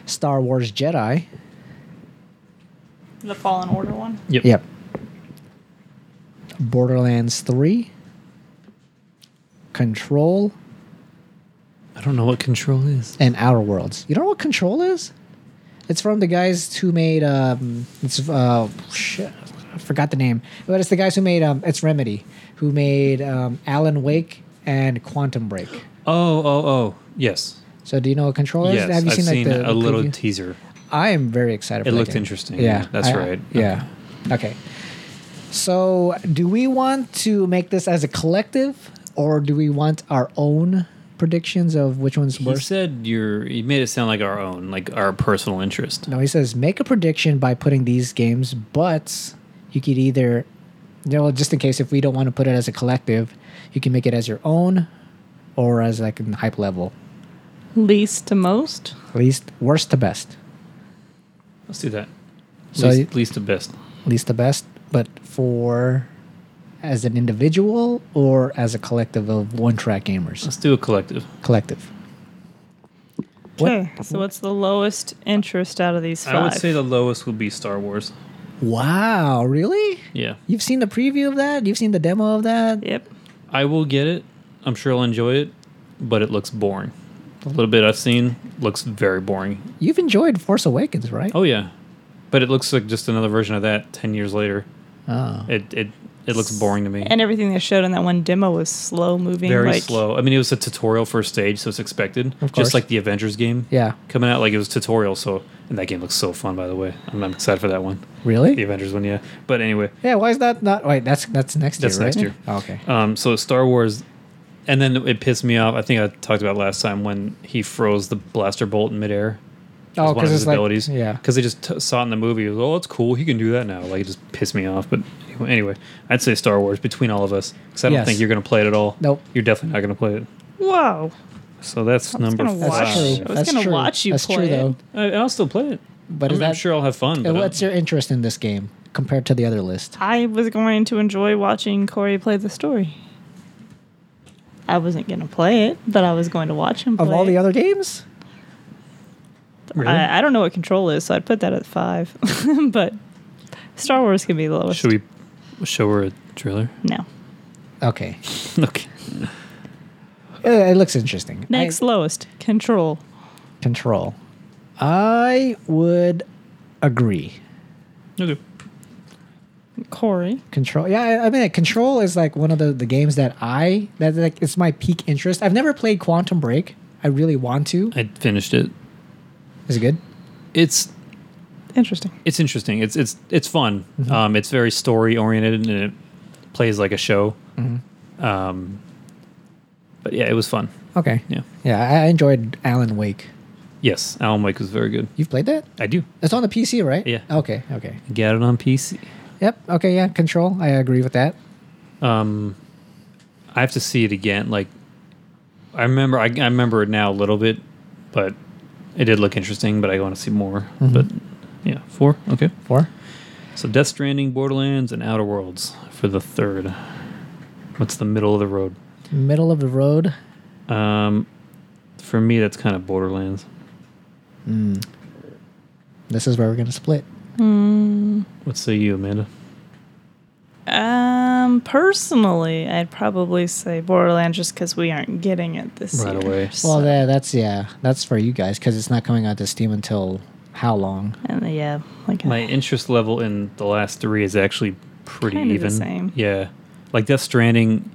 A: Star Wars Jedi.
B: The Fallen Order one.
C: Yep.
A: Yep. Borderlands Three, Control,
C: I don't know what control is.
A: and Outer Worlds. You don't know what Control is? It's from the guys who made um, it's uh, shit, I forgot the name, but it's the guys who made um, it's Remedy, who made um, Alan Wake and Quantum Break.
C: Oh, oh, oh, yes.
A: So do you know what Control is?
C: Yes,
A: Have you
C: I've
A: seen, like, the,
C: a little
A: preview?
C: teaser.
A: I am very excited. for
C: It
A: that
C: looked
A: game.
C: interesting.
A: Yeah,
C: That's
A: I-
C: right.
A: Yeah. Okay. So, do we want to make this as a collective or do we want our own predictions of which one's
C: He
A: worse?
C: said your. He made it sound like our own, like our personal interest.
A: No, he says make a prediction by putting these games, but you could either, you know, just in case if we don't want to put it as a collective, you can make it as your own or as like a hype level,
B: Least to most.
A: least worst to best,
C: Let's do that.
A: So
C: least,
A: you-
C: least to best.
A: least to best, but for as an individual or as a collective of one track gamers,
C: Let's do a collective.
A: collective. What-
B: Okay. So what's the lowest interest out of these five?
C: I would say the lowest would be Star Wars.
A: Wow, really?
C: Yeah,
A: You've seen the preview of that? You've seen the demo of that?
B: Yep.
C: I will get it. I'm sure I'll enjoy it, but it looks boring. The little bit I've seen looks very boring.
A: You've enjoyed Force Awakens, right?
C: Oh yeah, but it looks like just another version of that. Ten years later,
A: Oh.
C: it it it looks boring to me.
B: And everything they showed in that one demo was slow moving.
C: very
B: like,
C: slow. I mean, it was a tutorial for a stage, so it's expected.
A: Of course.
C: Just like the Avengers game.
A: Yeah.
C: Coming out like it was tutorial, so and that game looks so fun. By the way, I'm, I'm excited for that one.
A: Really?
C: The Avengers one, yeah. But anyway,
A: Yeah, why is that not? Wait, that's that's next
C: That's
A: year.
C: next
A: right?
C: year.
A: Oh, okay.
C: um, so Star Wars, and then it pissed me off. I think I talked about it last time when he froze the blaster bolt in midair.
A: Oh,
C: as one of
A: because
C: his
A: it's like
C: abilities.
A: yeah.
C: because they just t- saw it in the movie. It was, oh, it's cool. He can do that now. Like it just pissed me off. But anyway, anyway I'd say Star Wars between all of us because I don't
A: Yes.
C: think you're going to play it at all.
A: Nope.
C: you're definitely not going to play it.
B: Whoa.
C: So that's
B: I was
C: number
B: gonna
C: five.
B: watch.
A: That's true.
B: I was
A: that's
B: gonna
A: true.
B: watch you
A: That's
B: play
A: true
B: it.
A: though.
C: I, I'll still play it.
A: But
C: I'm,
A: is
C: I'm
A: that
C: sure I'll have fun.
A: uh,
C: But
A: what's your interest in this game compared to the other list?
B: I was going to enjoy watching Corey play the story. I wasn't going to play it, but I was going to watch him play
A: Of all the
B: it.
A: other games,
C: Really?
B: I, I don't know what Control is, so I'd put that at five. but Star Wars could be the
A: uh,
B: lowest.
C: should we show her a trailer?
B: No.
A: okay,
C: okay.
A: Uh, it looks interesting.
B: Next
A: I,
B: lowest, Control.
A: control. I would agree.
C: Okay.
B: Corey.
A: Control. Yeah, I- I mean, like, Control is like one of the, the games that I that like it's my peak interest. I've never played Quantum Break. I really want to.
C: I finished it.
A: Is it good?
C: It's
B: Interesting.
C: it's interesting. It's it's it's fun.
A: Mm-hmm.
C: Um, it's very story oriented and it plays like a show.
A: Mm-hmm.
C: Um, but yeah, it was fun.
A: Okay.
C: Yeah.
A: Yeah, I I enjoyed Alan Wake.
C: Yes, Alan Wake was very good.
A: You've played that?
C: I do.
A: It's on the PC, right?
C: Yeah.
A: Okay. Okay.
C: Get it on PC.
A: Yep. Okay. Yeah. Control. I agree with that.
C: Um, I have to see it again. Like, I remember. I, I remember it now a little bit, but it did look interesting. But I want to see more. But yeah, four. Okay.
A: Four.
C: So Death Stranding, Borderlands, and Outer Worlds for the third. What's the middle of the road?
A: Middle of the road.
C: Um, for me, that's kind of Borderlands.
A: Hmm. This is where we're gonna split. Hmm.
C: What say you, Amanda?
B: Um, personally, I'd probably say Borderlands just because we aren't getting it this
C: Right
B: year.
C: away.
A: Well,
B: so-
A: yeah, that's yeah, that's for you guys because it's not coming out to Steam until how long?
B: and uh, yeah, like
C: My interest level in the last three is actually pretty
B: Kinda the
C: even.
B: same.
C: Yeah, like Death Stranding,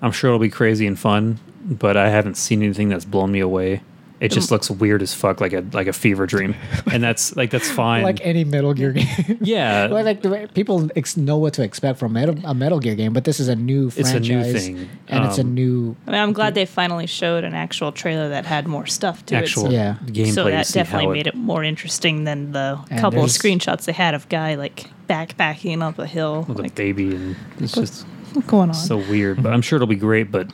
C: I'm sure it'll be crazy and fun, but I haven't seen anything that's blown me away. It
B: Um,
C: just looks weird as fuck, like a like a fever dream, and that's like that's fine.
A: Like any Metal Gear game.
C: yeah,
A: Well, like the way people ex- know what to expect from metal, a Metal Gear game, but this is a new
C: It's a
A: franchise.
C: new thing.
A: and it's a
C: Um,
A: new.
B: I mean, I'm glad they finally showed an actual trailer that had more stuff to
C: actual
B: it.
A: Yeah.
C: gameplay.
B: so
C: to
B: that
C: see how
B: definitely made it more interesting than the
A: And
B: couple of
A: there's-
B: screenshots they had of guy like backpacking up a hill.
C: with a
B: like,
C: baby, and it's just
B: what's going on?
C: so weird.
B: mhm.
C: But I'm sure it'll be great. But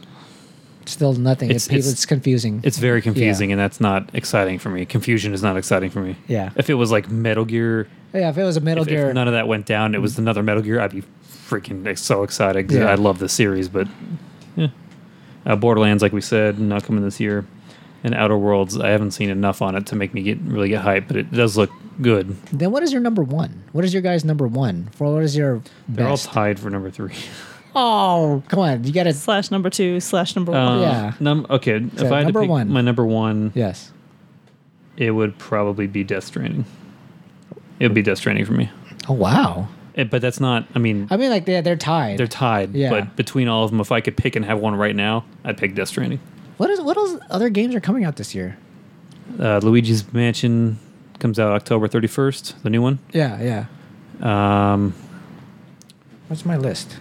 A: Still nothing. It's
C: It's-
A: it's,
C: it's-
A: it's confusing.
C: It's very confusing, and that's not exciting for me. Confusion is not exciting for me.
A: Yeah.
C: If it was like Metal Gear,
A: yeah, if it was a Metal
C: if, if
A: Gear, Mm-hmm.
C: none of that went down, it was another Metal Gear, I'd be freaking ex- so excited. 'cause
A: Yeah.
C: I love the series, but yeah. Uh, Borderlands, like we said, not coming this year. And Outer Worlds, I haven't seen enough on it to make me get really get hyped, but it does look good.
A: then what is your number one? What is your guys' number one? For what is your
C: They're all
A: best?
C: tied for number three.
A: oh, come on! You gotta.
B: slash number two slash number
C: Uh,
B: one.
A: Yeah.
C: Num- okay.
A: So,
C: if I had
A: number
C: to pick
A: one.
C: my number one,
A: Yes.
C: it would probably be Death Stranding. It would be Death Stranding for me.
A: Oh wow!
C: Eh, but that's not. I mean,
A: I mean, like they're they're tied.
C: They're tied.
A: Yeah.
C: But between all of them, if I could pick and have one right now, I'd pick Death Stranding.
A: What is what else other games are coming out this year?
C: Uh, Luigi's Mansion comes out October 31st, the new one.
A: Yeah, yeah.
C: Um,
A: What's my list?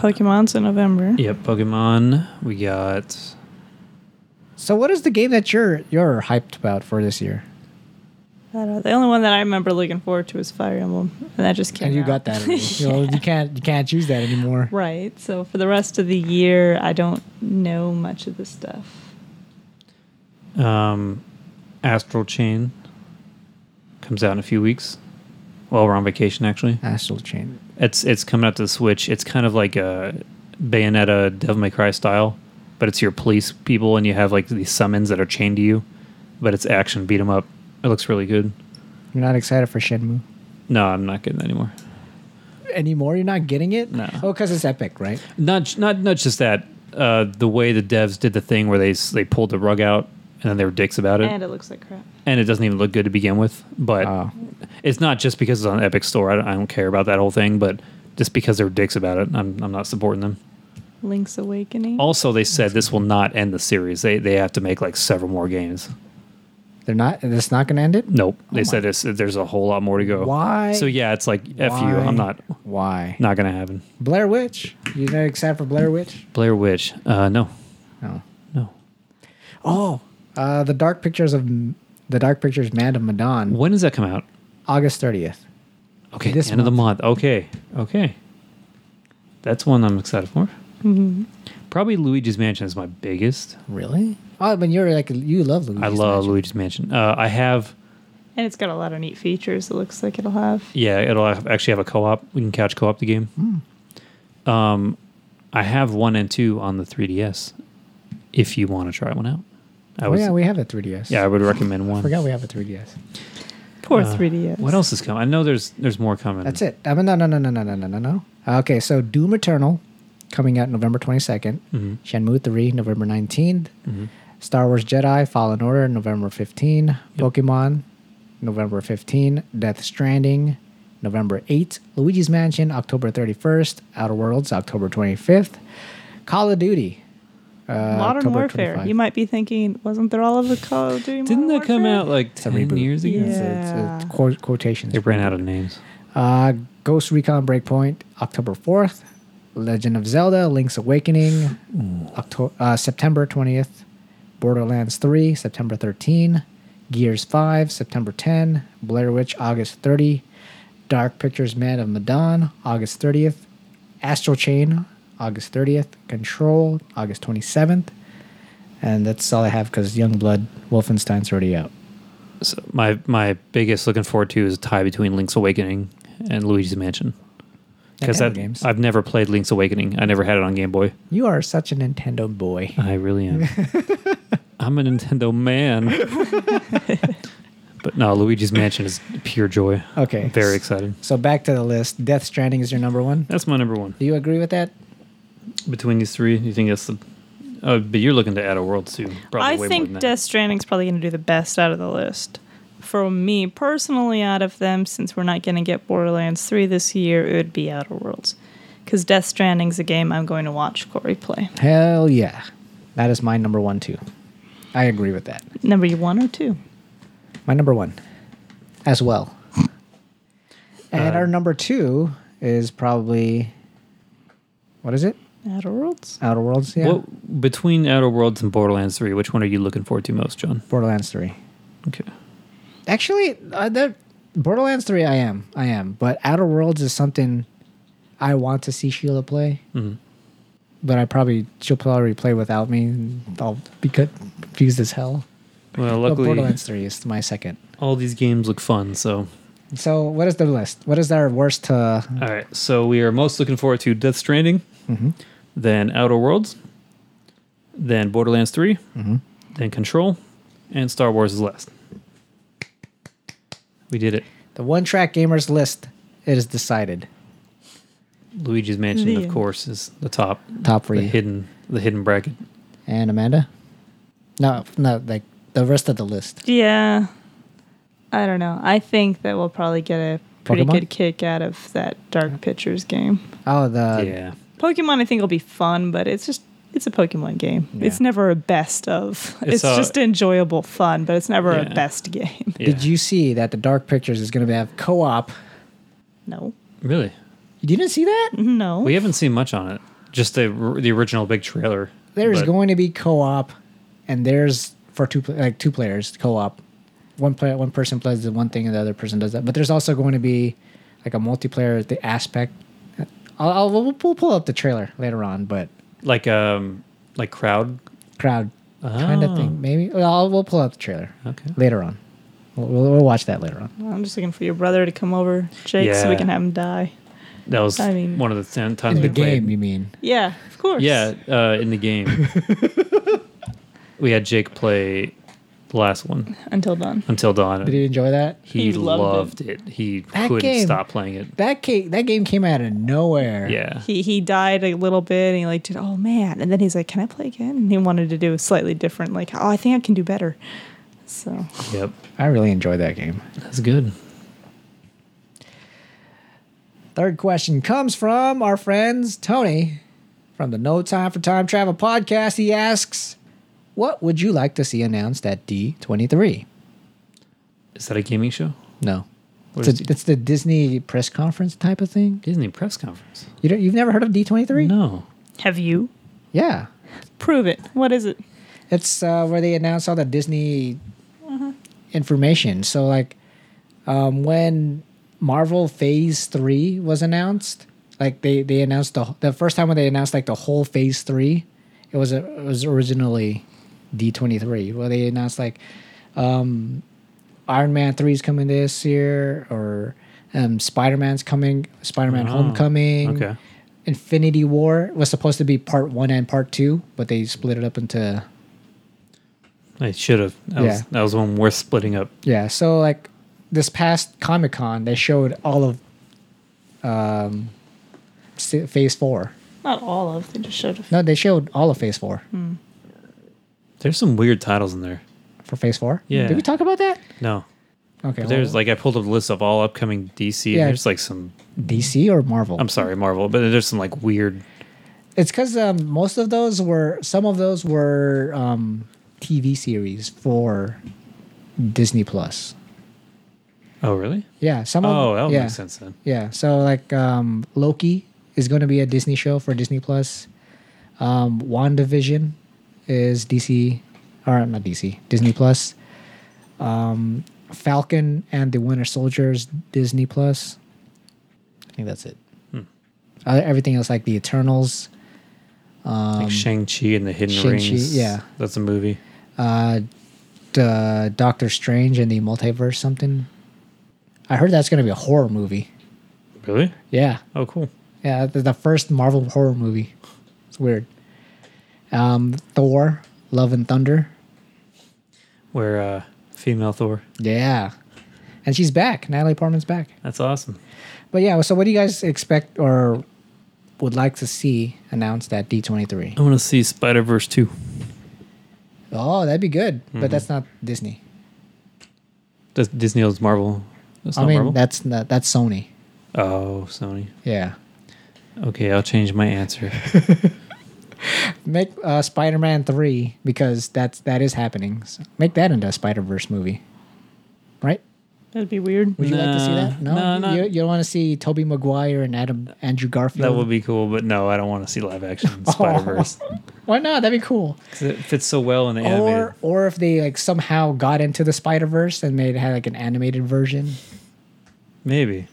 B: Pokemon's in November.
C: Yep, Pokemon. We got
A: So, what is the game that you're you're hyped about for this year?
B: I don't know. uh, The only one that I remember looking forward to was Fire Emblem, and that just came.
A: and you
B: out.
A: got that. already. You know, you can't you can't choose that anymore.
B: right. So for the rest of the year, I don't know much of the stuff.
C: um, Astral Chain. Comes out in a few weeks. Well, we're on vacation actually.
A: Astral Chain.
C: It's it's coming out to the Switch. It's kind of like a Bayonetta, Devil May Cry style, but it's your police people, and you have like these summons that are chained to you. But it's action beat 'em up. It looks really good.
A: You're not excited for Shenmue
C: No, I'm not getting that anymore.
A: anymore. You're not getting it.
C: No.
A: Oh, because it's epic, right?
C: Not not not just that. Uh, the way the devs did the thing where they s- they pulled the rug out and then they were dicks about it,
B: And it looks like crap.
C: and it doesn't even look good to begin with. But
A: Oh.
C: it's not just because it's on Epic Store. I don't, I don't care about that whole thing, but just because they're dicks about it, I'm I'm not supporting them.
B: Link's Awakening.
C: Also, they said this will not end the series. They they have to make like several more games.
A: They're not. It's not going to end it.
C: Nope. They said it's, there's a whole lot more to go.
A: Oh Why?
C: So yeah, it's like f you.
A: Why?
C: I'm not
A: Why?
C: not gonna happen.
A: Blair Witch. You're not excited for Blair Witch?
C: Blair Witch. Uh, no,
A: No.
C: no.
A: Oh, uh, the Dark Pictures of the Dark Pictures Madame Madon,
C: When does that come out?
A: August thirtieth.
C: Okay,
A: This
C: end of the month. Okay, okay. That's one I'm excited for.
A: Mm-hmm.
C: Probably Luigi's Mansion is my biggest.
A: Really? Oh, but you're like you love Luigi's
C: I love
A: Mansion.
C: Luigi's Mansion. Uh, I have,
B: And it's got a lot of neat features. It looks like it'll have.
C: yeah, it'll have- actually have a co-op. We can couch co-op the game.
A: Hmm.
C: Um,
A: Mm-hmm.
C: I have one and two on the 3DS. If you want to try one out, I
A: Oh
C: was,
A: yeah,
C: yeah,
A: we have a 3ds.
C: I would recommend
A: I
C: one.
A: forgot we have a 3ds.
B: Poor
C: Uh,
B: 3DS.
C: What else is coming? I know there's there's more coming.
A: That's it. I mean, no, no, no, no, no, no, no, no, no. Okay, so Doom Eternal coming out November 22nd.
C: Mhm.
A: Shenmue 3, November 19th.
C: Mhm.
A: Star Wars Jedi Fallen Order, November 15. Pokemon, November 15. Death Stranding, November 8. Luigi's Mansion, October 31st. Outer Worlds, October 25th. Call of Duty. Uh,
B: Modern
A: October
B: Warfare.
A: 25th.
B: You might be thinking, wasn't there all of the Call of Duty?
C: Didn't
B: Modern
C: that come
B: Warfare?
C: out like
A: It's a
C: ten
A: reboot.
C: years ago?
A: It's, a- it's a
B: Yeah.
A: quote, quotations.
C: They ran out of names.
A: Uh, Ghost Recon Breakpoint, October 4th. Legend of Zelda, Link's Awakening,
C: Hmm.
A: Octo- uh, September 20th. Borderlands 3, September 13. Gears 5, September 10. Blair Witch, August 30. Dark Pictures Man of Madon, August 30th. Astral Chain, August 30th. Control, August 27th. And that's all I have because Youngblood Wolfenstein's already out.
C: So my my biggest looking forward to is a tie between Link's Awakening and Luigi's Mansion because
A: Nintendo games.
C: I've never played Link's Awakening. I never had it on Game Boy.
A: You are such a Nintendo boy.
C: I really am. I'm a Nintendo man. but no, Luigi's Mansion is pure joy.
A: Okay.
C: I'm very excited.
A: So back to the list. Death Stranding is your number one.
C: That's my number one.
A: Do you agree with that?
C: Between these three, you think that's the? Oh, but you're looking to add a world too. Probably
B: I
C: way more
B: think
C: than that.
B: Death Stranding's probably going to do the best out of the list. For me personally, out of them, since we're not going to get Borderlands 3 this year, it would be Outer Worlds. Because Death Stranding's a game I'm going to watch Corey play.
A: Hell yeah. That is my number one too. I agree with that.
B: Number one or two?
A: My number one as well. And
C: Uh,
A: our number two is probably what is it?
B: Outer Worlds?
A: Outer Worlds, yeah.
C: What between Outer Worlds and Borderlands Three, which one are you looking forward to most, John?
A: Borderlands 3.
C: Okay.
A: Actually, uh, that Borderlands 3 I am. I am, but Outer Worlds is something I want to see Sheila play.
C: Mhm.
A: But I probably she'll probably play without me and I'll be co- confused as hell.
C: Well,
A: But
C: luckily,
A: Oh, Borderlands 3 is my second.
C: all these games look fun. So,
A: So what is the list? What is our worst? Uh,
C: all right. So we are most looking forward to Death Stranding, then Outer Worlds, then Borderlands 3
A: Mm-hmm.
C: then Control, and Star Wars is last. We did it.
A: the one track gamers list is decided.
C: Luigi's Mansion,
B: Yeah.
C: of course, is the top,
A: Top
C: the
A: three.
C: hidden, the hidden bracket.
A: And Amanda? No, no, like the rest of the list.
B: Yeah. I don't know. I think that we'll probably get a pretty
A: Pokemon?
B: good kick out of that Dark Pictures game.
A: Oh, the
C: yeah,
B: Pokemon, I think, will be fun, but it's just it's a Pokemon game.
A: Yeah.
B: It's never a best of.
C: It's
B: It's,
C: a-
B: just enjoyable fun, but it's never
C: Yeah.
B: a best game.
C: yeah.
A: Did you see that the Dark Pictures is going to have co-op
B: No,
C: really?
A: You didn't see that?
B: No.
C: We haven't seen much on it. Just the the original big trailer.
A: There's
C: But
A: going to be co-op, and there's for two pla- like two players co-op. One player, one person plays the one thing, and the other person does that. But there's also going to be like a multiplayer the aspect. I'll, I'll we'll, we'll pull up the trailer later on, but
C: like um like crowd.
A: crowd kind of
C: Oh.
A: thing maybe. Well, I'll, we'll pull up the trailer
C: Okay.
A: later on. We'll, we'll, we'll watch that later on.
B: I'm just looking for your brother to come over, Jake, so we
C: Yeah.
B: can have him die.
C: That was
B: I mean-
C: one of the ten times
A: In the
C: we played.
A: game, you mean?
B: Yeah, of course.
C: Yeah, uh, in the game. we had Jake play the last one
B: Until dawn.
C: until dawn.
A: Did you enjoy that?
C: he,
B: He loved
C: loved it. He
A: That
C: couldn't
A: game-
C: stop playing it.
A: That game, that game came out of nowhere.
C: Yeah.
B: He he died a little bit, and he like did. Oh man! And then he's like, "Can I play again?" And he wanted to do a slightly different. Like, oh, I think I can do better. So
C: yep.
A: I really enjoyed that game.
C: That's good.
A: Third question comes from our friends Tony from the No Time for Time Travel podcast. He asks, "What would you like to see announced at D23?"
C: Is that a gaming show?
A: No,
C: What
A: it's,
C: is
A: a,
C: it?
A: it's the Disney press conference type of thing.
C: Disney press conference.
A: You don't, you've never heard of D23?
C: No.
B: have you?
A: Yeah,
B: Prove it. What is it?
A: it's uh, where they announce all the Disney
C: Mm-hmm.
A: information. So like um, when Marvel Phase Three was announced, like they they announced the the first time when they announced like the whole Phase Three, it was a, it was originally D twenty three where they announced like um, Iron Man three is coming this year or um, Spider Man's coming, Spider Man
C: Oh,
A: Homecoming.
C: okay.
A: Infinity War was supposed to be part one and part two, but they split it up into
C: I should have. That,
A: Yeah.
C: was, that was one worth splitting up.
A: Yeah, so like this past Comic Con, they showed all of um, si- Phase Four.
B: Not all of. They just showed. a f-
A: No, they showed all of Phase Four
C: There's some weird titles in there.
A: for Phase Four.
C: Yeah.
A: did we talk about that?
C: No.
A: Okay,
C: But there's
A: well,
C: like I pulled up a list of all upcoming DC.
A: Yeah.
C: And there's like some.
A: DC or Marvel.
C: I'm sorry, Marvel, but there's some like weird.
A: it's because um, most of those were some of those were um, TV series for Disney Plus.
C: Oh really?
A: Yeah, some.
C: Oh,
A: of,
C: that would
A: yeah.
C: make sense then.
A: Yeah. So like um, Loki is going to be a Disney show for Disney Plus. Um, WandaVision is DC, or not DC, Disney Plus. Um, Falcon and the Winter Soldiers Disney Plus. I think that's it.
C: Hmm.
A: Uh, everything else like the Eternals,
C: like Shang Chi and the Hidden
A: Um, Shang-Chi,
C: Rings.
A: yeah.
C: that's a movie.
A: uh, the Doctor Strange and the Multiverse something. I heard that's going to be a horror movie.
C: Really?
A: Yeah.
C: Oh, cool.
A: Yeah, the, the first Marvel horror movie. It's weird. Um, Thor, Love and Thunder.
C: Where uh, female Thor.
A: Yeah, and she's back. Natalie Portman's back.
C: That's awesome.
A: But yeah, so what do you guys expect or would like to see announced at D twenty three?
C: I want to see Spider Verse two.
A: Oh, that'd be good.
C: Mm-hmm.
A: But that's not Disney.
C: That's Disney owns Marvel. That's
A: I
C: not
A: mean,
C: Marvel.
A: that's not, that's Sony.
C: oh, Sony.
A: Yeah,
C: Okay, I'll change my answer.
A: make uh, Spider Man three because that's that is happening. So make that into a Spider Verse movie, right?
B: That'd be weird.
A: Would you like to see that?
C: No, no, not-
A: you, you don't want to see Toby Maguire and Adam Andrew Garfield.
C: that would be cool, but no, I don't want to see live action Spider Verse
A: Why not? That'd be cool.
C: because it fits so well in the animated.
A: Or or if they like somehow got into the Spider Verse and made had like an animated version.
C: Maybe.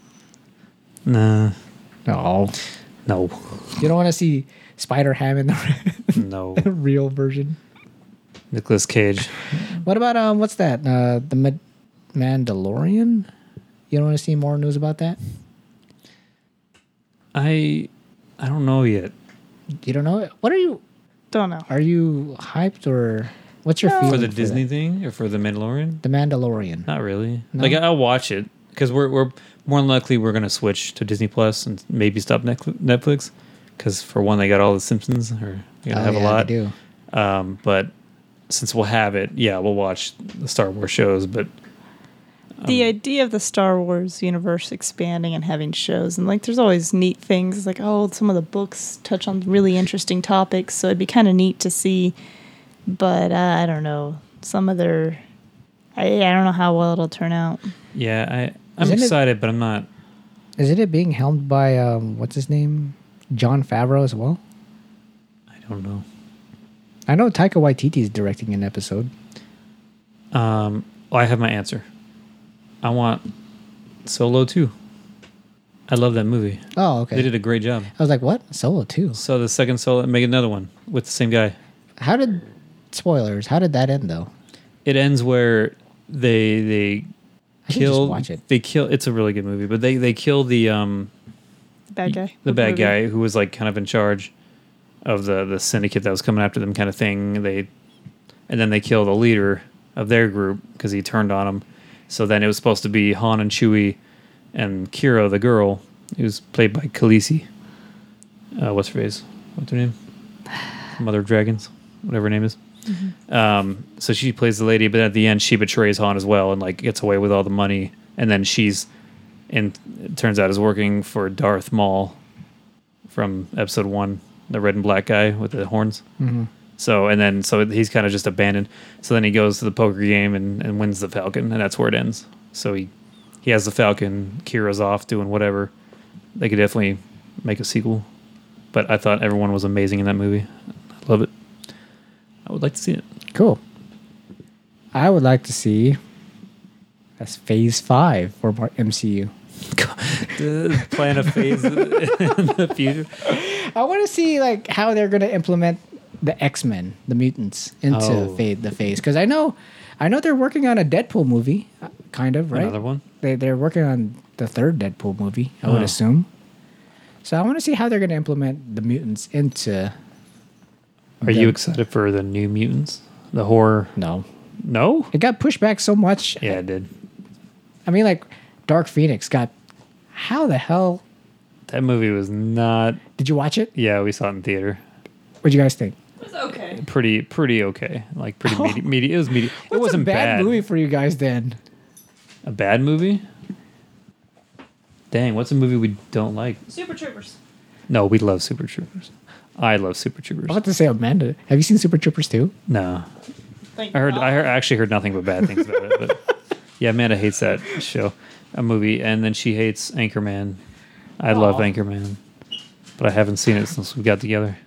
C: Nah.
A: No,
C: No.
A: you don't want to see Spider Ham in the
C: No.
A: real version.
C: Nicholas Cage.
A: What about um? What's that? Uh, the Ma- Mandalorian. You don't want to see more news about that.
C: I. I don't know yet.
A: You don't know. it? What are you?
B: Don't know.
A: Are you hyped or what's your feeling
C: For the
A: that?
C: Disney thing or for the Mandalorian?
A: The Mandalorian.
C: Not really. Like I'll watch it because we're we're more than likely we're gonna switch to Disney Plus and maybe stop Net- Netflix because for one they got all the Simpsons or they
A: Oh,
C: gonna have
A: yeah,
C: a lot.
A: They do.
C: Um, but since we'll have it, yeah, we'll watch the Star Wars shows. But
B: the idea of the Star Wars universe expanding and having shows and like there's always neat things It's like oh some of the books touch on really interesting topics so it'd be kind of neat to see but uh, I don't know some other I, I don't know how well it'll turn out
C: yeah, I I'm
A: Isn't it-
C: excited, but I'm not
A: Isn't it being helmed by um, what's his name, John Favreau as well?
C: I don't know.
A: I know Taika Waititi is directing an episode.
C: Um, oh, I have my answer. I want Solo 2. I love that movie.
A: Oh,
C: They
A: okay.
C: did a great job.
A: I was like, what? Solo too.
C: So the second Solo, make another one with the same guy.
A: How did spoilers? How did that end though?
C: It ends where they they
A: I should just
C: kill.
A: watch it.
C: They kill. It's a really good movie, but they they kill the um
B: Bad guy.
C: Mm, the
B: What
C: bad
B: movie?
C: guy who was like kind of in charge of the the syndicate that was coming after them, kind of thing. They and then they kill the leader of their group because he turned on them. So then it was supposed to be Han and Chewie and Kira, the girl who's played by Khaleesi. Uh, what's her face? What's her name? Mother of Dragons, whatever her name is. Um, so she plays the lady, but at the end she betrays Han as well and like gets away with all the money. And then she's, and it turns out is working for Darth Maul from Episode One, the red and black guy with the horns. So and then so he's kind of just abandoned. So then he goes to the poker game and, and wins the Falcon, and that's where it ends. So he he has the Falcon. Kira's off doing whatever. They could definitely make a sequel, but I thought everyone was amazing in that movie. I love it. I would like to see it.
A: Cool. I would like to see that's Phase Five for Mar- MCU.
C: Plan a phase in the future.
A: I want to see like how they're gonna implement the X Men, the mutants, into
C: Oh.
A: fa- the phase. Because I know, I know they're working on a Deadpool movie, uh, kind of right.
C: Another one.
A: They they're working on the third Deadpool movie, I would
C: Oh.
A: assume. So I want to see how they're gonna implement the mutants into.
C: Are you
A: the-
C: excited for the New Mutants? The horror?
A: No,
C: No.
A: it got pushed back so much.
C: Yeah, it did.
A: I mean, like Dark Phoenix got. How the hell
C: That movie was not.
A: did you watch it?
C: Yeah, we saw it in theater.
A: What'd you guys think?
B: It was okay.
C: pretty pretty okay. Like pretty medi- medi- It was medi- It
A: What's
C: wasn't
A: a bad,
C: bad.
A: movie for you guys then.
C: A bad movie. Dang, what's a movie we don't like?
B: Super Troopers.
C: No, we love Super Troopers. I love Super Troopers.
A: I was about to say Amanda. Have you seen Super Troopers 2?
C: No, I heard I heard, I actually heard nothing but bad things about it. But yeah, Amanda hates that show, a movie, and then she hates Anchorman. I love Anchorman, but I haven't seen it since we got together.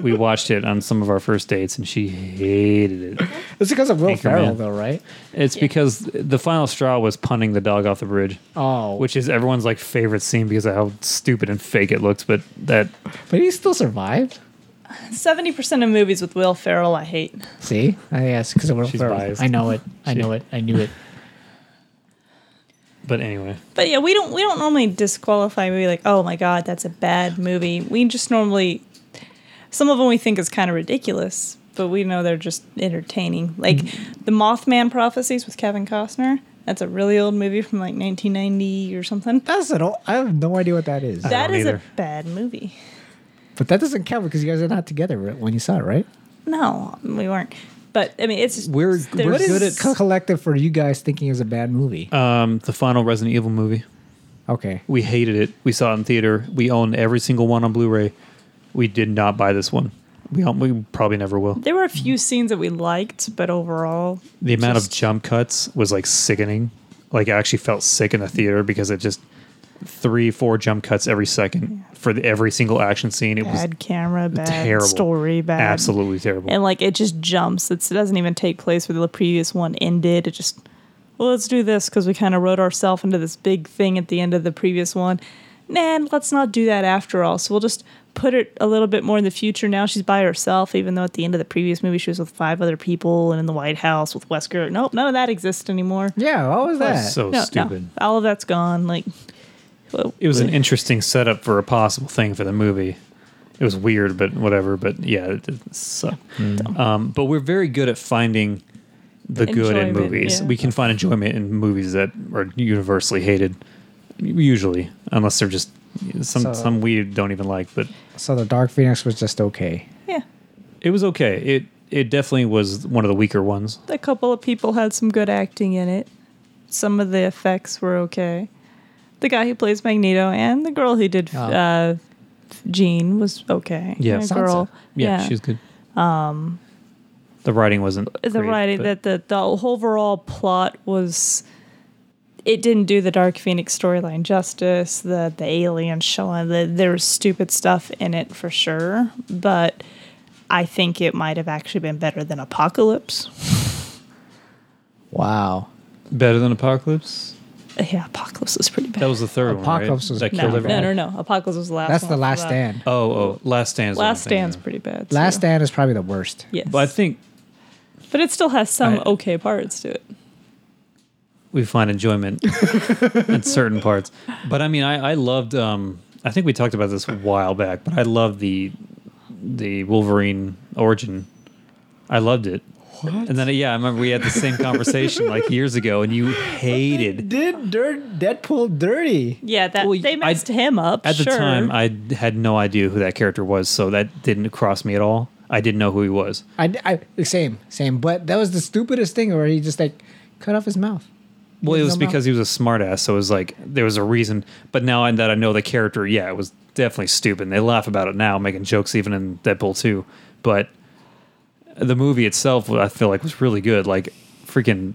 C: we watched it on some of our first dates, and she hated it.
A: It's because of Will
C: Anchorman.
A: Ferrell, though, right?
C: It's because the final straw was punting the dog off the bridge,
A: Oh,
C: which is everyone's like favorite scene because of how stupid and fake it looks. But that
A: but he still survived.
B: Seventy percent of movies with Will Ferrell, I hate.
A: See, uh, yes, because of Will
C: She's
A: Ferrell.
C: biased.
A: I know it. I know it. I knew it.
C: but anyway,
B: But yeah, we don't we don't normally disqualify a movie like, oh my god, that's a bad movie. We just normally some of them we think is kind of ridiculous, but we know they're just entertaining. Like
C: Mm-hmm.
B: the Mothman prophecies with Kevin Costner. That's a really old movie from like 1990 or something.
A: That's an old. I have no idea what that is.
B: That
C: don't
B: is
C: either.
B: a bad movie.
A: but that doesn't count because you guys are not together right, when you saw it, right?
B: No, we weren't. But I mean, it's just,
C: We're-
B: there's-
C: we're good at
A: Co- collective for you guys thinking is a bad movie.
C: um, the final Resident Evil movie,
A: okay,
C: we hated it. We saw it in theater. We own every single one on Blu-ray. We did not buy this one. We don't, we probably never will.
B: There were a few scenes that we liked, but overall,
C: The amount of
B: Just-
C: jump cuts was like sickening. Like I actually felt sick in the theater because it just three, four jump cuts every second for the, every single action scene. It was
B: bad camera, bad
C: terrible.
B: story, bad
C: absolutely terrible.
B: and like it just jumps. It's, it doesn't even take place where the previous one ended. It just well, let's do this because we kind of wrote ourselves into this big thing at the end of the previous one. And let's not do that after all. So we'll just put it a little bit more in the future. Now she's by herself, even though at the end of the previous movie she was with five other people and in the White House with Wesker. Nope, none of that exists anymore.
A: yeah, what was that?
C: so
B: no,
C: stupid.
B: No, all of that's gone. Like well,
C: It was an interesting setup for a possible thing for the movie. It was weird, but whatever. But yeah, it, it sucked.
B: Mm.
C: Um, but we're very good at finding the good in
B: Enjoyment,
C: movies.
B: yeah.
C: We can find enjoyment in movies that are universally hated, usually, unless they're just some
A: So-
C: some we don't even like. But
A: so the Dark Phoenix was just okay.
B: yeah.
C: it was okay. It it definitely was one of the weaker ones.
B: A couple of people had some good acting in it. Some of the effects were okay. The guy who plays Magneto and the girl who did uh, Jean was okay.
C: Oh. Yeah.
B: the
A: Sansa.
B: girl.
C: Yeah, she's good. Um, the writing wasn't
B: the
C: great,
B: writing that
C: but
B: the the overall plot was it didn't do the Dark Phoenix storyline justice. The the aliens showing the there was stupid stuff in it for sure, but I think it might have actually been better than Apocalypse.
A: Wow.
C: Better than Apocalypse?
B: Yeah, Apocalypse was pretty bad.
C: That was the third one. right?
A: Apocalypse was
C: that
B: no,
C: killed
B: no,
A: pretty
C: everyone.
B: no, no. Apocalypse was the last.
A: That's
B: one
A: the
B: after
A: last
B: that.
A: stand.
C: Oh, oh, Last Stand's the one
B: Last
C: thing,
B: Stand's
C: yeah.
B: pretty bad. too.
A: Last stand is probably the worst.
B: Yes,
C: But I think
B: but it still has some
C: I-
B: okay parts to it.
C: we find enjoyment in certain parts. But I mean, I, I loved. Um, I think we talked about this a while back, but I loved the the Wolverine origin. I loved it. And then yeah, I remember we had the same conversation like years ago, and you hated.
A: Did dirt Deadpool dirty?
B: Yeah, that
C: Well,
B: they
C: I-
B: messed him up
C: At the
B: sure.
C: time, I had no idea who that character was, so that didn't cross me at all. I didn't know who he was.
A: I, I same same, but that was the stupidest thing where he just like cut off his mouth.
C: Well, it
A: Didn't
C: was
A: know about-
C: because he was a smartass, so it was like there was a reason. But now that I know the character, yeah, it was definitely stupid. They laugh about it now, making jokes even in Deadpool 2. But the movie itself, I feel like, was really good. Like, freaking,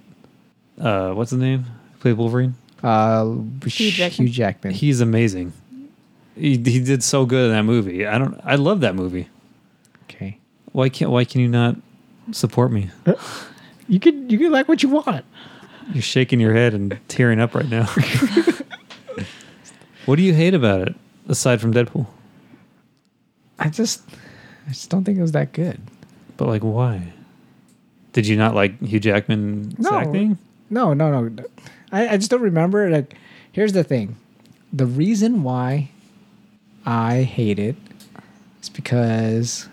C: uh, what's his name? Who Played Wolverine.
A: Uh,
B: Hugh Jackman.
A: Hugh Jackman.
C: He's amazing. He he did so good in that movie. I don't. I love that movie.
A: okay,
C: Why can't Why can you not support me?
A: you could you could like what you want.
C: You're shaking your head and tearing up right now. what do you hate about it aside from Deadpool?
A: I just I just don't think it was that good.
C: But like, why? Did you not like Hugh Jackman
A: No.
C: acting?
A: No, no, no. I, I just don't remember. Like, here's the thing: the reason why I hate it is because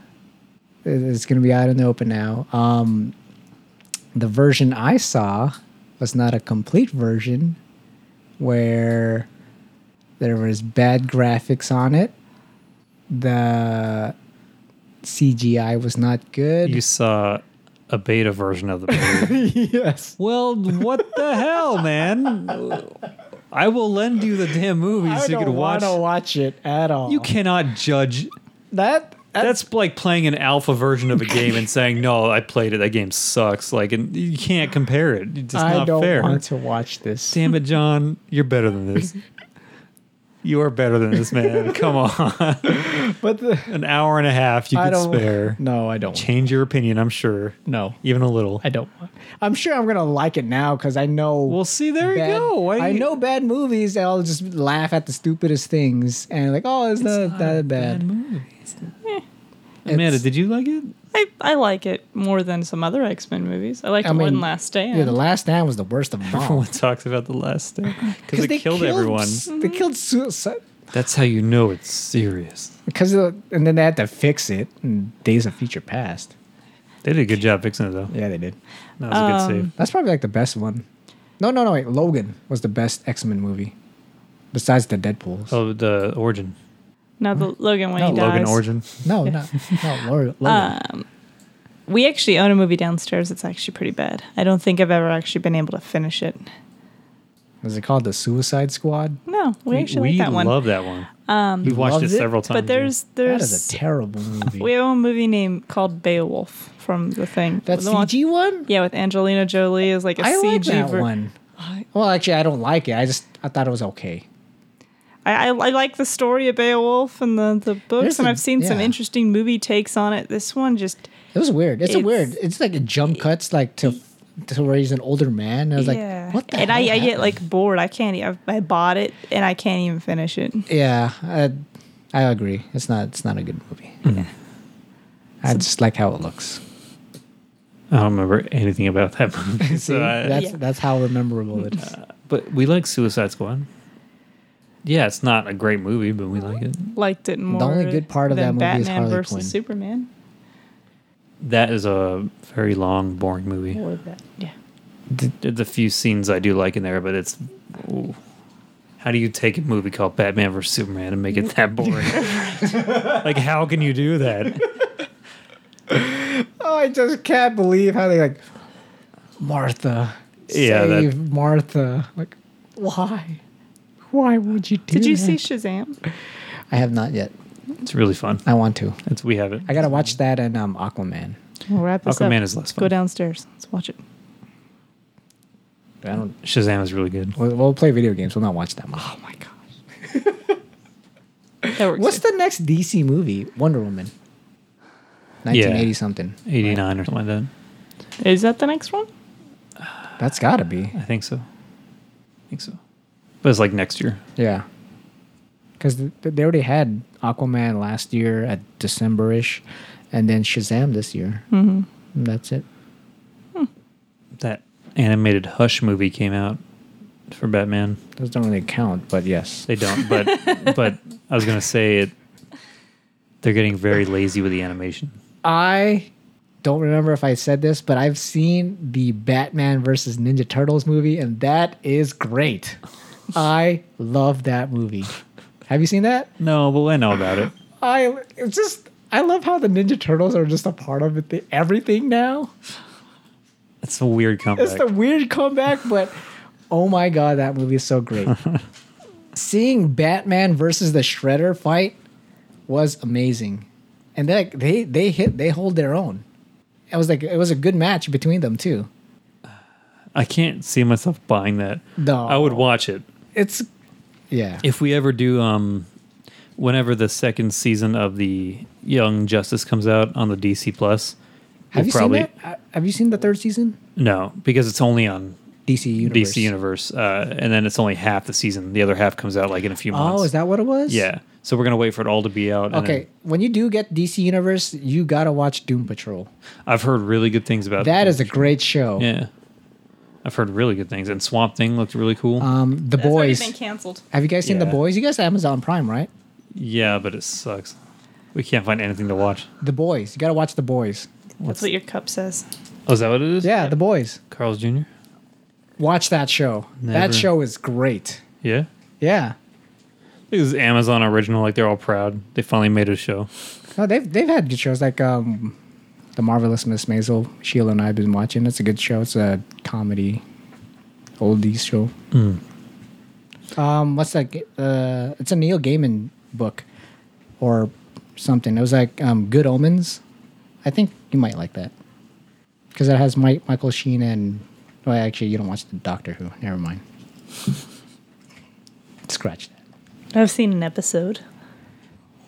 A: it- it's going to be out in the open now. Um, the version I saw was not a complete version, where there was bad graphics on it. The CGI was not good.
C: You saw a beta version of the movie.
A: yes.
C: well, what the hell, man? I will lend you the damn movie so you
A: don't
C: can watch.
A: wanna watch it at all.
C: You cannot judge.
A: that
C: That's like playing an alpha version of a game and saying, "No, I played it. That game sucks." Like, and you can't compare it. It's just
A: I
C: not
A: don't
C: fair.
A: want to watch this.
C: Damn it, John, you're better than this. You are better than this, man. Come on,
A: But the,
C: an hour and a half you
A: I
C: could
A: don't.
C: spare.
A: No, I don't.
C: change your opinion, I'm sure.
A: No,
C: Even a little.
A: I don't. want- I'm sure I'm gonna like it now because I know.
C: Well, see, there
A: bad-
C: you go. Why do
A: I
C: you-
A: know bad movies. and I'll just laugh at the stupidest things and like, oh, it's, not, that bad.
C: movie.
B: Eh,
C: Amanda,
A: It's-
C: did you like it?
B: I, I like it more than some other X Men movies. I liked
A: I
B: it more
A: mean,
B: than Last Stand.
A: Yeah, the last stand was the worst of them all.
C: Everyone talks about the last thing because it
A: they
C: killed, everyone.
A: s- They killed suicide
C: That's how you know it's serious.
A: because, of, the- and then they had to fix it. in Days of Future Past.
C: They did a good job fixing it though.
A: Yeah, they did.
C: That was a good save.
A: That's probably like the best one. No, no, no. Wait, Logan was the best X Men movie, besides the Deadpool's.
C: Oh, the origin.
B: no, the
A: Mm-hmm.
B: Logan when
C: Not
B: he
C: Oh, Logan
B: dies.
C: origin.
A: No, not no, Lo- Logan.
B: Uh, We actually own a movie downstairs. It's actually pretty bad. I don't think I've ever actually been able to finish it.
A: was it called the Suicide Squad?
B: No, we actually like that one.
C: love that one. Um, We've watched
A: loved
C: it
A: it,
C: several times.
B: but there's
A: That
B: there's
A: is a terrible movie.
B: we have a movie named called Beowulf from the thing.
A: that
B: The one-
A: CG one?
B: yeah, with Angelina Jolie is like a
A: I
B: CG
A: like that
B: ver-
A: one. Well, actually, I don't like it. I just I thought it was okay.
B: I, I, I like the story of Beowulf and the, the books,
A: There's
B: and
A: a-
B: I've seen some
A: yeah.
B: interesting movie takes on it. This one just
A: It was weird. It's, a
B: It's-
A: weird. It's like a jump cuts like to to where he's an older man. I was
B: yeah.
A: like, what the
B: and I,
A: hell
B: I get
A: happened?
B: like bored. I can't. e- I, I bought it and I can't even finish it.
A: yeah, I, I agree. It's not it's not a good movie. I just like how it looks.
C: I don't remember anything about that movie.
A: See,
C: so I-
A: that's
B: Yeah.
A: that's how memorable it is.
C: but we like Suicide Squad. Yeah, it's not a great movie, but we like it.
B: Liked it more.
A: only good part of
B: than
A: that movie is
B: Batman
A: Harley
B: versus
A: Quinn.
B: Superman.
C: That is a very long, boring movie.
B: Or that. Yeah.
C: There's a few scenes I do like in there, but it's. ooh. How do you take a movie called Batman vs Superman and make it that boring? like, how can you do that?
A: Oh, I just can't believe how they like Martha.
C: Yeah, that-
A: save Martha. Like, why? Why would you do?
B: Did you
A: that?
B: see Shazam?
A: I have not yet.
C: It's really fun.
A: I want to.
C: It's, we have it.
A: I gotta watch that and um, Aquaman.
B: We'll wrap this up.
C: Aquaman is less fun.
B: Go downstairs. Let's watch it.
A: But I don't.
C: Shazam is really good.
A: We'll, we'll play video games. We'll not watch that much.
B: Oh my gosh. that works.
A: What's
B: too.
A: the next DC movie? Wonder Woman. 1980 something.
C: 89 or something like that.
B: Is that the next one?
A: That's got to be.
C: I think so. I think so. But it's like next year.
A: Yeah. Because th- they already had Aquaman last year at December ish, and then Shazam this year. Mm-hmm. That's it.
C: That animated Hush movie came out for Batman.
A: Those don't really count, but yes.
C: They don't, but but I was gonna say it. They're getting very lazy with the animation.
A: I don't remember if I said this, but I've seen the Batman versus Ninja Turtles movie, and that is great. I love that movie. Have you seen that?
C: No, but I know about it.
A: I it's just I love how the Ninja Turtles are just a part of it, the- everything now.
C: It's a weird comeback.
A: It's the weird comeback, but oh my god, that movie is so great. Seeing Batman versus the Shredder fight was amazing, and they they they hit they hold their own. It was like it was a good match between them too.
C: I can't see myself buying that.
A: No.
C: I would watch it
A: It's yeah,
C: if we ever do. Um, whenever the second season of the Young Justice comes out on the DC Plus,
A: have
C: we'll
A: you seen that? Uh, Have you seen the third season?
C: No, because it's only on
A: DC Universe.
C: DC Universe, uh, and then it's only half the season. The other half comes out like in a few months.
A: Oh, is that what it was?
C: Yeah. So we're gonna wait for it all to be out. and
A: Okay, when you do get DC Universe, you gotta watch Doom Patrol.
C: then- I've heard really good things about
A: That is a great show.
C: Yeah. I've heard really good things, and Swamp Thing looked really cool.
A: Um, the
B: That's already been
A: Boys.
B: canceled.
A: Have you guys seen The
C: Yeah.
A: Boys? You guys have Amazon Prime, right?
C: yeah, but it sucks. We can't find anything to watch.
A: The Boys. You gotta watch The Boys.
B: That's what your cup says.
C: Oh, is that what it is?
A: Yeah, The Boys.
C: Carl's Jr.
A: Watch that show.
C: Never.
A: That show is great.
C: Yeah.
A: Yeah.
C: This is Amazon original. Like they're all proud. They finally made a show.
A: No, they've they've had good shows like um, The Marvelous Miss Maisel. Sheila and I have been watching. It's a good show. It's a comedy, oldies show. Um, what's that? g- Uh, it's a Neil Gaiman book, or something. It was like um, Good Omens. I think you might like that because it has Mike, Michael Sheen and. Well, actually, you don't watch the Doctor Who. Never mind. Scratch that.
B: I've seen an episode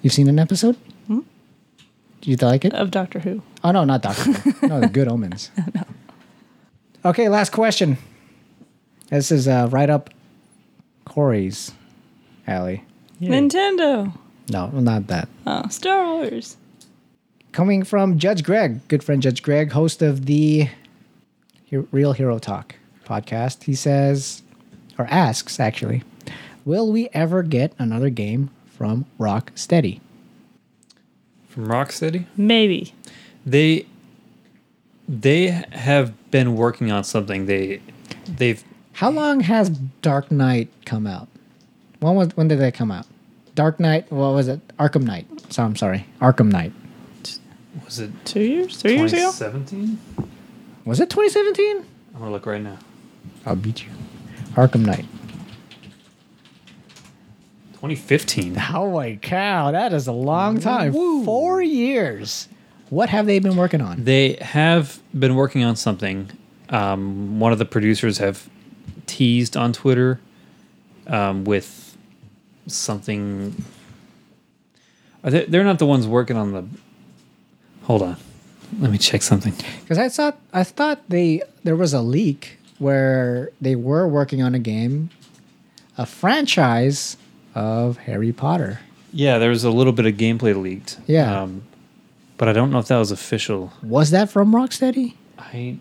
A: You've seen an episode? Do you like it?
B: of Doctor Who.
A: Oh no, not Doctor. Who. no, the Good Omens. Okay, last question. This is uh, right up Corey's alley.
B: Nintendo.
A: No, not that.
B: Oh, Star Wars.
A: Coming from Judge Greg, good friend Judge Greg, host of the He- Real Hero Talk podcast. He says, or asks actually, will we ever get another game from Rocksteady?
C: From Rocksteady.
B: Maybe.
C: They they have been working on something. They they've
A: How long has Dark Knight come out? When was when did that come out? Dark Knight. What was it? Arkham Knight. So I'm sorry. Arkham Knight.
C: was it
B: Two years? Three years ago?
C: 2017?
A: Was it 2017?
C: I'm gonna look right now.
A: I'll beat you. Arkham Knight.
C: 2015.
A: Oh my cow! That is a long time. Four years. What have they been working on?
C: They have been working on something. Um, one of the producers have teased on Twitter um, with something. Are they, they're not the ones working on the. Hold on, let me check something.
A: Because I thought I thought they there was a leak where they were working on a game, a franchise of Harry Potter.
C: Yeah, there was a little bit of gameplay leaked. Um,
A: Yeah.
C: but I don't know if that was official.
A: Was that from Rocksteady?
C: I,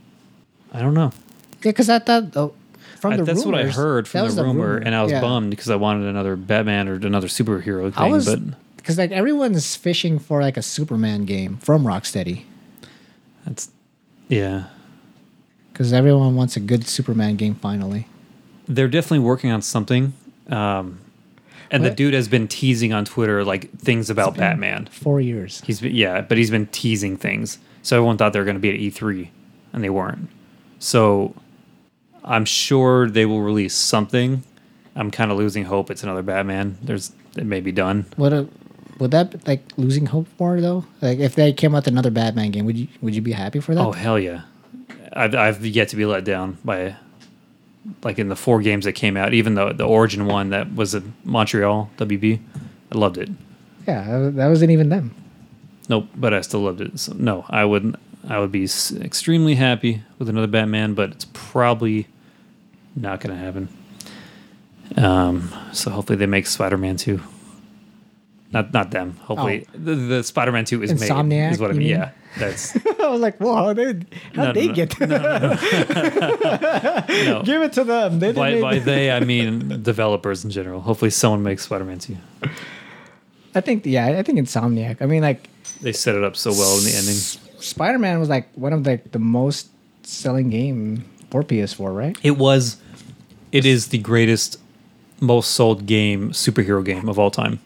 C: I don't know.
A: Yeah, because I thought uh, from
C: I-
A: the
C: that's what I
A: rumors-
C: heard
A: that
C: from
A: was
C: the rumor, and I was
A: Yeah.
C: bummed because I wanted another Batman or another superhero thing.
A: I was
C: but
A: because like everyone's fishing for like a Superman game from Rocksteady
C: that's yeah.
A: because everyone wants a good Superman game finally.
C: they're definitely working on something. Um, and the
A: What?
C: dude has been teasing on Twitter like things about Batman.
A: Four years.
C: He's been, yeah, but he's been teasing things. So everyone thought they were going to be at E3, and they weren't. So I'm sure they will release something. I'm kind of losing hope. It's another Batman. There's it may be done.
A: What a, would that like losing hope for though? Like if they came out with another Batman game, would you would you be happy for that?
C: Oh hell yeah! I've I've yet to be let down by like in the four games that came out, even the the origin one that was at Montreal WB, I loved it.
A: Yeah, that- that wasn't even them.
C: Nope, but I still loved it. So no, I would I would be s- extremely happy with another Batman, but it's probably not going to happen. Um, so hopefully they make Spider-Man 2. Not not them. Hopefully the, the Spider-Man 2 is made
A: Oh. Insomniac,
C: is what I
A: you
C: mean.
A: mean?
C: Yeah. That's
A: I was like, whoa, how they how
C: No,
A: they
C: no,
A: get to
C: no.
A: give it to them? They
C: by,
A: didn't-
C: by they I mean developers in general. Hopefully someone makes Spider-Man 2.
A: I think yeah, I think Insomniac. I mean, like
C: They set it up so well in the ending.
A: Spider Man was like one of the the most selling game for PS4, right?
C: It was it is the greatest most sold game superhero game of all time.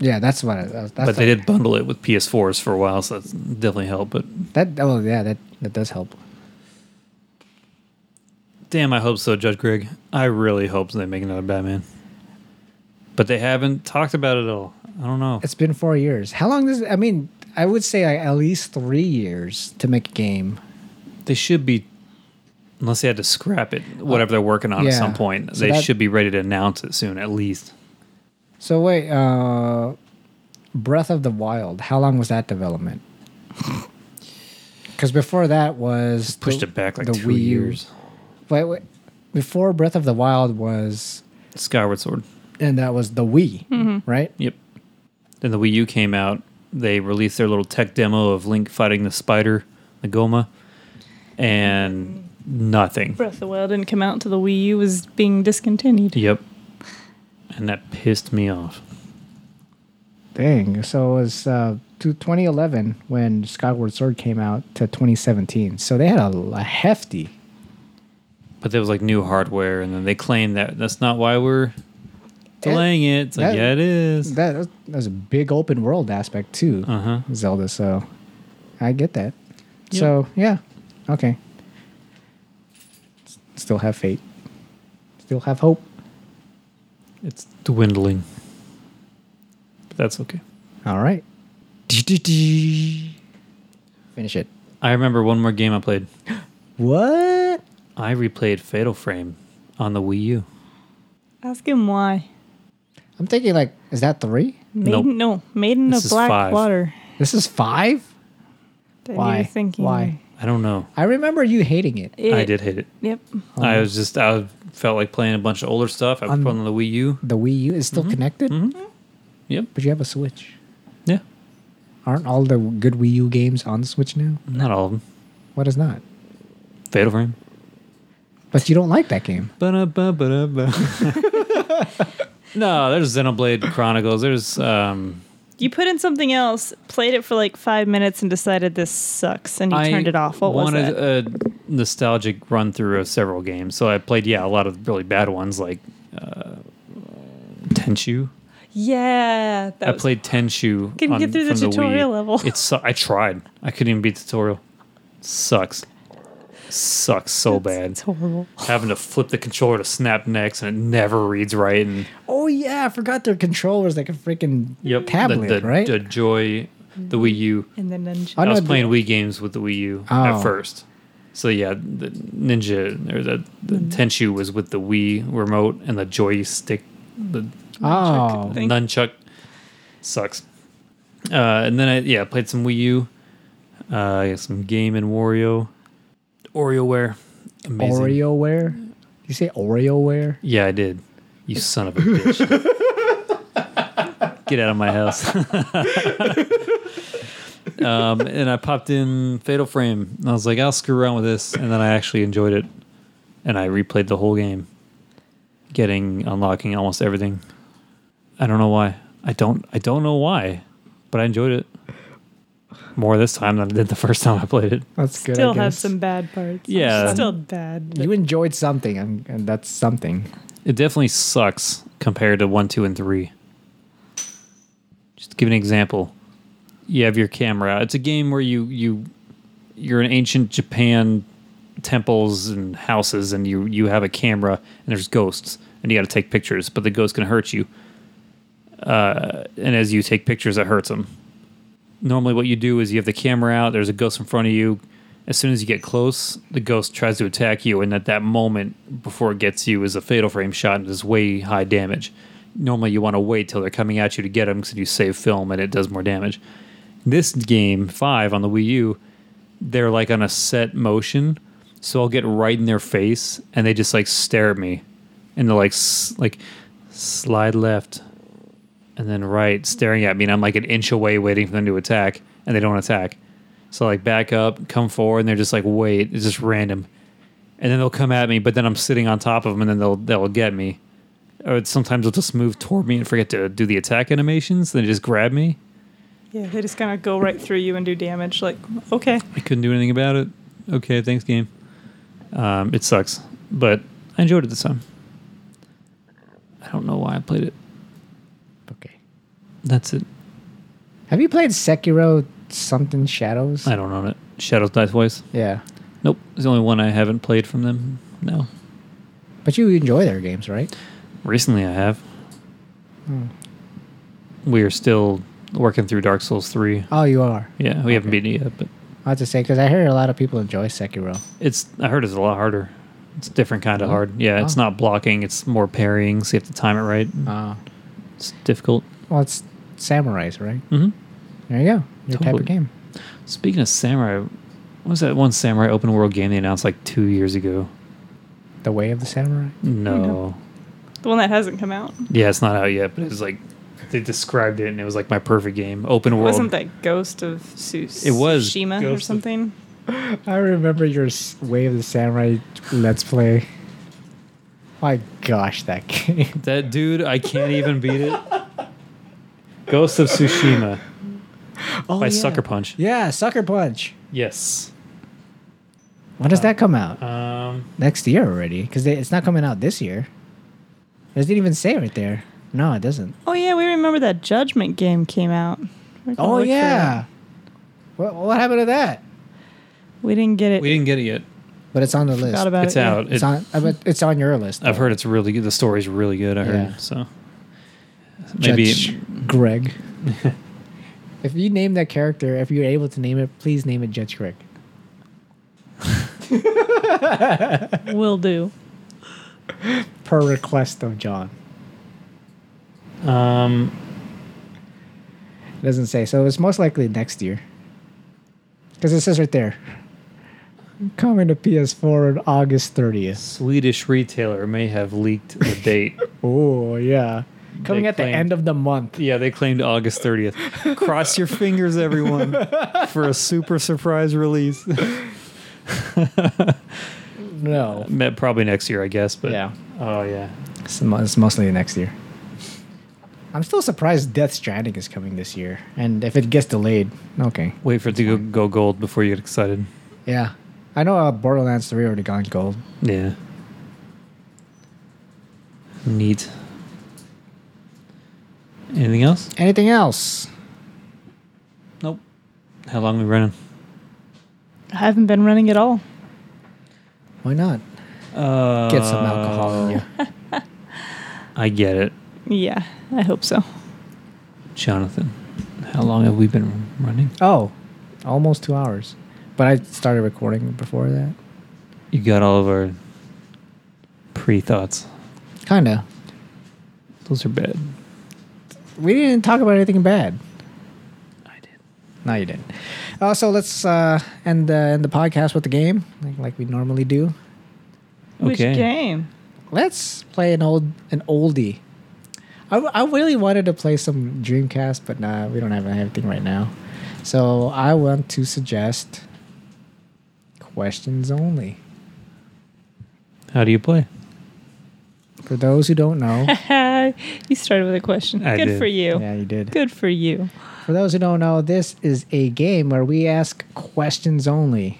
A: Yeah, that's what. I, that's
C: but they
A: what-
C: did bundle it with PS4s for a while, so that's definitely helped. But
A: that. Oh yeah, that that does help.
C: damn, I hope so, Judge Greg. I really hope they make another Batman. But they haven't talked about it at all. I don't know.
A: It's been four years. How long does? I mean, I would say like at least three years to make a game.
C: They should be, unless they had to scrap it, whatever they're working on at
A: Yeah.
C: some point.
A: So
C: they
A: that-
C: should be ready to announce it soon, at least.
A: So wait, uh Breath of the Wild. How long was that development? Because before that was
C: Pushed
A: the-
C: it back like
A: the
C: two
A: Wii U.
C: years.
A: Wait, wait, before Breath of the Wild was,
C: Skyward Sword.
A: and that was the Wii, right?
C: Yep. Then the Wii U came out. They released their little tech demo of Link fighting the spider, the Goma, and nothing.
B: Breath of the Wild didn't come out until the Wii U was being discontinued.
C: Yep. And that pissed me off.
A: Dang. So it was uh, to 2011 when Skyward Sword came out to 2017. So they had a, l- a hefty.
C: But there was like new hardware, and then they claimed that that's not why we're delaying it. It's like,
A: that-
C: yeah, it is.
A: That, that was a big open world aspect too.
C: Uh huh.
A: Zelda. So I get that. So yeah, okay. S- Still have faith. Still have hope.
C: It's dwindling. But that's okay.
A: All right. Finish it.
C: I remember one more game I played.
A: What?
C: I replayed Fatal Frame on the Wii U.
B: Ask him why.
A: I'm thinking like, is that three?
C: Nope.
B: Maiden, No, Maiden
C: This
B: of
C: is
B: Black
C: five.
B: Water.
A: This is five.
B: That you
A: Why?
B: were thinking.
A: Why?
C: I don't know.
A: I remember you hating it.
B: It-
C: I did hate it.
B: Yep.
C: I was just I felt like playing a bunch of older stuff. I was
A: Oh. On-
C: put on the Wii U.
A: The Wii U is still
C: Mm-hmm.
A: connected,
C: Yep.
A: but you have a Switch.
C: Yeah.
A: Aren't all the good Wii U games on the Switch now?
C: Not all of them.
A: What is not?
C: Fatal Frame.
A: But you don't like that game.
C: Ba-da-ba-ba-da-ba. no, there's Xenoblade Chronicles. There's um,
B: You put in something else, played it for like five minutes, and decided this sucks, and you
C: I
B: turned it off. What was
C: wanted
B: it?
C: a nostalgic run through of several games, so I played yeah a lot of really bad ones like uh, Tenchu.
B: yeah, that
C: I
B: was
C: played Tenchu.
B: Couldn't get through the
C: from Wii.
B: tutorial level.
C: It su- I tried. I couldn't even beat the tutorial. Sucks. Sucks so bad.
B: It's horrible.
C: Having to flip the controller to snap next and it never reads right and
A: Oh yeah, I forgot their controllers like a freaking
C: the-
A: tablet,
C: the,
A: right?
C: The joy, the Wii U.
B: And then Ninja.
A: Oh,
C: I was
A: no,
C: playing Wii games with the Wii U
A: Oh.
C: at first. So yeah, the Ninja or the, the Tenchu was with the Wii remote and the joystick, the
A: oh,
B: Thing.
C: nunchuck. Sucks. Uh, and then I yeah played some Wii U, uh, some Game and Wario, WarioWare, amazing.
A: OreoWare. Did you say OreoWare?
C: Yeah, I did. You son of a bitch. Get out of my house. um, and I popped in Fatal Frame. And I was like, I'll screw around with this. And then I actually enjoyed it. And I replayed the whole game, getting unlocking almost everything. I don't know why. I don't. I don't know why, but I enjoyed it more this time than I did the first time I played it.
A: That's good. I
B: Still had
A: guess.
B: some bad parts.
C: Yeah.
B: Still bad. but-
A: You enjoyed something, and, and that's something.
C: It definitely sucks compared to one, two, and three. Just to give an example, you have your camera. It's a game where you you you're in ancient Japan temples and houses, and you you have a camera, and there's ghosts, and you got to take pictures, but the ghost can hurt you. Uh, and as you take pictures, it hurts them. Normally, what you do is you have the camera out. There's a ghost in front of you. as soon as you get close, the ghost tries to attack you, and at that moment, before it gets you, is a fatal frame shot and is way high damage. Normally, you want to wait till they're coming at you to get them because you save film and it does more damage. This game five on the Wii U, they're like on a set motion, so I'll get right in their face and they just like stare at me, and they're like s- like slide left, and then right, staring at me, and I'm like an inch away waiting for them to attack, and they don't attack. So like back up, come forward, and they're just like, wait, it's just random. And then they'll come at me, but then I'm sitting on top of them, and then they'll they'll get me. Or it's- sometimes they'll just move toward me and forget to do the attack animations. Then they just grab me.
B: Yeah, they just kind of go right through you and do damage. Like, okay.
C: I couldn't do anything about it. Okay, thanks, game. Um, it sucks, but I enjoyed it this time. I don't know why I played it.
A: Okay.
C: That's it.
A: Have you played Sekiro something Shadows?
C: I don't own it. Shadows Die Twice.
A: yeah.
C: Nope, it's the only one I haven't played from them. No,
A: But you enjoy their games, right?
C: Recently, I have.
A: Hmm.
C: We are still working through Dark Souls 3.
A: Oh, you are.
C: Yeah, we haven't beaten it yet, but
A: I have to say, because I heard a lot of people enjoy Sekiro.
C: it's I heard it's a lot harder. It's a different kind of hard. Yeah, it's
A: Oh.
C: not blocking, it's more parrying, so you have to time it right.
A: Oh.
C: It's difficult.
A: Well, it's samurais, right?
C: hmm
A: There you go. Your type
C: Totally.
A: of game.
C: Speaking of samurai, what was that one samurai open world game they announced like two years ago?
A: The Way of the Samurai.
C: No.
B: The one that hasn't come out.
C: Yeah, it's not out yet, but it was like they described it and it was like my perfect game. Open world.
B: Wasn't that Ghost of Sus-
C: It was
B: Tsushima or
C: Ghost of-
B: something?
A: I remember your s- Way of the Samurai Let's Play. My gosh, that game.
C: That dude, I can't even beat it. Ghost of Tsushima
A: Oh,
C: by
A: yeah.
C: Sucker Punch.
A: Yeah, Sucker Punch.
C: Yes.
A: When does that come out?
C: Um,
A: Next year already? Because it's not coming out this year. It doesn't even say right there. No, it doesn't.
B: Oh yeah, we remember that Judgment game came out. We're gonna
A: Oh
B: look for
A: yeah.
B: that.
A: What what happened to that?
B: we didn't get it.
C: we didn't get it yet.
A: But it's on the list.
B: forgot about
C: It's
B: it. yeah.
C: out.
A: It's
C: It-
A: on. uh, But it's on your list.
C: I've heard it's really good. The story's really good. I heard
A: Yeah.
C: so.
A: though.
C: Maybe
A: Judge Greg. if you name that character, if you're able to name it, please name it Judge Greg.
B: Will do.
A: Per request of John.
C: um,
A: It doesn't say. So it's most likely next year. Because it says right there. Coming to PS4 on August 30th.
C: Swedish retailer may have leaked the date.
A: Oh yeah. Coming
C: They
A: at the
C: claim-
A: end of the month.
C: yeah, they claimed August 30th. Cross your fingers, everyone, for a super surprise release.
A: No.
C: Me- Probably next year, I guess. But
A: Yeah.
C: Oh yeah.
A: It's, mo- it's mostly next year. I'm still surprised Death Stranding is coming this year. And if it gets delayed, okay.
C: Wait for it to go, go gold before you get excited.
A: Yeah. I know uh, Borderlands 3 already gone gold.
C: Yeah. Neat. Anything else?
A: Anything else?
C: Nope. How long we running?
B: I haven't been running at all.
A: Why not?
C: Uh,
A: Get some alcohol in you.
C: I get it,
B: Yeah, I hope so.
C: Jonathan. How long have we been running?
A: Oh, almost two hours. But I started recording before that.
C: You got all of our pre thoughts.
A: Kinda.
C: Those are bad.
A: We didn't talk about anything bad.
C: I did.
A: No, you didn't. Uh, so let's uh, end, uh, end the podcast with the game, like, like we normally do.
B: Which
C: Okay.
B: game?
A: let's play an old an oldie. I, I really wanted to play some Dreamcast, but nah, we don't have anything right now. So I want to suggest questions only.
C: How do you play?
A: For those who don't know,
B: you started with a question.
C: I
B: Good
C: did.
B: for you.
A: yeah, you did.
B: Good for you.
A: For those who don't know, this is a game where we ask questions only.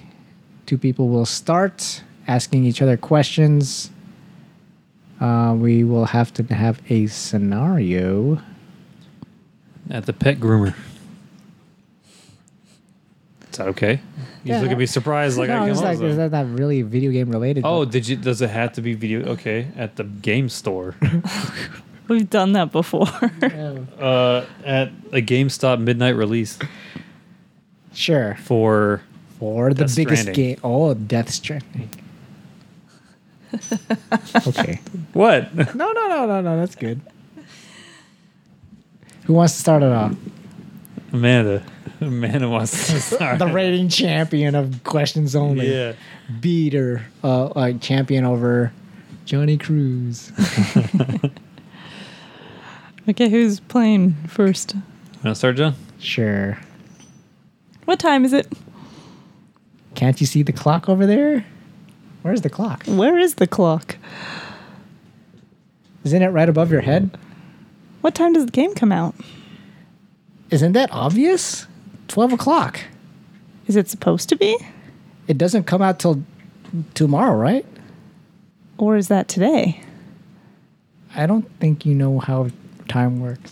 A: Two people will start asking each other questions. Uh, we will have to have a scenario.
C: At the pet groomer. Is that okay? You
A: Yeah.
C: look at me surprised like
A: no,
C: I
A: it's
C: can
A: like is that not really video game related?
C: Oh, did you? Does it have to be video? Okay, at the game store,
B: We've done that before.
C: uh, at a GameStop midnight release
A: Sure.
C: for
A: Or the
C: Death
A: biggest
C: Stranding.
A: game. Oh, Death Stranding. okay.
C: What?
A: No, no, no, no, no. That's good. Who wants to start it off?
C: Amanda. Amanda wants to start.
A: The rating champion of questions only.
C: Yeah.
A: Beater, uh, like champion over Johnny Cruz.
B: Okay, who's playing first?
C: Want to start, John?
A: sure.
B: What time is it?
A: Can't you see the clock over there? Where's the clock?
B: Where is the clock?
A: Isn't it right above your head?
B: What time does the game come out?
A: Isn't that obvious? 12 o'clock.
B: Is it supposed to be?
A: It doesn't come out till tomorrow, right?
B: Or is that today?
A: I don't think you know how time works.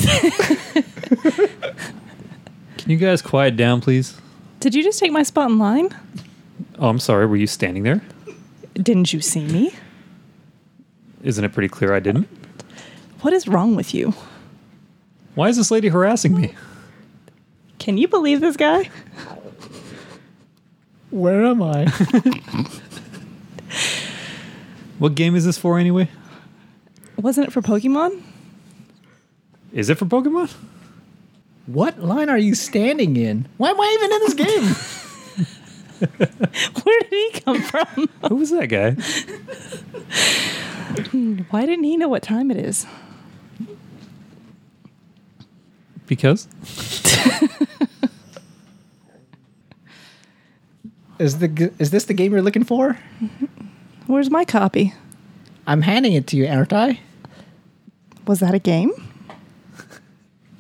C: Can you guys quiet down, please?
B: Did you just take my spot in line?
C: Oh, I'm sorry. Were you standing there?
B: Didn't you see me?
C: Isn't it pretty clear I didn't?
B: What is wrong with you?
C: Why is this lady harassing me?
B: Can you believe this guy?
A: Where am I?
C: What game is this for anyway?
B: Wasn't it for Pokemon?
C: Is it for Pokemon?
A: what line are you standing in? Why am I even in this game?
B: Where did he come from?
C: Who was that guy?
B: Why didn't he know what time it is?
C: Because
A: Is the g- is this the game you're looking for?
B: Where's my copy?
A: I'm handing it to you, aren't I?
B: Was that a game?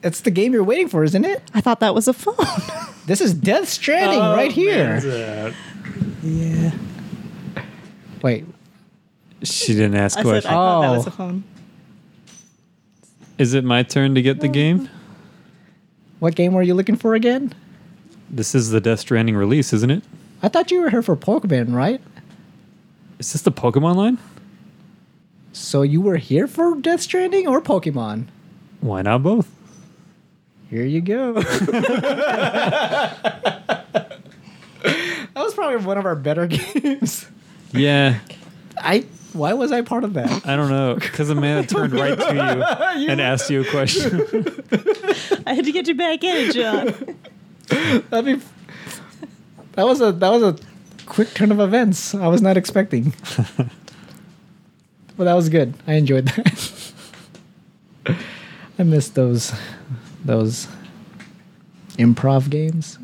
A: It's the game you're waiting for, isn't it?
B: I thought that was a phone.
A: This is Death Stranding right here.
B: yeah.
A: Wait,
C: she didn't ask
B: I said I
C: questions.
B: thought that
A: Oh.
B: was a phone.
C: Is it my turn to get the game?
A: what game were you looking for again?
C: This is the Death Stranding release, isn't it?
A: I thought you were here for Pokemon, right?
C: Is this the Pokemon line?
A: So you were here for Death Stranding or Pokemon?
C: Why not both?
A: Here you go. that was probably one of our better games.
C: Yeah,
A: I why was I part of that?
C: I don't know. Because Amanda turned right to you and asked you a question.
B: I had to get you back in, John.
A: I mean, that was a that was a quick turn of events. I was not expecting. but that was good. I enjoyed that. I miss those those improv games.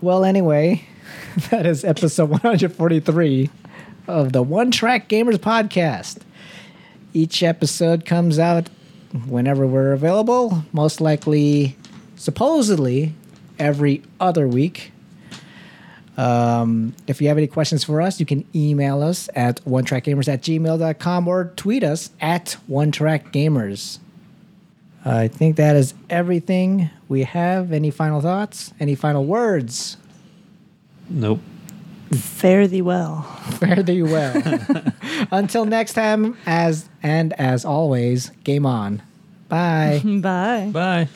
A: Well, anyway, that is episode 143 of the One Track Gamers podcast. Each episode comes out whenever we're available, most likely, supposedly, every other week. Um, if you have any questions for us, you can email us at onetrackgamers at gmail.com or tweet us at onetrackgamers. I think that is everything we have. Any final thoughts? Any final words?
C: Nope.
B: Fare thee well.
A: Fare thee well. Until next time, as and as always, game on. Bye.
B: Bye.
C: Bye.